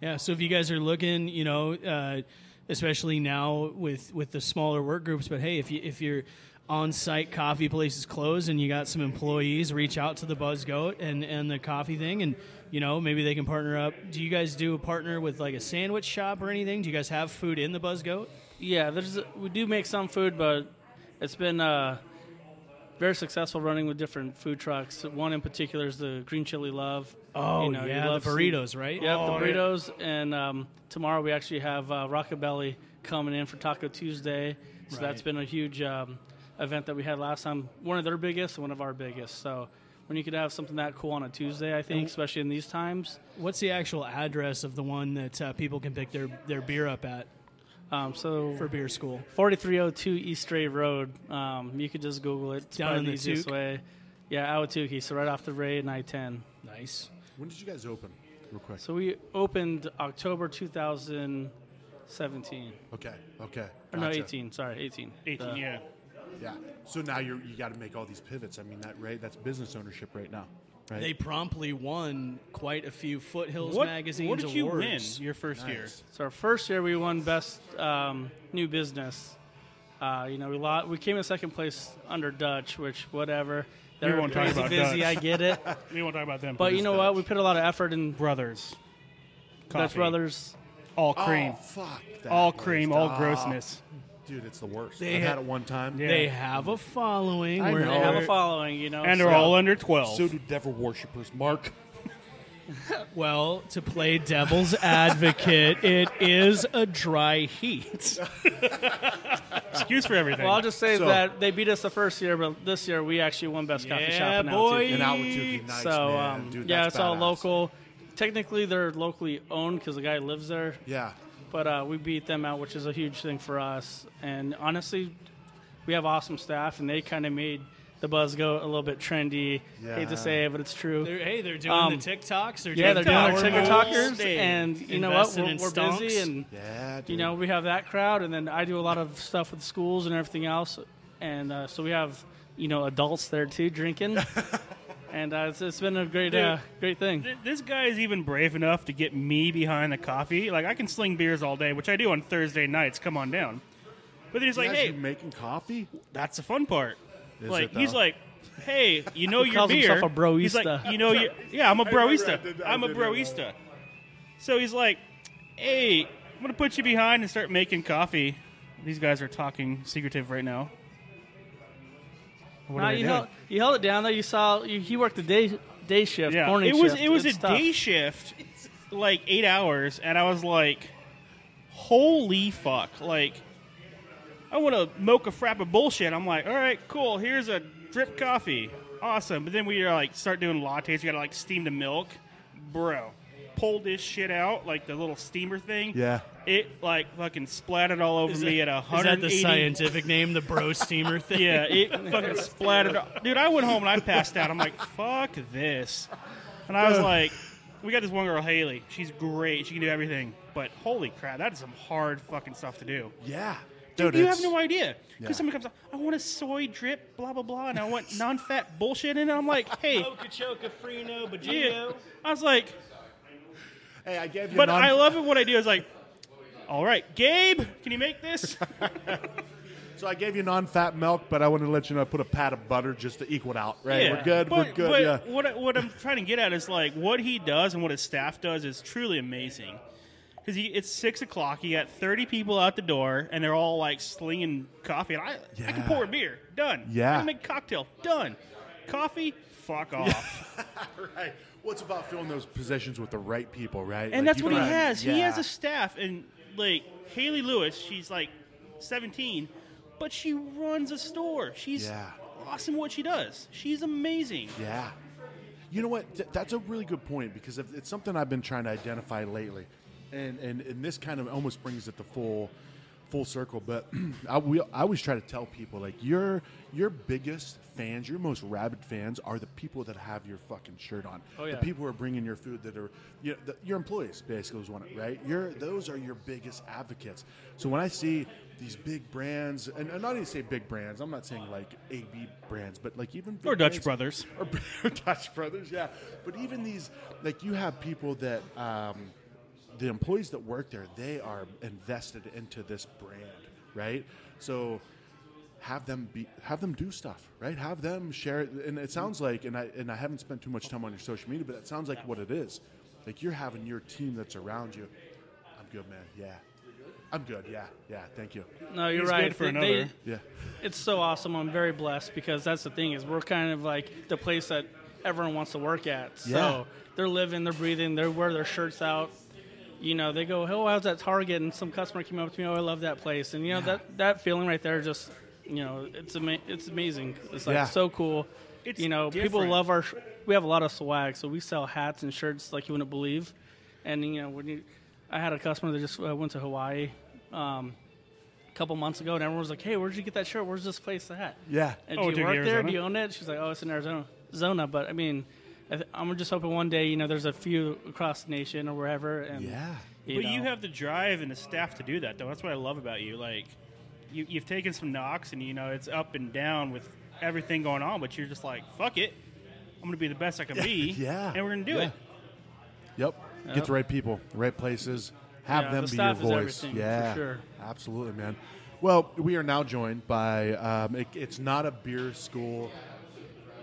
D: yeah so if you guys are looking you know uh, especially now with with the smaller work groups but hey if you if your on site coffee place is closed and you got some employees reach out to the buzz goat and and the coffee thing and you know maybe they can partner up do you guys do a partner with like a sandwich shop or anything do you guys have food in the buzz goat
L: Yeah, there's we do make some food, but it's been uh, very successful running with different food trucks. One in particular is the Green Chili Love. You know, you
D: Oh, yeah
L: love
D: the burritos right
L: Some, yep,
D: Oh,
L: the burritos. And um, tomorrow we actually have uh, Rockabelly coming in for Taco Tuesday. So that's
D: Right.
L: been a huge um, event that we had last time. One of their biggest, and one of our biggest. So when you could have something that cool on a Tuesday, I think, especially in these times.
D: what's the actual address of the one that uh, people can pick their their beer up at
L: Um, so
D: for beer school
L: 4302 East Ray Road. Um, you could just Google it. It's
D: Down
L: probably
D: in
L: the
D: the
L: easiest
D: Tuque?
L: way. Yeah, Awatuki. So right off the Ray and I 10.
D: nice
C: when did you guys open? Real quick.
L: So we opened October 2017.
C: Okay. Okay.
L: Or Uh, no,
C: Gotcha.
L: 18. Sorry, 18.
B: 18,
L: The-
B: yeah.
C: Yeah. So now you're, you got to make all these pivots. I mean, that right? That's business ownership right now. Right.
D: They promptly won quite a few Foothills
B: What,
D: magazines
B: what did you win
D: awards.
B: your first year?
C: Nice.
L: So our first year we won best um, new business. Uh, you know, we lot, we came in second place under Dutch, which whatever. They're
B: won't talk
L: crazy
B: about
L: busy,
B: Dutch.
L: I get it.
B: [LAUGHS] We won't talk about them.
L: But you know what? We put a lot of effort in
B: brothers,
L: Dutch
B: Coffee.
L: Brothers.
B: all
C: Oh,
B: cream,
C: fuck. that
B: all
C: place.
B: cream, all
C: Oh,
B: grossness.
C: Dude, it's the worst.
D: They
C: They I've had
D: had-
C: it one time.
D: They have a following.
C: I
D: We're-
L: They
C: know.
L: have a following, you know.
B: And they're
L: so-
B: all under 12.
C: So do devil worshippers, Mark.
D: Well, to play devil's advocate, it is a dry heat.
B: [LAUGHS] Excuse for everything.
L: Well, I'll just say
C: So-
L: that they beat us the first year, but this year we actually won best coffee
D: Yeah,
L: shop in
D: boy.
L: Altitude.
C: And Awatuki. Nice,
L: so
C: man.
L: um,
C: Dude,
L: yeah,
C: that's
L: it's all
C: badass.
L: local. Technically, they're locally owned because the guy lives there,
C: Yeah.
L: but uh, we beat them out, which is a huge thing for us. And honestly, we have awesome staff, and they kind of made the buzz go a little bit trendy. Hate
C: Yeah.
L: to say it, but it's true.
D: They're, hey, they're doing
L: Um,
D: the TikToks. They're
L: yeah, they're doing our
D: TikTok moves.
L: TikTokers,
D: They
L: and you know what?
D: invested
L: We're,
D: in
L: we're
D: stonks.
L: busy, and
C: Yeah.
L: you
C: dude.
L: know, we have that crowd, and then I do a lot of stuff with schools and everything else, and uh, so we have you know adults there too
C: [LAUGHS]
L: drinking, and uh, it's, it's been a great uh, great thing.
B: Th- This guy is even brave enough to get me behind the coffee. Like I can sling beers all day, which I do on Thursday nights. Come on down. But then he's
C: You
B: like,
C: guys
B: "Hey,
C: be making coffee?
B: that's the fun part."
C: Is
B: like
C: it,
B: he's
C: though?
B: like, "Hey,
L: [LAUGHS]
B: you know your
L: calls
B: beer."
L: himself a broista.
B: He's like, "You
L: [LAUGHS]
B: know your yeah, I'm a broista.
C: I did- I
B: I'm a
C: did hear that.
B: broista." So he's like, "Hey, I'm gonna put you behind and start making coffee." These guys are talking secretive right now. What
L: Nah,
B: are they
L: you
B: doing?
L: held you held it down though. You saw you, he worked the day day shift,
B: Yeah,
L: morning
B: it was
L: shift.
B: it was
L: It's
B: a
L: tough.
B: day shift, like eight hours, and I was like, "Holy fuck!" Like, I want a mocha frappa bullshit. I'm like, all right, cool. Here's a drip coffee. Awesome. But then we uh, like start doing lattes. You got to like steam the milk, bro. Pull this shit out like the little steamer thing.
C: Yeah.
B: It like fucking splattered all over me at
I: Is that
B: 180.
I: the scientific name, the bro steamer thing?
B: Yeah,
C: [LAUGHS]
D: [LAUGHS]
B: it fucking splattered. Dude, I went home and I passed out. I'm like, fuck this. And I was like, we got this one girl, Haley. She's great. She can do everything. But holy crap, that is some hard fucking stuff to do.
C: Yeah.
B: Dude,
C: Dude,
B: you have
C: it's-
B: no idea. Because
C: Yeah.
B: somebody comes up, I want a soy drip, blah, blah, blah, and I want non fat bullshit in it. I'm like,
C: [LAUGHS]
B: hey,
I: Okeechobee, Freno,
B: yeah. I was like,
C: Hey, I gave you
B: but
C: non-
B: I love it. What I do is like, all right, Gabe, can you
C: [LAUGHS]
B: make this?
C: So I gave you non-fat milk, but I wanted to let you know I put a pat of butter just to equal it out. Right?
B: Yeah.
C: We're good.
B: But,
C: we're good.
B: But
C: yeah.
B: what, I- what I'm trying to get at is like what he does and what his staff does is truly amazing. Because it's six o'clock, you got 30 people out the door, and they're all like slinging coffee. And I, I can
C: Yeah.
B: pour a beer, done. I
C: Yeah.
B: can make a cocktail, done. Coffee, fuck off.
C: [LAUGHS] Right. What's about filling those positions with the right people, right? Like,
B: and that's
C: you
B: what he
C: gotta-
B: has. He
C: yeah.
B: has a staff, and like Haley Lewis, she's like 17, but she runs a store. She's
C: Yeah.
B: awesome what she does. She's amazing.
C: Yeah. You know what? Th- that's a really good point because if- it's something I've been trying to identify lately, and and, and this kind of almost brings it to full full circle. But [CLEARS THROAT] I will, I always try to tell people like your your biggest fans, your most rabid fans, are the people that have your fucking shirt on.
I: Oh, yeah.
C: The people who are bringing your food that are you know, the, your employees basically is one of- right. Your those are your biggest advocates. So when I see these big brands, and, and not even say big brands, I'm not saying like AB brands, but like even big
B: Or Dutch
C: brands-
B: Brothers.
C: or, [LAUGHS] or Dutch Brothers, yeah. But even these, like you have people that um, the employees that work there, they are invested into this brand, right? So have them be have them do stuff, right? Have them share it. And it sounds like, and I and I haven't spent too much time on your social media, but it sounds like what it is. Like you're having your team that's around you. I'm good, man. Yeah, I'm good. Yeah, yeah. Thank you.
L: No, you're
B: He's
L: right.
B: good for
L: They- they-
B: another.
C: Yeah,
L: it's so awesome. I'm very blessed because that's the thing is we're kind of like the place that everyone wants to work at. So
C: Yeah.
L: they're living, they're breathing, they wear their shirts out. You know, they go, "Oh, I was at Target, and some customer came up to me. Oh, I love that place." And you know that that feeling right there, just you know, it's ama- it's amazing. It's like
C: Yeah.
L: so cool.
B: It's
L: you know, people
B: different.
L: love our. Sh- we have a lot of swag, so we sell hats and shirts like you wouldn't believe. And you know, when you, I had a customer that just uh, went to Hawaii. Um, couple months ago, and everyone was like, "Hey, where'd you get that shirt? Where's this place at?"
C: yeah.
L: And
B: Oh,
L: do
B: dude,
L: you work there?
B: Arizona?
L: Do you own it? She's like, "Oh, it's in Arizona." Zona, but I mean, I th- I'm just hoping one day, you know, there's a few across the nation or wherever. And
C: Yeah.
L: you
B: But you
L: know.
B: have the drive and the staff to do that, though. That's what I love about you. Like, you, you've taken some knocks, and you know it's up and down with everything going on. But you're just like, fuck it, I'm going to be the best
C: [LAUGHS]
B: I can be.
C: Yeah.
B: and we're going to do
C: Yeah.
B: it.
C: Yep. Get the right people, the right places. Have
L: Yeah,
C: them
L: the
C: be
L: staff is
C: your voice.
L: everything, for
C: yeah,
L: sure.
C: absolutely, man. Well, we are now joined by. Um, it, it's not a beer school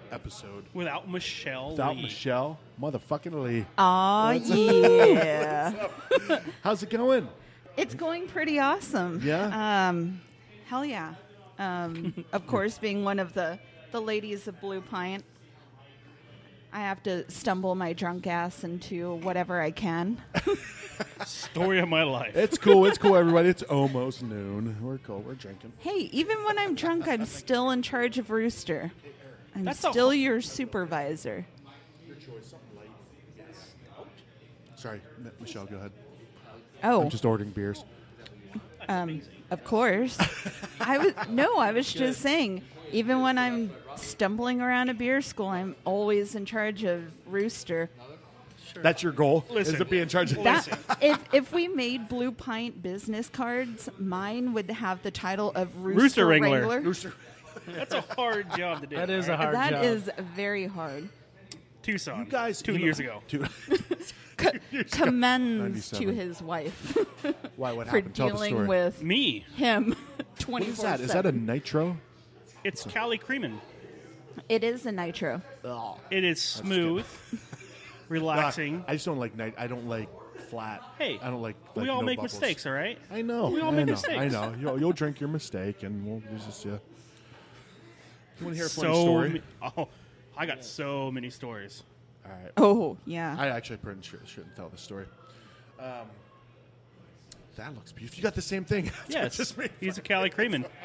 C: episode
B: Without Michelle,
C: without
B: Lee.
C: Michelle, motherfucking Lee.
M: Aw,
C: [LAUGHS]
M: yeah.
C: How's it going?
M: It's going pretty awesome.
C: Yeah?
M: Um, hell yeah. Um, of course, being one of the, the ladies of Blue Pint, I have to stumble my drunk ass into whatever I
C: [LAUGHS]
M: can.
B: story of my life.
C: It's cool. It's cool, everybody. It's almost noon. We're cool. We're drinking.
M: Hey, even when I'm drunk, I'm still in charge of Rooster. I'm
B: That's a-
M: still your supervisor.
C: Sorry, M- Michelle. Go ahead.
M: Oh,
C: I'm just ordering beers.
M: um, of
C: [LAUGHS]
M: course. I was no, I was just saying. Even when I'm stumbling around a beer school, I'm always in charge of Rooster.
C: That's your goal?
B: Listen.
C: is to be in charge of
M: That, if if we made Blue Pint business cards, mine would have the title of Rooster,
B: Rooster Wrangler.
M: Wrangler.
C: Rooster.
B: That's a hard job to do.
L: that is a hard
M: That
L: job.
M: is very hard.
B: Tucson.
C: You guys,
B: two
C: you know- [LAUGHS]
B: years ago.
C: Two.
M: C-
C: [LAUGHS]
M: commends
C: 97.
M: to his wife
C: Why? What
M: for
C: happened? Tell the
M: dealing
C: story.
M: with
B: Me.
M: him. [LAUGHS]
C: what
M: Twenty
C: is
M: four.
C: that? Is that a nitro?
B: It's Cali Creamin.
M: It is a nitro.
B: It is smooth,
C: [LAUGHS]
B: relaxing.
C: I just don't like night. I don't like flat.
B: Hey,
C: I don't like. like
B: we all
C: no
B: make
C: bubbles.
B: mistakes, all right?
C: I know.
B: We all
C: I
B: make
C: know,
B: mistakes.
C: I know. You'll, you'll drink your mistake, and we'll use this. Yeah. You want to hear a funny
B: so
C: story?
B: ma- [LAUGHS] oh, I got so many stories.
C: all right.
M: Oh yeah.
C: I actually pretty sure shouldn't tell the story. Um, That looks beautiful. You got the same thing. [LAUGHS] That's what
B: Yes,
C: just made
B: he's a Cali Creeman.
C: [LAUGHS]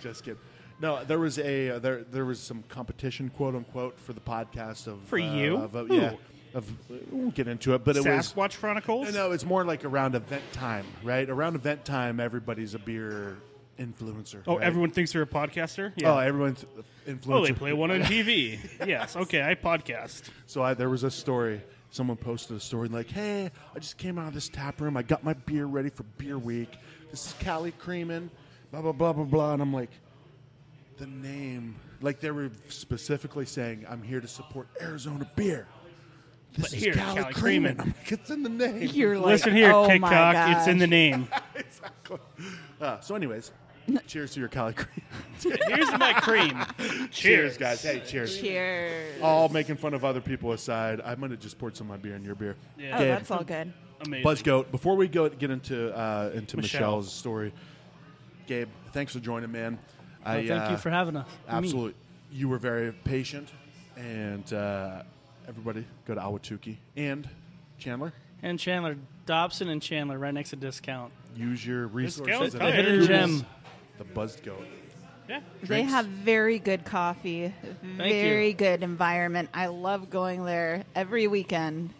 C: Just kidding. No, there was a uh, there there was some competition, quote unquote, for the podcast of
B: For
C: uh,
B: you?
C: Of, uh,
B: Who?
C: yeah, of we won't get into it, but it was
B: Sasquatch Chronicles?
C: No, no, it's more like around event time, right? Around event time, everybody's a beer influencer.
B: Oh,
C: right?
B: everyone thinks you're a podcaster.
C: Oh, everyone's influencer.
B: Oh, they play one
C: [LAUGHS]
B: on TV. yes. Okay, I podcast.
C: So I, there was a story. Someone posted a story like, "Hey, I just came out of this tap room. I got my beer ready for Beer Week. This is Cali Creeman, blah blah blah blah blah." And I'm like, the name, like they were specifically saying, "I'm here to support Arizona beer." This
B: But
C: is
B: here,
C: Cali,
B: Cali
C: Creeman.
B: Creeman.
C: I'm like, it's in the name.
M: You're like,
B: Listen here,
M: oh my
B: TikTok.
M: gosh.
B: It's in the name.
C: [LAUGHS] exactly. Uh, so, anyways, cheers to your Cali Creeman.
B: Here's my cream. Cheers,
C: cheers, guys. Hey, cheers.
M: Cheers.
C: All making fun of other people aside, I might have just poured some of my beer in your beer.
M: Oh,
C: Gabe.
M: that's all good.
B: Amazing.
C: Buzzgoat, before we go get into uh, into
B: Michelle.
C: Michelle's story, Gabe, thanks for joining, man. I,
L: thank you for having us. Me.
C: Absolutely, you were very patient, and uh, everybody go to Awatuki and Chandler.
L: And Chandler Dobson and Chandler right next to discount.
C: Use your resources.
B: Discount
C: and
B: code.
L: Hidden gem.
C: The Buzzgoat.
B: Yeah.
M: They
C: Drinks.
M: have very good coffee, very good environment. I love going there every weekend.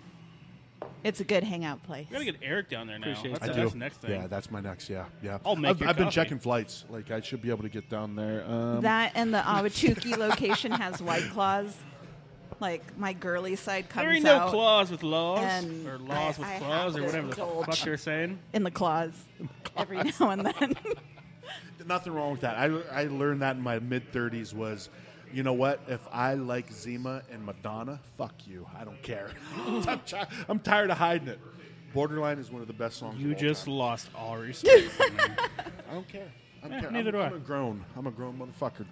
M: It's a good hangout place.
B: We gotta get Eric down there now.
L: Appreciate
B: that's,
L: that.
B: that's the next thing.
C: Yeah, that's my next. Yeah, yeah.
B: I'll make
C: I've,
B: your
C: I've been
B: coffee.
C: checking flights. Like I should be able to get down there. Um,
M: That and the Awachuki location has white claws. Like my girly side comes
B: there ain't no
M: out
B: claws with laws,
M: and
B: or laws
M: I-
B: with
M: I
B: claws,
M: have
B: or whatever the
M: to indulge.
B: fuck you're saying.
M: in the claws every now and
B: [LAUGHS]
M: then.
C: nothing wrong with that. I, I learned that in my mid 30s was, you know what? If I like Zima and Madonna, fuck you. I don't care. [LAUGHS] I'm, ti- I'm tired of hiding it. Borderline is one of the best songs.
B: You
C: of all
B: just
C: time.
B: lost all
C: [LAUGHS]
B: respect.
C: [LAUGHS] I don't care. I don't care.
B: neither
C: I'm,
B: do I.
C: I'm a grown. I'm a grown motherfucker.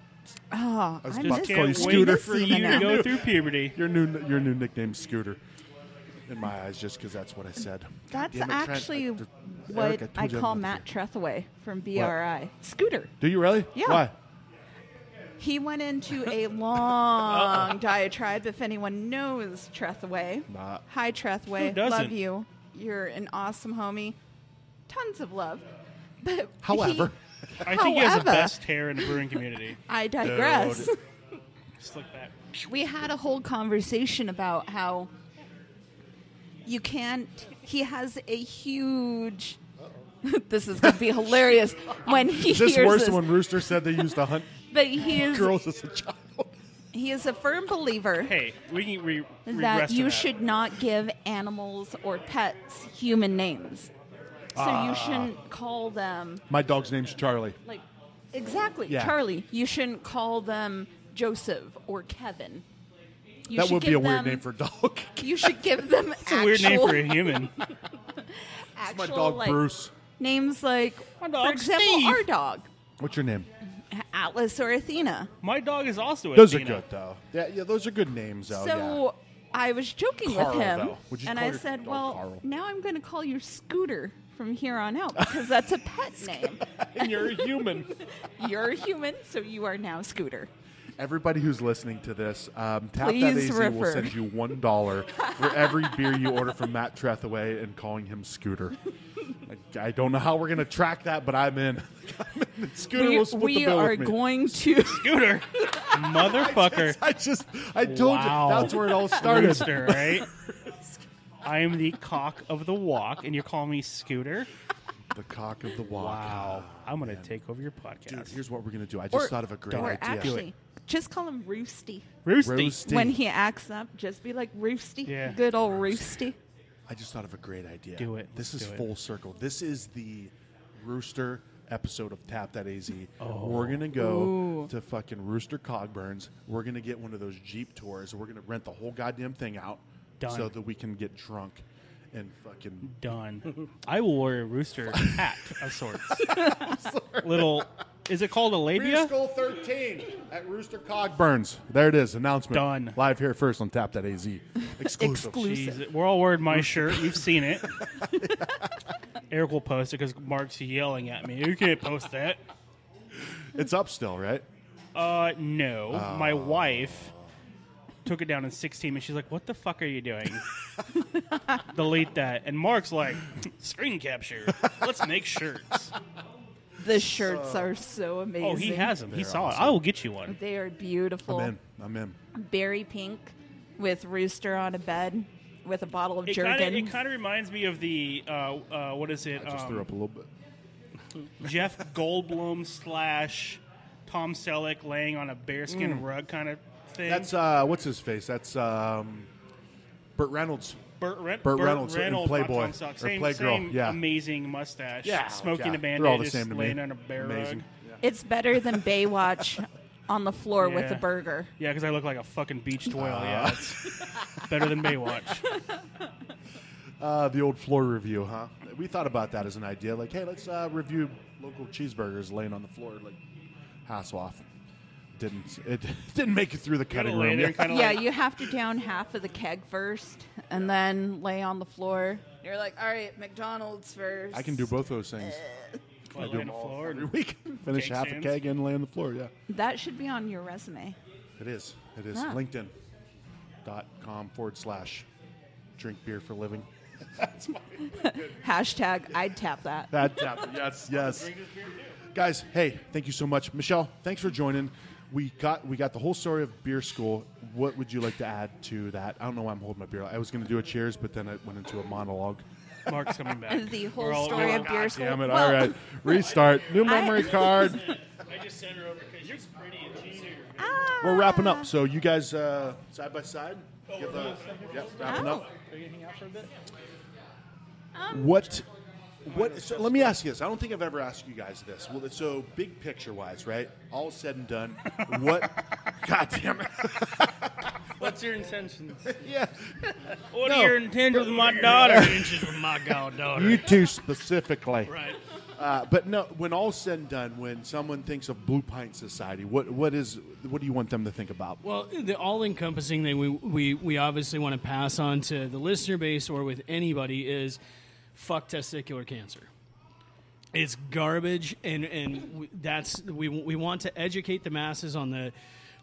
M: oh,
C: was
M: I
C: just
M: miss
C: fucking
M: I miss
C: scooter
B: for
M: Zima
B: you to
M: now.
C: [LAUGHS]
B: go through puberty.
C: Your new your new nickname, Scooter. In my eyes, just because that's what I said.
M: That's
C: Damn it, Trent.
M: actually
C: I-
M: what
C: Eric,
M: I,
C: told you
M: call
C: I'm-
M: Matt Trethaway from BRI. Scooter.
C: Do you really?
M: Yeah. [LAUGHS]
C: Why?
M: He went into
B: [LAUGHS]
M: a long diatribe. If anyone knows Trethaway,
C: Not.
M: hi Trethaway,
B: Who doesn't?
M: love you. You're an awesome homie. Tons of love. But he-
C: However.
B: [LAUGHS] I think he has the
M: However-
B: best hair in the brewing community.
M: [LAUGHS] I digress. [LAUGHS]
C: Dude.
B: Slick back.
M: we had a whole conversation about how you can't he has a huge [LAUGHS] this is
C: [LAUGHS]
M: going to be hilarious when he
C: Is this
M: hears
C: worse
M: this
C: than when Rooster said they used to hunt
M: [LAUGHS] but he is
C: girls as a child?
M: he is a firm believer
B: Hey, we can re- regress
M: that
B: to
M: you
B: that.
M: should not give animals or pets human names so
C: Ah.
M: you shouldn't call them
C: My dog's name's Charlie.
M: like exactly
C: Yeah.
M: charlie you shouldn't call them joseph or kevin you
C: that
M: should
C: would be
M: give
C: a weird
M: them-
C: name for a dog.
M: [LAUGHS] You should give them
C: [LAUGHS]
B: It's a
M: actual,
B: weird name for a
M: [LAUGHS]
B: human.
M: actual
C: My dog
M: like,
C: Bruce.
M: names like,
B: My dog
M: for example,
B: Steve.
M: our dog,
C: What's your name?
M: Atlas or Athena.
B: My dog is also a
C: Those
B: Athena.
C: are good though. Yeah, yeah, those are good names though.
M: so I was joking
C: Carl,
M: with him,
C: though. Would you
M: and
C: call
M: I
C: your
M: said,
C: dog
M: "Well,
C: Carl?
M: now I'm going to call you Scooter from here on out because that's a
C: [LAUGHS]
M: pet name.
C: yeah. and you're a human.
M: [LAUGHS] You're a human, so you are now Scooter."
C: Everybody who's listening to this, um, tap that
M: Please
C: AZ will
M: refer.
C: send you one dollar for every beer you order from Matt Trethaway and calling him Scooter. I, I don't know how we're gonna track that, but I'm in. [LAUGHS] Scooter
M: we
C: will split
M: we
C: the bill
M: are
C: with me.
M: going to.
B: Scooter, motherfucker,
C: [LAUGHS] I just, I told you
B: Wow.
C: that's where it all started.
B: rooster, right?
C: [LAUGHS]
B: I am the cock of the walk, and you call me Scooter.
C: The cock of the walk.
B: I'm gonna take over your podcast.
C: Dude, here's what we're gonna do. I just
M: Or-
C: thought of a great
M: or
C: idea.
M: actually, just call him Roosty.
B: Roosty.
C: Roasty.
M: When he acts up, just be like Roosty.
B: Yeah.
M: Good old Roosty.
C: I just thought of a great idea.
B: Do it.
C: This
B: Let's
C: is
B: do it.
C: full circle. This is the rooster episode of Tap That AZ.
B: Oh.
C: We're gonna go to fucking Rooster Cogburns. We're gonna get one of those Jeep tours. We're gonna rent the whole goddamn thing out
B: Done.
C: so that we can get drunk and fucking
B: Done. I will wear
C: [LAUGHS]
B: a rooster hat of sorts. Little, is it called a labia?
C: School 13 at Rooster Cogburns. There it is. Announcement.
B: Done.
C: Live here first on Tap That
B: [LAUGHS]
C: AZ. Exclusive.
M: Exclusive.
B: Jeez, we're all wearing my shirt. You've seen it. Eric will post it because Mark's yelling at me. You can't post that.
C: It's up still, right?
B: Uh,
C: Oh. [LAUGHS]
B: no. My wife took it down in 16, and she's like, "What the fuck are you doing?" delete that. And Mark's like, screen capture. [LAUGHS] Let's make shirts.
M: The shirts are so amazing.
B: Oh, he has them. He saw it. I will get you one.
M: They are beautiful.
C: I'm in. I'm in.
M: Berry pink with rooster on a bed with a bottle of
B: It
M: jerkin.
B: kind [LAUGHS] of it kind of reminds me of the uh, uh, what is it?
C: I just
B: Um,
C: threw up a little bit.
B: Jeff Goldblum slash Tom Selleck laying on a bearskin
C: Mm.
B: rug kind of thing.
C: That's uh, what's his face? That's um, Burt Reynolds.
B: Burt, Re-
C: Burt Reynolds in
B: not
C: Playboy,
B: Tom Selleck.
C: or
B: Same,
C: Playgirl,
B: same um,
C: yeah.
B: amazing mustache.
C: Yeah.
B: smoking
C: Yeah.
B: a bandage,
C: They're all the
B: just
C: same to me.
B: laying on a bear
C: Amazing.
B: rug.
M: It's better than Baywatch on the floor with a
B: Yeah.
M: burger.
B: Yeah, because I look like a fucking beach toil.
C: Ah. [LAUGHS]
B: yeah, it's better than Baywatch.
C: Uh, the old floor review, huh? We thought about that as an idea. Like, hey, let's uh, review local cheeseburgers laying on the floor, like half off. Didn't it [LAUGHS] didn't make it through the cutting
B: lay
C: room?
B: there and kinda
M: yeah, you have to down half of the keg first and then lay on the floor. You're like, all right, McDonald's first.
C: I can do both those things. I
B: Lay
C: do
B: on
C: them
B: the
C: all
B: floor
C: every
B: and
C: week. [LAUGHS] Finish
B: keg
C: half
B: stands.
C: a keg and lay on the floor. Yeah,
M: That should be on your resume.
C: it is. It is
M: Ah.
C: LinkedIn. dot com forward slash drink beer for living. That's my
M: [LAUGHS] Hashtag, I'd tap that.
C: That tap. Yes,
D: [LAUGHS]
C: yes. Guys, hey, thank you so much, Michelle. Thanks for joining. We got we got the whole story of beer school. What would you like to add to that? I don't know why I'm holding my beer. I was going to do a cheers, but then it went into a monologue.
B: Mark's coming back.
M: [LAUGHS] The
B: We're
M: whole
B: all-
M: story
B: we're
M: of beer school.
C: Damn it!
M: Well,
C: All right, restart. New memory card.
D: [LAUGHS] I just sent her over because you're pretty and she's
M: ah,
C: We're wrapping up. So you guys uh, side by side. Give uh, the- yep, wrapping up.
B: Oh.
D: Are you gonna hang out for a bit?
C: What? What? So let me ask you this. I don't think I've ever asked you guys this. Well, so big picture wise, right? All said and done, what? [LAUGHS] God damn it!
B: What's your intentions?
C: Yeah.
B: What
C: No.
B: are your intentions with my daughter?
D: my goddaughter.
C: You two specifically.
D: Right.
C: [LAUGHS] Uh, but no, when all's said and done, when someone thinks of Blue Pint Society, what what is what do you want them to think about?
D: Well, the all-encompassing thing we, we, we obviously want to pass on to the listener base or with anybody is fuck testicular cancer. It's garbage, and and w- that's we we want to educate the masses on the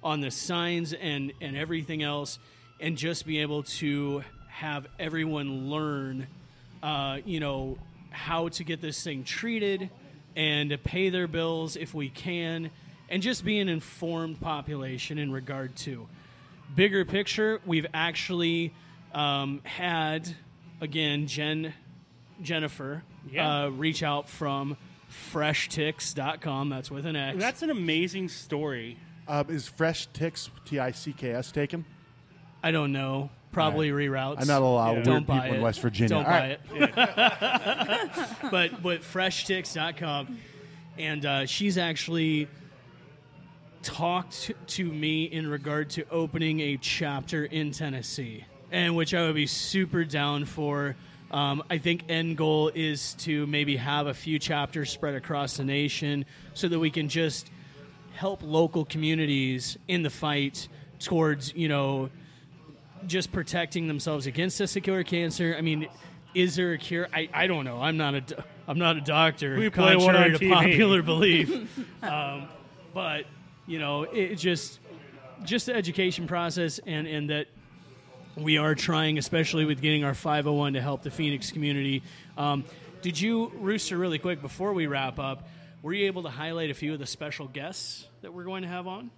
D: on the signs and and everything else, and just be able to have everyone learn, uh, you know, how to get this thing treated and to pay their bills if we can, and just be an informed population in regard to bigger picture, we've actually um, had again Jen Jennifer
B: Yeah.
D: uh, reach out from freshticks.com. That's with an X.
B: That's an amazing story. Uh,
C: Um, is Fresh Ticks T I C K S taken?
D: I don't know. Probably reroutes.
C: I'm not allowed
B: Yeah.
C: weird
D: Don't
C: people
D: buy
C: in
D: it.
C: West Virginia.
D: Don't
C: All right.
D: buy it. [LAUGHS] but but freshticks.com and uh, she's actually talked to me in regard to opening a chapter in Tennessee, and which I would be super down for. Um, I think end goal is to maybe have a few chapters spread across the nation so that we can just help local communities in the fight towards you know just protecting themselves against testicular cancer. I mean, is there a cure? I, I don't know. I'm not a do- I'm not a doctor.
B: We play one
D: contrary
B: on
D: to
B: TV. [LAUGHS]
D: popular belief, [LAUGHS] um, but you know, it it just just the education process and and that we are trying, especially with getting our 501 to help the Phoenix community. Um, did you, Rooster, really quick before we wrap up? Were you able to highlight a few of the special guests that we're going to have on?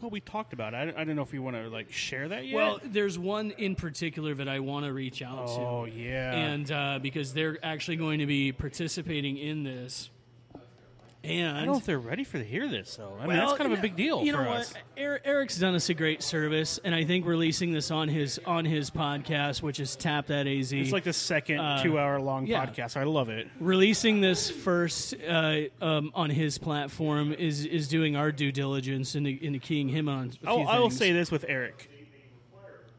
B: Well, we talked about it. I, I don't know if you want to like share that yet.
D: Well, there's one in particular that I want to reach out to.
B: oh yeah,
D: and uh, because they're actually going to be participating in this. And
B: I don't know if they're ready for to hear this though. I mean,
D: Well,
B: that's kind of
D: you
B: a big deal
D: know- You
B: for
D: know
B: us.
D: what? Er- Eric's done us a great service, and I think releasing this on his on his podcast, which is Tap That AZ.
B: It's like the second
D: Uh,
B: two-hour-long
D: yeah.
B: podcast. I love it.
D: releasing this first uh, um, on his platform is is doing our due diligence into, into keying him on. a
B: I will,
D: few
B: I will
D: things.
B: say this with Eric.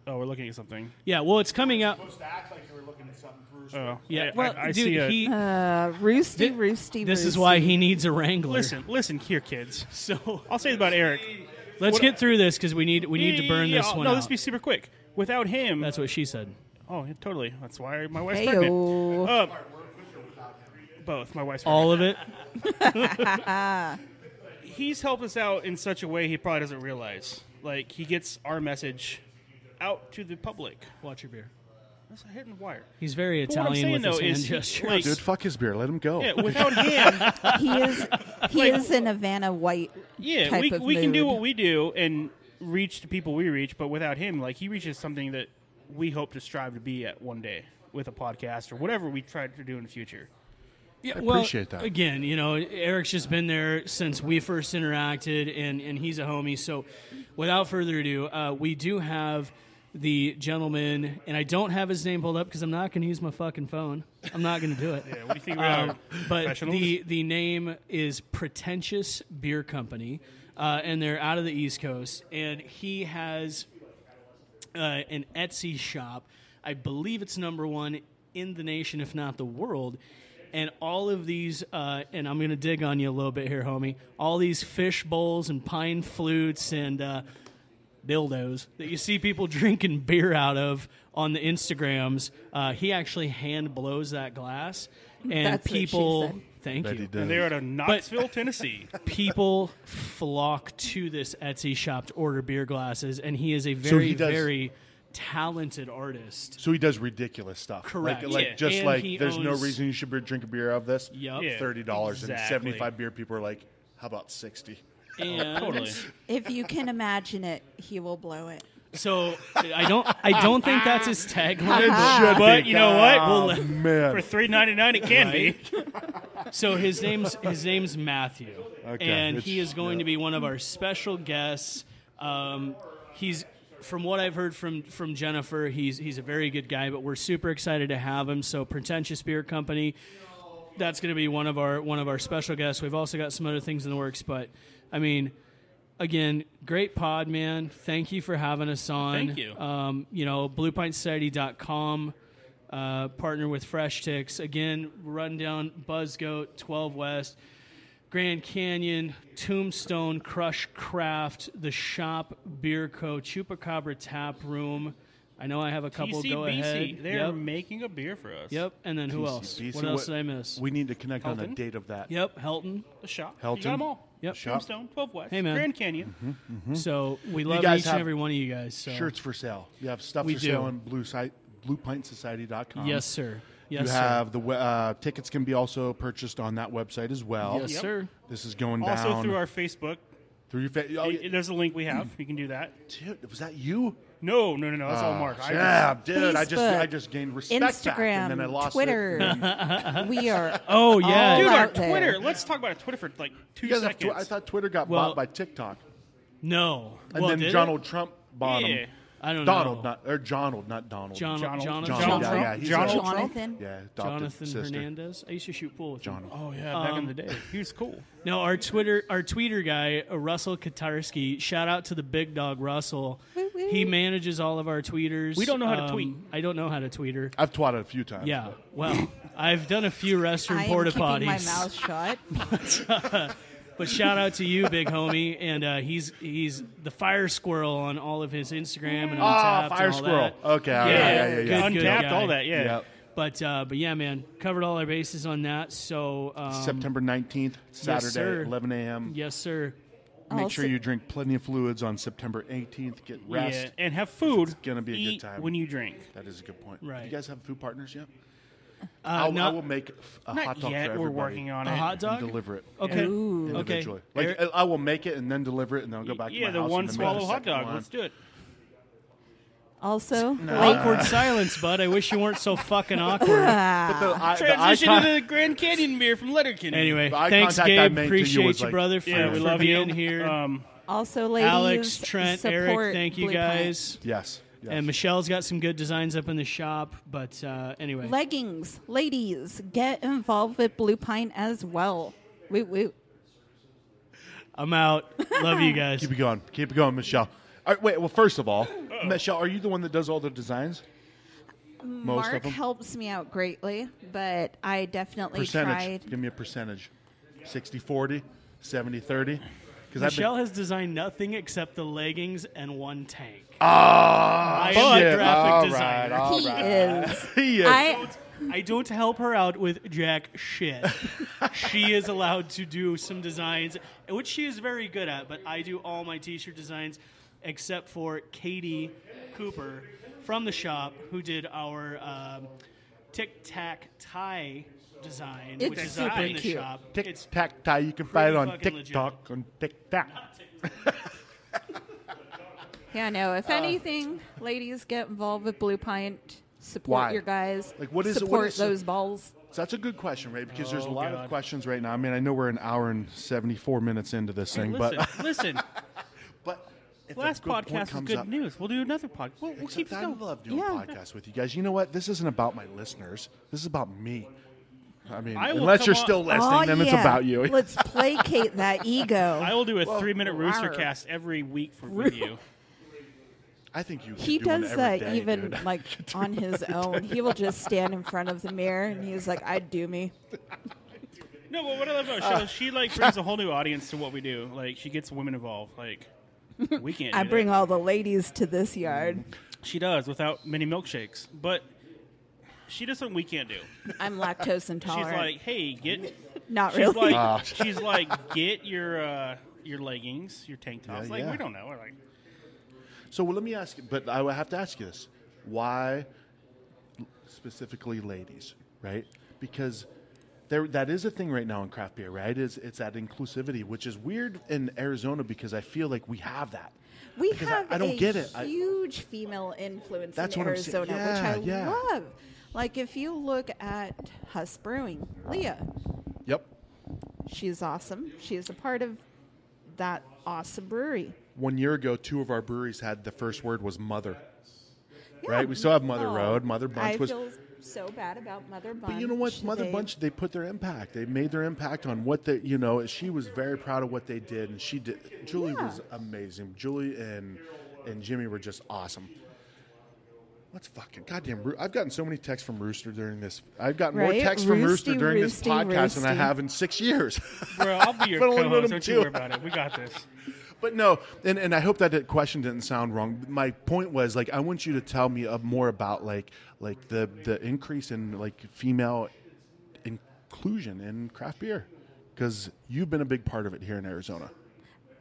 B: Oh, we're looking at something.
D: yeah. Well, it's coming out.
B: Oh,
D: Yeah,
B: I-
D: well,
B: I, I
D: dude,
B: see a-
D: he.
M: Uh, roosty,
D: Thi-
M: roosty,
D: this is
M: roosty.
D: why he needs a wrangler.
B: Listen, listen here, kids.
D: So
B: I'll say this about Eric.
D: Let's
B: What-
D: get through this because we need we need to burn
B: Yeah,
D: this one.
B: No,
D: out.
B: this be super quick. Without him,
D: That's what she said.
B: oh, yeah, totally. That's why my wife's
M: Heyo.
B: pregnant. Uh, both my wife's.
D: All of it.
B: he's helped us out in such a way he probably doesn't realize. Like he gets our message out to the public.
D: Watch your beer.
B: That's a hidden wire.
D: He's very
B: But what I'm
D: Italian
B: saying,
D: with his
B: though,
D: hand
B: is he-
D: gestures.
B: like-
C: Dude, fuck his beer. Let him go.
B: Yeah, without him,
M: he is he
B: Like-
M: is an Havana white.
B: Yeah,
M: type
B: we,
M: of
B: we can do
M: mood.
B: what we do and reach the people we reach, but without him, like he reaches something that we hope to strive to be at one day with a podcast or whatever we try to do in the future.
D: Yeah,
C: I
D: well,
C: appreciate that.
D: Again, you know, Eric's just been there since we first interacted, and, and he's a homie. So, without further ado, uh, we do have the gentleman, and I don't have his name pulled up because I'm not going to use my fucking phone. I'm not going to do it.
B: Yeah, what do you think we are?
D: Um, but
B: professionals?
D: the the name is Pretentious Beer Company, uh, and they're out of the East Coast, and he has uh, an Etsy shop. I believe it's number one in the nation, if not the world. And all of these, uh, and I'm going to dig on you a little bit here, homie. All these fish bowls and pine flutes and uh, dildos that you see people [LAUGHS] drinking beer out of on the Instagrams. Uh, he actually hand blows that glass, and
M: That's what she
D: people.
M: said.
D: Thank
C: Bet
D: you
C: he
B: And
C: does.
B: they are out of Knoxville, Tennessee.
D: [LAUGHS] people flock to this Etsy shop to order beer glasses, and he is a very,
C: he does-
D: very talented artist.
C: So he does ridiculous stuff.
D: Correct.
C: Like, like
D: Yeah.
C: just
D: And
C: like
D: he
C: there's no
D: owns-
C: reason you should be drink a beer out of this.
D: Yup.
B: Yeah,
C: Thirty dollars and
B: exactly.
C: seventy five beer people are like, how about sixty? [LAUGHS]
D: And
B: totally.
M: If you can imagine it, he will blow it.
D: so I don't, I don't think that's his tagline.
C: Should
B: But
C: be.
B: you know what?
C: Oh,
B: We'll-
C: man.
B: For three ninety nine, it can be.
D: So his name's his name's Matthew,
C: Okay,
D: and
C: it's-
D: he is going to be one of our special guests. Um, he's from what I've heard from from Jennifer, he's he's a very good guy, but we're super excited to have him. So pretentious beer company. that's going to be one of our one of our special guests. We've also got some other things in the works, but I mean, again, great pod, man. Thank you for having us on.
B: Thank you.
D: Um, you know, bluepinesociety.com, uh, partner with Fresh Ticks. Again, run down Buzzgoat, 12 West, Grand Canyon, Tombstone, Crush Craft, The Shop, Beer Co., Chupacabra Tap Room. I know I have a couple. Go ahead.
B: TCBC, they're
D: Yep.
B: making a beer for us.
D: Yep. And then who else?
C: TCBC.
D: What else did I miss?
C: We need to connect on
B: Helton?
C: a date of that.
D: Yep, Helton.
B: The shop. You
C: Helton.
B: got them all.
D: Yep.
C: Shop.
B: Tombstone, 12 West,
D: Hey, man. Mm-hmm,
B: Grand Canyon.
D: So we love
C: guys
D: each and
C: have
D: every one of you guys. So.
C: Shirts for sale. You have stuff
D: We
C: for sale
D: do.
C: on blue site bluepinesociety.com.
D: Yes, sir. Yes,
C: you
D: sir.
C: have the we- uh, tickets can be also purchased on that website as well.
D: yes,
B: Yep.
D: sir.
C: This is going
B: Also
C: down
B: through our Facebook.
C: through your fa- oh,
B: It- There's a link we have. You can do that.
C: dude, was that you? Ah,
B: No, no, no, no. That's all Mark. I
C: yeah, dude, I just
M: Facebook,
C: I just gained respect back, and then I
M: Instagram,
C: lost it.
M: Twitter.
C: And [LAUGHS]
M: We are.
D: Uh-huh. [LAUGHS] Oh yeah,
M: All
B: Dude, our
M: out there.
B: Twitter. Let's talk about Twitter for like two
C: You guys have
B: seconds.
C: tw- I thought Twitter got
D: Well-
C: bought by TikTok,
D: No,
C: and
D: Well, did
C: then
D: it?
C: Donald Trump bought
B: Yeah.
C: him.
D: I don't
C: Donald,
D: know.
C: not or Donald, not Donald.
D: John, John, John,
B: Donald- John
C: John,
B: Trump.
C: yeah, yeah, he's
B: Donald
C: a-
B: Trump.
M: Jonathan.
C: yeah, adopted
D: Jonathan
C: sister.
D: Hernandez. I used to shoot pool with him.
B: Oh yeah, back
D: Um,
B: in the day, he was cool.
D: No, our Twitter, our tweeter guy, uh, Russell Katarski. Shout out to the big dog, Russell.
M: Woo woo.
D: He manages all of our tweeters. Um,
B: We don't know how to tweet.
D: I don't know how to tweeter.
C: I've twatted a few times.
D: Yeah,
C: but-
D: well, [LAUGHS] I've done a few
M: [LAUGHS] I
D: restroom
M: am
D: porta
M: keeping
D: potties.
M: my mouth shut.
D: [LAUGHS] But shout out to you, big homie, and uh, he's he's the fire squirrel on all of his Instagram and on
C: Ah, fire squirrel. Okay, all right, yeah,
D: Yeah,
C: yeah, yeah.
D: good, good
B: Untapped,
D: guy.
B: all that. Yeah.
C: Yep.
D: But uh, but yeah, man, covered all our bases on that. So um,
C: [CLEARS THROAT] September nineteenth, Saturday,
D: sir.
C: eleven a.m.
D: Yes, sir.
C: Make
M: I'll
C: sure
M: sit-
C: you drink plenty of fluids on September eighteenth. Get [LAUGHS] rest.
B: Yeah, and have food.
C: It's gonna be a good
B: Eat
C: time.
B: when you drink.
C: That is a good point.
D: Right.
C: Do you guys have food partners yet?
D: Uh,
C: I'll, I
D: not-
C: will make f- a
B: Not
C: hot dog
B: yet.
C: for everybody.
B: We're working on
D: a
B: it.
D: hot dog.
C: And deliver it.
D: Okay.
M: Ooh.
D: Okay.
C: Individually. Like
D: Eric-
C: I I will make it and then deliver it, and then I'll go back. to
B: yeah,
C: my
B: the
C: house
B: one
C: and then make
B: swallow
C: the
B: hot
C: second
B: dog.
C: one.
B: Let's do it.
M: Also, [LAUGHS]
D: Awkward silence, bud. I wish you weren't so fucking awkward.
C: But the, eye- the
B: Transition
C: eye
B: to the Grand Canyon beer from Letterkenny.
D: Anyway,
C: eye
D: thanks,
C: contact I
D: Gabe.
C: made to you
D: Appreciate
C: was
D: you,
C: like-
D: brother. For,
B: yeah, we
D: for
B: love you
D: being here.
B: Um,
M: also, ladies,
D: Alex, Trent, Eric,
M: support
D: thank you
M: Blue Pine.
D: guys.
C: con- yes. yes.
D: And Michelle's got some good designs up in the shop, but uh, anyway.
M: Leggings, ladies, get involved with Blue Pine as well. Woot woot.
D: I'm out. Love you guys.
C: Keep it going. Keep it going, Michelle. All right, wait. Well, first of all, Michelle, are you the one that does all the designs? Most of
M: Mark
C: them?
M: helps me out greatly, but I definitely
C: Percentage.
M: tried.
C: Give me a percentage. 60 40, 70 30. Because I've
D: Michelle
C: been.
D: has designed nothing except the leggings and one tank.
C: Ah,
D: I am
C: shit.
D: the graphic
C: All
D: designer.
C: right, all
M: he
C: right.
M: is.
C: [LAUGHS] He is.
M: I
D: I don't help her out with jack
C: [LAUGHS]
D: shit. she is allowed to do some designs, which she is very good at, but I do all my t shirt designs except for Katie Cooper
I: from the shop who did our um, Tic Tac tie design,
M: It's
I: which is
M: super
I: up in the
M: cute.
I: shop.
A: Tic
I: It's
A: Tac Tie. You can
I: pretty
A: find it on
I: fucking legit.
A: TikTok. On TikTok.
M: [LAUGHS] Yeah, no.
B: Oh.
M: If anything, ladies, get involved with Blue Pint. Support
C: Why?
M: your guys.
C: Like, what is it-
M: support
C: what is it-
M: those balls?
C: So that's a good question, right? Because there's a
I: Oh,
C: lot
I: God.
C: of questions right now. I mean, I know we're an hour and 74 minutes into this
B: Hey,
C: thing,
B: listen,
C: but
B: [LAUGHS] listen.
C: but if a
B: Last
C: good point
B: podcast was
C: comes
B: good
C: up-
B: news. We'll do another podcast. We'll, we'll keep
C: Except [LAUGHS]
B: it
C: I
B: going.
C: love doing
M: Yeah.
C: podcasts with you guys. You know what? This isn't about my listeners. This is about me. I mean,
B: I will
C: unless you're
B: come on-
C: still listening,
M: Aw,
C: then it's
M: Oh, yeah.
C: about you. [LAUGHS]
M: Let's placate that
B: I
M: ego.
B: will do a three-minute rooster
M: rawr.
B: cast every week for with you.
C: I think you.
M: He
C: could do one
M: does
C: every
M: that
C: day,
M: even
C: dude. [LAUGHS]
M: like on his own. He will just stand in front of the mirror and he's like, "I do me."
B: No, but what I love about Shayla,
M: Uh.
B: she like brings a whole new audience to what we do. Like she gets women involved. Like we can't.
M: [LAUGHS] I
B: do
M: bring
B: that.
M: all the ladies to this yard.
B: She does without many milkshakes, but she does something we can't do.
C: Mm.
M: I'm lactose
B: [LAUGHS] She's
M: intolerant.
B: like, hey, get.
M: [LAUGHS] Not
B: She's
M: really.
B: like,
C: Ah.
B: [LAUGHS] she's like, get your uh, your leggings, your tank tops.
C: Yeah,
B: like
C: yeah.
B: we don't know. We're like,
C: So well, let me ask you, but I would have to ask you this: Why specifically ladies, right? Because there that is a thing right now in craft beer, right? Is it's that inclusivity, which is weird in Arizona because I feel like we have that.
M: We
C: Because I-
M: have
C: I don't
M: a
C: get it. I-
M: huge female influence
C: That's
M: in
C: what I'm saying.
M: Arizona,
C: Yeah,
M: which I
C: yeah.
M: love. Like if you look at Huss Brewing, Leah,
C: Yep,
M: she's awesome. She is a part of that awesome brewery.
C: one year ago, two of our breweries had the first word was mother.
M: Yeah.
C: Right, we still have Mother
M: Oh,
C: Road, Mother Bunch
M: I
C: was-
M: feel so bad about Mother Bunch.
C: But you know what, Mother
M: They-
C: Bunch, they put their impact. They made their impact on what they, you know, she was very proud of what they did, and she did. Julie
M: Yeah.
C: was amazing. Julie and and Jimmy were just awesome. What's fucking goddamn? Roo- I've gotten so many texts from Rooster during this. I've gotten more
M: Right?
C: texts from Rooster
M: Roosty,
C: during this
M: roosty,
C: podcast than I
M: roosty.
C: have in six years.
B: bro, I'll be
C: [LAUGHS]
B: your
C: But only
B: co-host.
C: them
B: Don't
C: two.
B: you worry about it. We got this.
C: But no, and, and I hope that that question didn't sound wrong. My point was like I want you to tell me uh, more about like like the the increase in like female inclusion in craft beer because you've been a big part of it here in Arizona.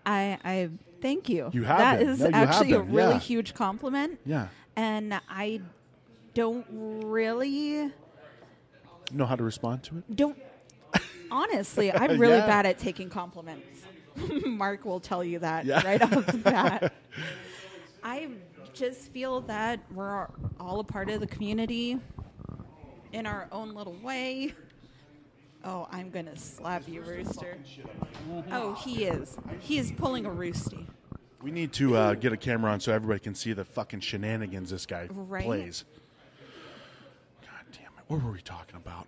M: I, I thank you.
C: You have
M: That
C: been.
M: is
C: No, you have
M: actually a
C: been,
M: really
C: yeah.
M: huge compliment.
C: Yeah,
M: And I don't really
C: know how to respond to it.
M: don't
C: [LAUGHS]
M: honestly i'm really
C: Yeah.
M: bad at taking compliments [LAUGHS] mark will tell you that
C: Yeah.
M: right off the
C: [LAUGHS]
M: bat i just feel that we're all a part of the community in our own little way oh i'm gonna slap you rooster oh he is he is pulling a roosty
C: We need to uh, get a camera on so everybody can see the fucking shenanigans this guy
M: Right?
C: plays. God damn it! What were we talking about?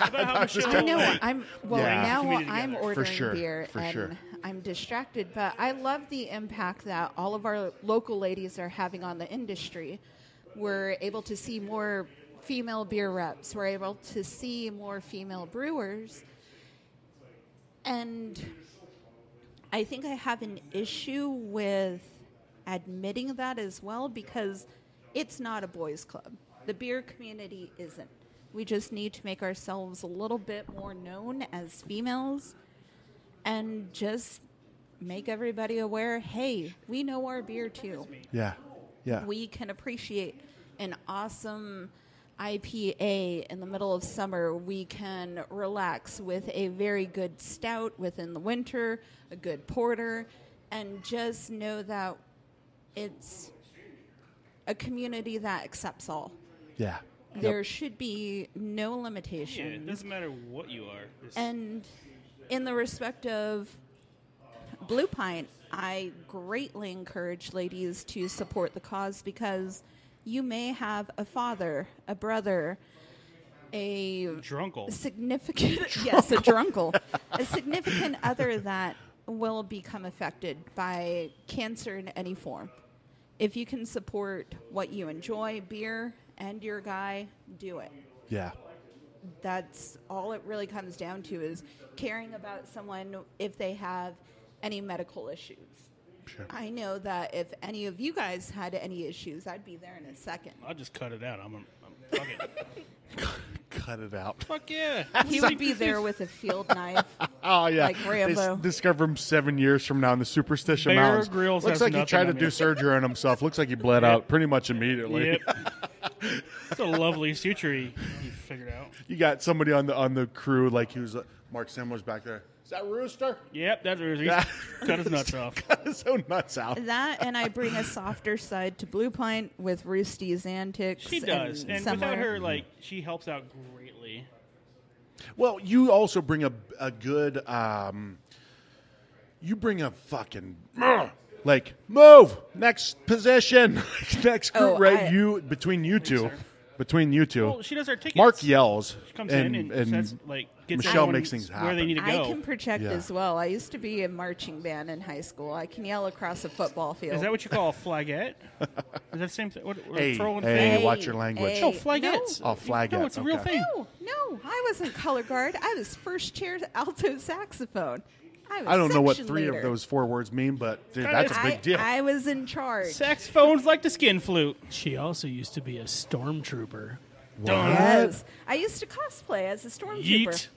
C: [LAUGHS]
B: About how
M: [LAUGHS]
B: Michelle-
M: I know. I'm well
C: Yeah.
M: now.
B: Community
M: I'm
B: together.
M: ordering
C: sure,
M: beer
C: for
M: and
C: sure.
M: I'm distracted, but I love the impact that all of our local ladies are having on the industry. We're able to see more female beer reps. We're able to see more female brewers, and I think I have an issue with admitting that as well because it's not a boys' club. The beer community isn't. We just need to make ourselves a little bit more known as females and just make everybody aware hey, we know our beer too.
C: yeah, yeah.
M: We can appreciate an awesome IPA in the middle of summer. We can relax with a very good stout within the winter, a good porter, and just know that it's a community that accepts all.
C: yeah. Yep.
M: There should be no
B: Yeah, it
M: limitations.
B: doesn't matter what you are. It's-
M: And in the respect of Blue Pint, I greatly encourage ladies to support the cause because you may have a father, a brother, a
B: Drunkle.
M: significant [LAUGHS] yes, a drunkle, a significant other that will become affected by cancer in any form. If you can support what you enjoy, beer and your guy, do it
C: Yeah.
M: that's all it really comes down to is caring about someone if they have any medical issues.
C: Sure.
M: I know that if any of you guys
C: [LAUGHS]
M: had any issues, I'd be there in a second.
B: I'll just cut it out. I'm. I'm fuck it.
C: cut it out.
D: Fuck yeah.
C: [LAUGHS]
M: He would be there with a field knife.
C: Oh yeah,
M: Like
C: [LAUGHS] They s-
M: Rambo.
C: discover him seven years from now in the Superstition
M: Bear
C: Mountains.
M: Grylls
C: Looks
M: has
C: like he
M: nothing
C: tried to
M: on
C: do
M: you.
C: surgery on himself. Looks like he bled out pretty much immediately.
B: Yep. It's a lovely suture he he figured out.
C: [LAUGHS] You got somebody on the on the crew like he was uh, Mark Semler's back there. Is that Rooster?
B: Yep,
C: [LAUGHS]
B: that's Rooster. He cut his nuts off.
C: Cut his own nuts out.
M: That and I bring a softer side to Blue Pint with Roosty's antics.
B: She does,
M: and,
B: and
M: somewhere-
B: without
C: [LAUGHS]
B: her, like she helps out greatly.
C: Well, you also bring a a good um, you bring a fucking like move next position [LAUGHS] next crew
B: Oh,
C: right
B: I-
C: you between you two between you two.
B: Well, she does our tickets.
C: Mark yells
B: She comes
C: and,
B: in and, says, like gets
C: Michelle
B: everyone
C: makes things happen.
B: where they need to
M: I
B: go.
M: can project
C: Yeah.
M: as well. I used to be a marching band in high school. I can yell across a football field.
B: Is that what you call a flagette? Is that the same thing? What, or
C: Hey,
B: throwing
C: hey,
B: things?
C: watch your language.
B: No,
M: Hey,
B: flagettes.
C: no. Oh, flagette,
B: No, it's a real
C: okay.
B: thing.
M: No, no, I wasn't color guard. I was first chair alto saxophone. I, was
C: I don't know what
M: section
C: three
M: leader.
C: of those four words mean, but dude,
M: I-
C: that's a big deal.
M: I was in charge.
B: Saxophones like the skin flute.
I: She also used to be a stormtrooper.
M: Yes. I used to cosplay as a stormtrooper.
B: Yeet.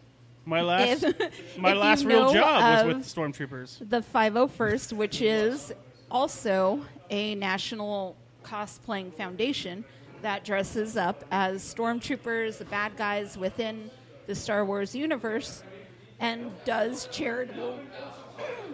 B: My
M: [LAUGHS]
B: last,
M: If-
B: [LAUGHS] my
M: if you
B: last real
M: know
B: job was
M: of
B: with the stormtroopers.
M: The 501st, which is also a national cosplaying foundation that dresses up as stormtroopers, the bad guys within the Star Wars universe, and does
B: [LAUGHS]
M: charitable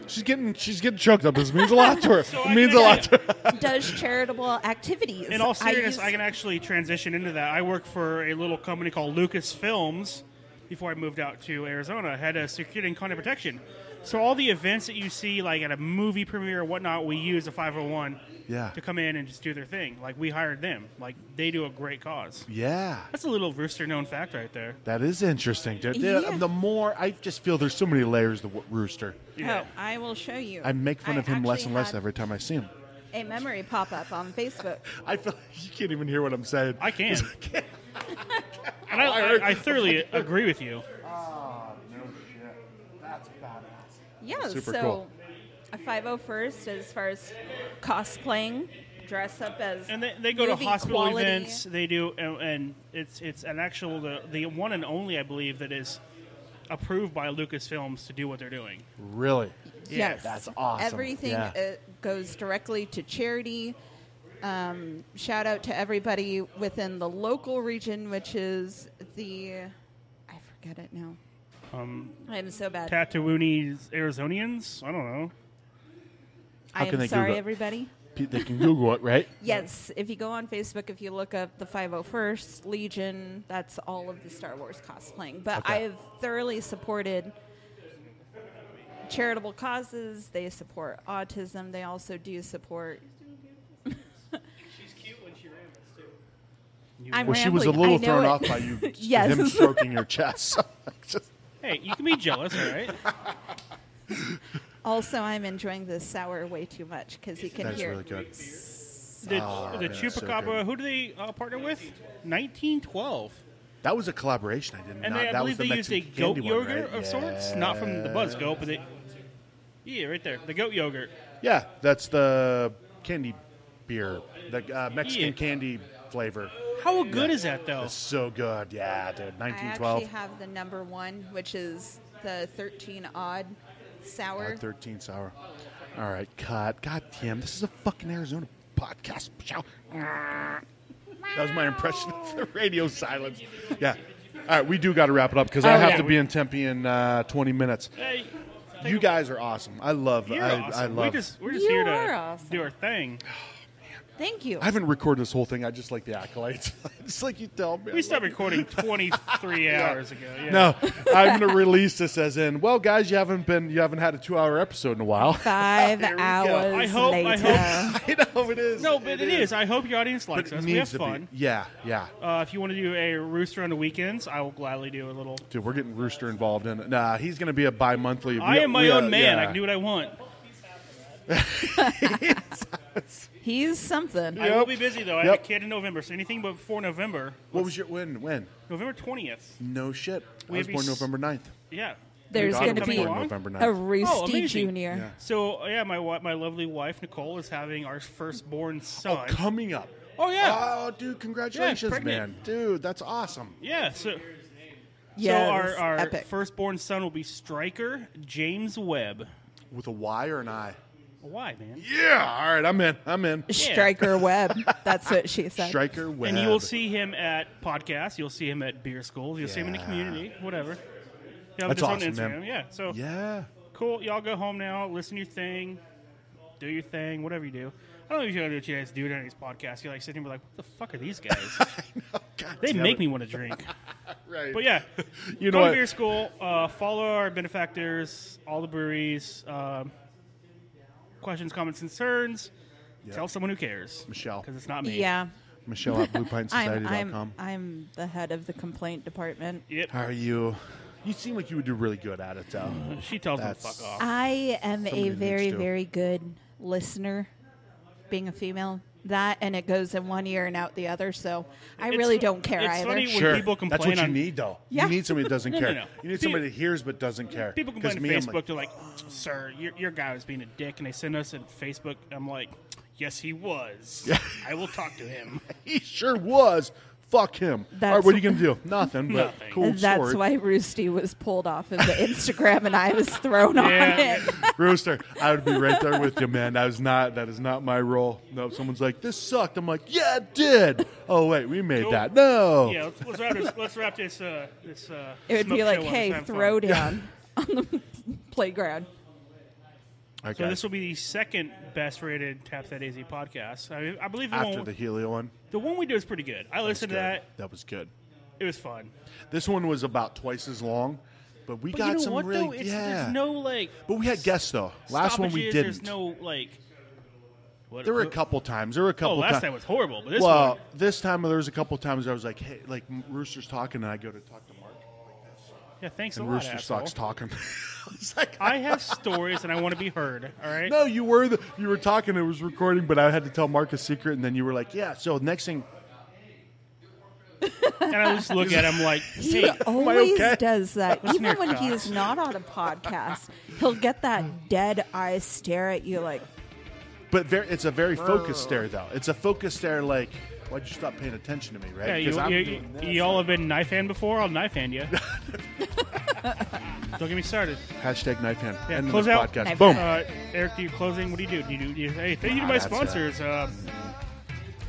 C: She's getting she's getting choked up. This means a lot to
B: [LAUGHS]
C: her. it means a lot to her.
M: does charitable activities.
B: In all seriousness,
M: used-
B: I, can actually transition into that. I work for a little company called Lucas Films. Before I moved out to Arizona, I had a security and content protection. So all the events that you see, like at a movie premiere or whatnot, we use a 501
C: Yeah.
B: to come in and just do their thing. Like we hired them. Like they do a great cause.
C: Yeah.
B: That's a little rooster known fact right there.
C: That is interesting. dude. The,
M: Yeah.
C: the more I just feel there's so many layers to what Rooster.
M: Oh, I will show you.
C: I make fun
M: I
C: of him less
M: actually
C: and less
M: had
C: every time I see him.
M: A memory pop up on Facebook.
C: I feel like you can't even hear what I'm saying. [LAUGHS]
B: I can. And I, I, I thoroughly agree with you.
C: Ah, That's badass.
M: Yeah,
B: Super
M: so
B: cool.
M: a 501st as far as cosplaying, dress up as.
B: And they, they go to
M: movie
B: hospital
M: quality.
B: events. They do, and, and it's it's an actual the, the one and only I believe that is approved by Lucasfilms to do what they're doing.
C: Really?
M: Yes.
C: That's awesome.
M: Everything
C: Yeah.
M: uh, goes directly to charity. Um, shout out to everybody within the local region, which is the. I forget it now.
B: Um,
M: I'm so bad.
B: Tatooine's Arizonians. I don't know.
M: I am sorry, everybody.
C: Pe- They can Google it, right?
M: Yes, if you go on Facebook, if you look up the 501st Legion, that's all of the Star Wars cosplaying. But
N: Okay.
M: I have thoroughly supported charitable causes. They support autism. They also do support.
B: She's cute when she rambles too.
M: I'm
C: well, she was a
M: rambling.
C: little
M: I know
C: thrown
M: it.
C: off by
M: [LAUGHS]
C: you
M: yes. [LAUGHS]
C: him stroking your chest. [LAUGHS] Just-
B: Hey, you can be jealous, all
C: [LAUGHS]
B: right?
M: Also, I'm enjoying this sour way too much because you can
B: That's
M: hear.
B: really good. The,
M: Oh,
B: the
C: man, so
B: Chupacabra.
C: good.
B: who do they uh, partner with? 1912.
C: that was a collaboration. I didn't
B: And
C: know.
B: they, I
C: that
B: believe
C: was the
B: they used a
C: Mexican
B: goat
C: candy
B: yogurt
C: one, right?
B: of sorts, not from the Buzz Goat, but they. Yeah, right there, the goat yogurt.
C: Yeah, that's the candy beer, the uh, Mexican
B: Yeah.
C: candy flavor.
B: How good is that though?
C: It's so good. Yeah, dude. uh,
M: I
C: 1912.
M: actually have the number one, which is the 13 odd sour.
C: Uh, 13 sour. All right, cut. God damn, this is a fucking Arizona podcast. Shout. That was my impression of the radio silence. Yeah. All right, we do got to wrap it up because I
B: Oh,
C: have
B: yeah.
C: to be in Tempe in uh, 20 minutes.
B: Hey,
C: You guys are awesome. I love.
B: you're
C: I,
B: awesome.
C: I love. Oh,
B: We just, we're just
M: You
B: here to
M: are awesome.
B: do our thing.
M: Thank you.
C: I haven't recorded this whole thing. I just like the accolades. It's like you tell me.
B: We stopped
C: [LAUGHS]
B: recording 23 hours ago. Yeah.
C: No, I'm going to release this as in. Well, guys, you haven't been. You haven't had a two-hour episode in a [LAUGHS] while.
M: Five
C: Here Oh, we go.
M: hours
B: I hope. I
M: later.
B: hope.
C: [LAUGHS] I know it is.
B: No, but it is.
C: is.
B: I hope your audience likes
C: But it
B: us. We have
C: needs to be.
B: fun.
C: Yeah, yeah.
B: Uh, if you want to do a rooster on the weekends, I will gladly do a little.
C: Dude, we're getting Rooster involved in it. Nah, he's going to be a bi-monthly.
B: I
C: We-
B: am my
C: we, uh,
B: own man.
C: yeah.
B: I can do what I want.
M: [LAUGHS] He's something.
B: I will be busy though. I have
C: Yep.
B: a kid in November, so anything before November.
C: What was your when? When?
B: November 20th.
C: No shit. I
B: We
C: was
B: have
C: born
B: these-
C: November 9th.
B: Yeah.
M: There's
C: Your daughter
M: going to
C: was
M: be
C: born November
M: a
C: 9th.
B: Oh,
M: Roosty
B: amazing.
M: Junior.
B: So yeah, my wi- my lovely wife Nicole is having our firstborn son
C: Oh, coming up.
B: Oh yeah.
C: Oh, dude, congratulations,
B: pregnant.
C: man. Dude, that's awesome.
B: Yeah, so
M: Yeah,
B: so
M: it
B: our,
M: is
B: our
M: epic.
B: firstborn son will be striker James Webb.
C: With a Y or an I?
B: Why, man?
C: Yeah. All right. I'm in. I'm in.
M: Striker Webb. That's what she said.
C: Striker Web.
B: And you will see him at podcasts. You'll see him at beer schools. You'll see him in the
C: Yeah.
B: community. Whatever. He'll have
C: That's
B: this
C: awesome,
B: on
C: man.
B: Instagram. Yeah. So
C: yeah.
B: Cool. Y'all go home now. Listen to your thing. Do your thing. Whatever you do. I don't usually get a chance to do it on these podcasts. You're like sitting here like, what the fuck
C: [LAUGHS]
B: are these guys? they
C: damn
B: make
C: it.
B: me want to drink.
C: [LAUGHS] Right.
B: But yeah,
C: [LAUGHS] You
B: go
C: know
B: to
C: what?
B: beer school. Uh, follow our benefactors, all the breweries. Um, questions, comments, concerns.
C: Yeah.
B: Tell someone who cares.
C: Michelle.
B: because it's not me.
M: Yeah.
C: Michelle at
M: [LAUGHS] I'm,
C: bluepinesociety.com.
M: I'm, I'm the head of the complaint department.
B: Yep.
C: How are you? You seem like you would do really good at it, though.
B: She tells me to
C: That's-
B: fuck off.
M: I am
C: Somebody
M: a
C: needs
M: very,
C: to.
M: very good listener, being a female. That and it goes in one ear and out the other, so I
B: It's
M: really
B: fu-
M: don't care
B: it's
M: either.
B: funny when
C: Sure.
B: people complain
C: That's what you
B: on-
C: need, though.
M: Yeah.
C: You need somebody that doesn't
B: [LAUGHS] No, no,
C: care.
B: no.
C: You need
B: Pe-
C: somebody that hears but doesn't care.
B: People
C: 'Cause
B: complain on
C: me, I'm
B: Facebook.
C: like,
B: they're like, "Sir, your, your guy was being a dick," and they send us in Facebook. I'm like, "Yes, he was. I will talk
C: [LAUGHS]
B: to him."
C: he sure was. Fuck him. All right,
M: That's-
C: what are you
M: [LAUGHS]
C: going to do? Nothing. But
B: Nothing.
C: Cool
M: That's
C: sword.
M: why Roosty was pulled off of the Instagram and I was thrown on
B: Yeah.
M: it.
C: Rooster, I would be right there with you, man. That is not that is not my role. No, if someone's like, this sucked. I'm like, yeah, it did. Oh wait, we made
B: Cool.
C: that. No.
B: Yeah, let's, let's wrap this. Let's wrap this. Uh, this. Uh,
M: It would be
B: smoke
M: like,
B: show up.
M: hey,
B: Let's have fun."
M: throw
C: [LAUGHS]
M: down [LAUGHS] on the playground.
C: All right,
B: So
C: guys.
B: this will be the second best rated Tap That AZ podcast. I, I believe the
C: after
B: one
C: the Helio one.
B: the one we do is pretty good. I
C: was
B: listened to
C: good.
B: that.
C: That was good.
B: It was fun.
C: This one was about twice as long, but we
B: But
C: got
B: you know
C: some
B: what
C: really
B: though? It's,
C: yeah.
B: There's no like.
C: but we had guests though. Last one we
B: stoppages.
C: didn't.
B: There's no like. What,
C: there were a
B: what-
C: couple times. There were a
B: Oh,
C: couple.
B: last
C: times.
B: time was horrible, but this
C: well,
B: one.
C: this time there was a couple times I was like, hey, like Rooster's talking, and I go to talk to Mark,
B: Yeah, thanks
C: and
B: a lot.
C: Rooster
B: asshole.
C: Stock's [LAUGHS] talking. It's like,
B: I have stories and I want to be heard. All right.
C: No, you were the, you were talking. It was recording, but I had to tell Mark a secret, and then you were like, "Yeah." So next thing,
B: And I just look at him like,
M: [LAUGHS] He
B: hey,
M: always
C: okay?
M: does that.
B: here,
M: Even when
B: Cox.
M: he's not on a podcast, he'll get that dead eye stare at you like,
C: but very, it's a very focused stare, though. It's a focused stare, like, "Why'd you stop paying attention to me?" Right?
B: yeah, you,
C: 'Cause I'm
B: you,
C: doing
B: you,
C: this.
B: all have been knife hand before. I'll knife hand you. Don't get me started.
C: hashtag knife hand.
B: Yeah,
C: End of
B: close
C: this
B: out.
C: podcast.
M: Knife
C: Boom.
B: Uh, Eric, do you closing? What do you do? Do you do? do you, hey, thank you to
C: Ah,
B: my
C: that's, uh,
B: sponsors. Uh,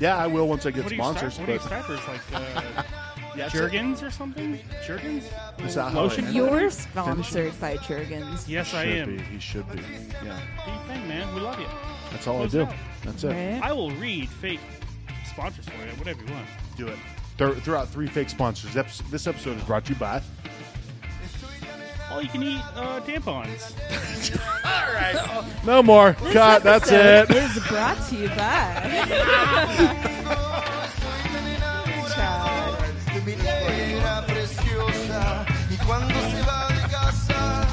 C: Yeah, I will once I get
B: what are you
C: sponsors.
B: sponsors? What are you
C: but
B: stoppers like?
C: [LAUGHS]
B: Uh,
C: yeah, it's a-
B: Jergens or something? Jergens?
C: it's a-
B: Lotion?
C: and-
M: you're sponsored by Jurgens.
B: Yes, I
C: Should
B: am.
C: Be. He should be. Yeah,
B: Do your thing, man. We love you.
C: that's all I
B: Close
C: do.
B: out.
C: That's it.
M: Right?
B: I will read fake sponsors for you, whatever you want.
C: Do it. Throw, throw out three fake sponsors. Ep- This episode is brought to you by.
B: All you can eat uh, tampons.
C: [LAUGHS] No more.
M: This
C: Cut. That's it.
M: episode Is brought to you by.
B: [LAUGHS]
M: Ciao.
N: Era preciosa y cuando se va de casa,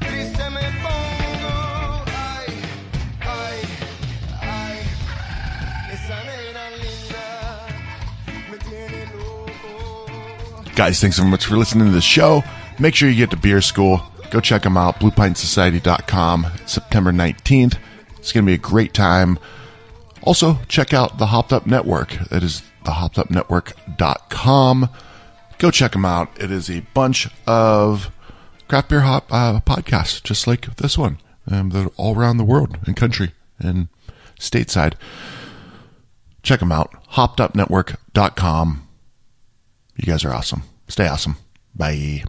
N: triste me pongo. Ay, ay, ay, esa nena linda me tiene loco.
A: Guys, thanks so much for listening to the show. Make sure you get to Beer School. Go check them out, bluepinesociety.com, September 19th. It's going to be a great time. Also, check out the Hopped Up Network. That is thehoppedupnetwork.com. Go check them out. It is a bunch of craft beer hop uh, podcasts, just like this one. Um, they're all around the world and country and stateside. Check them out, hoppedupnetwork.com. You guys are awesome. Stay awesome. Bye.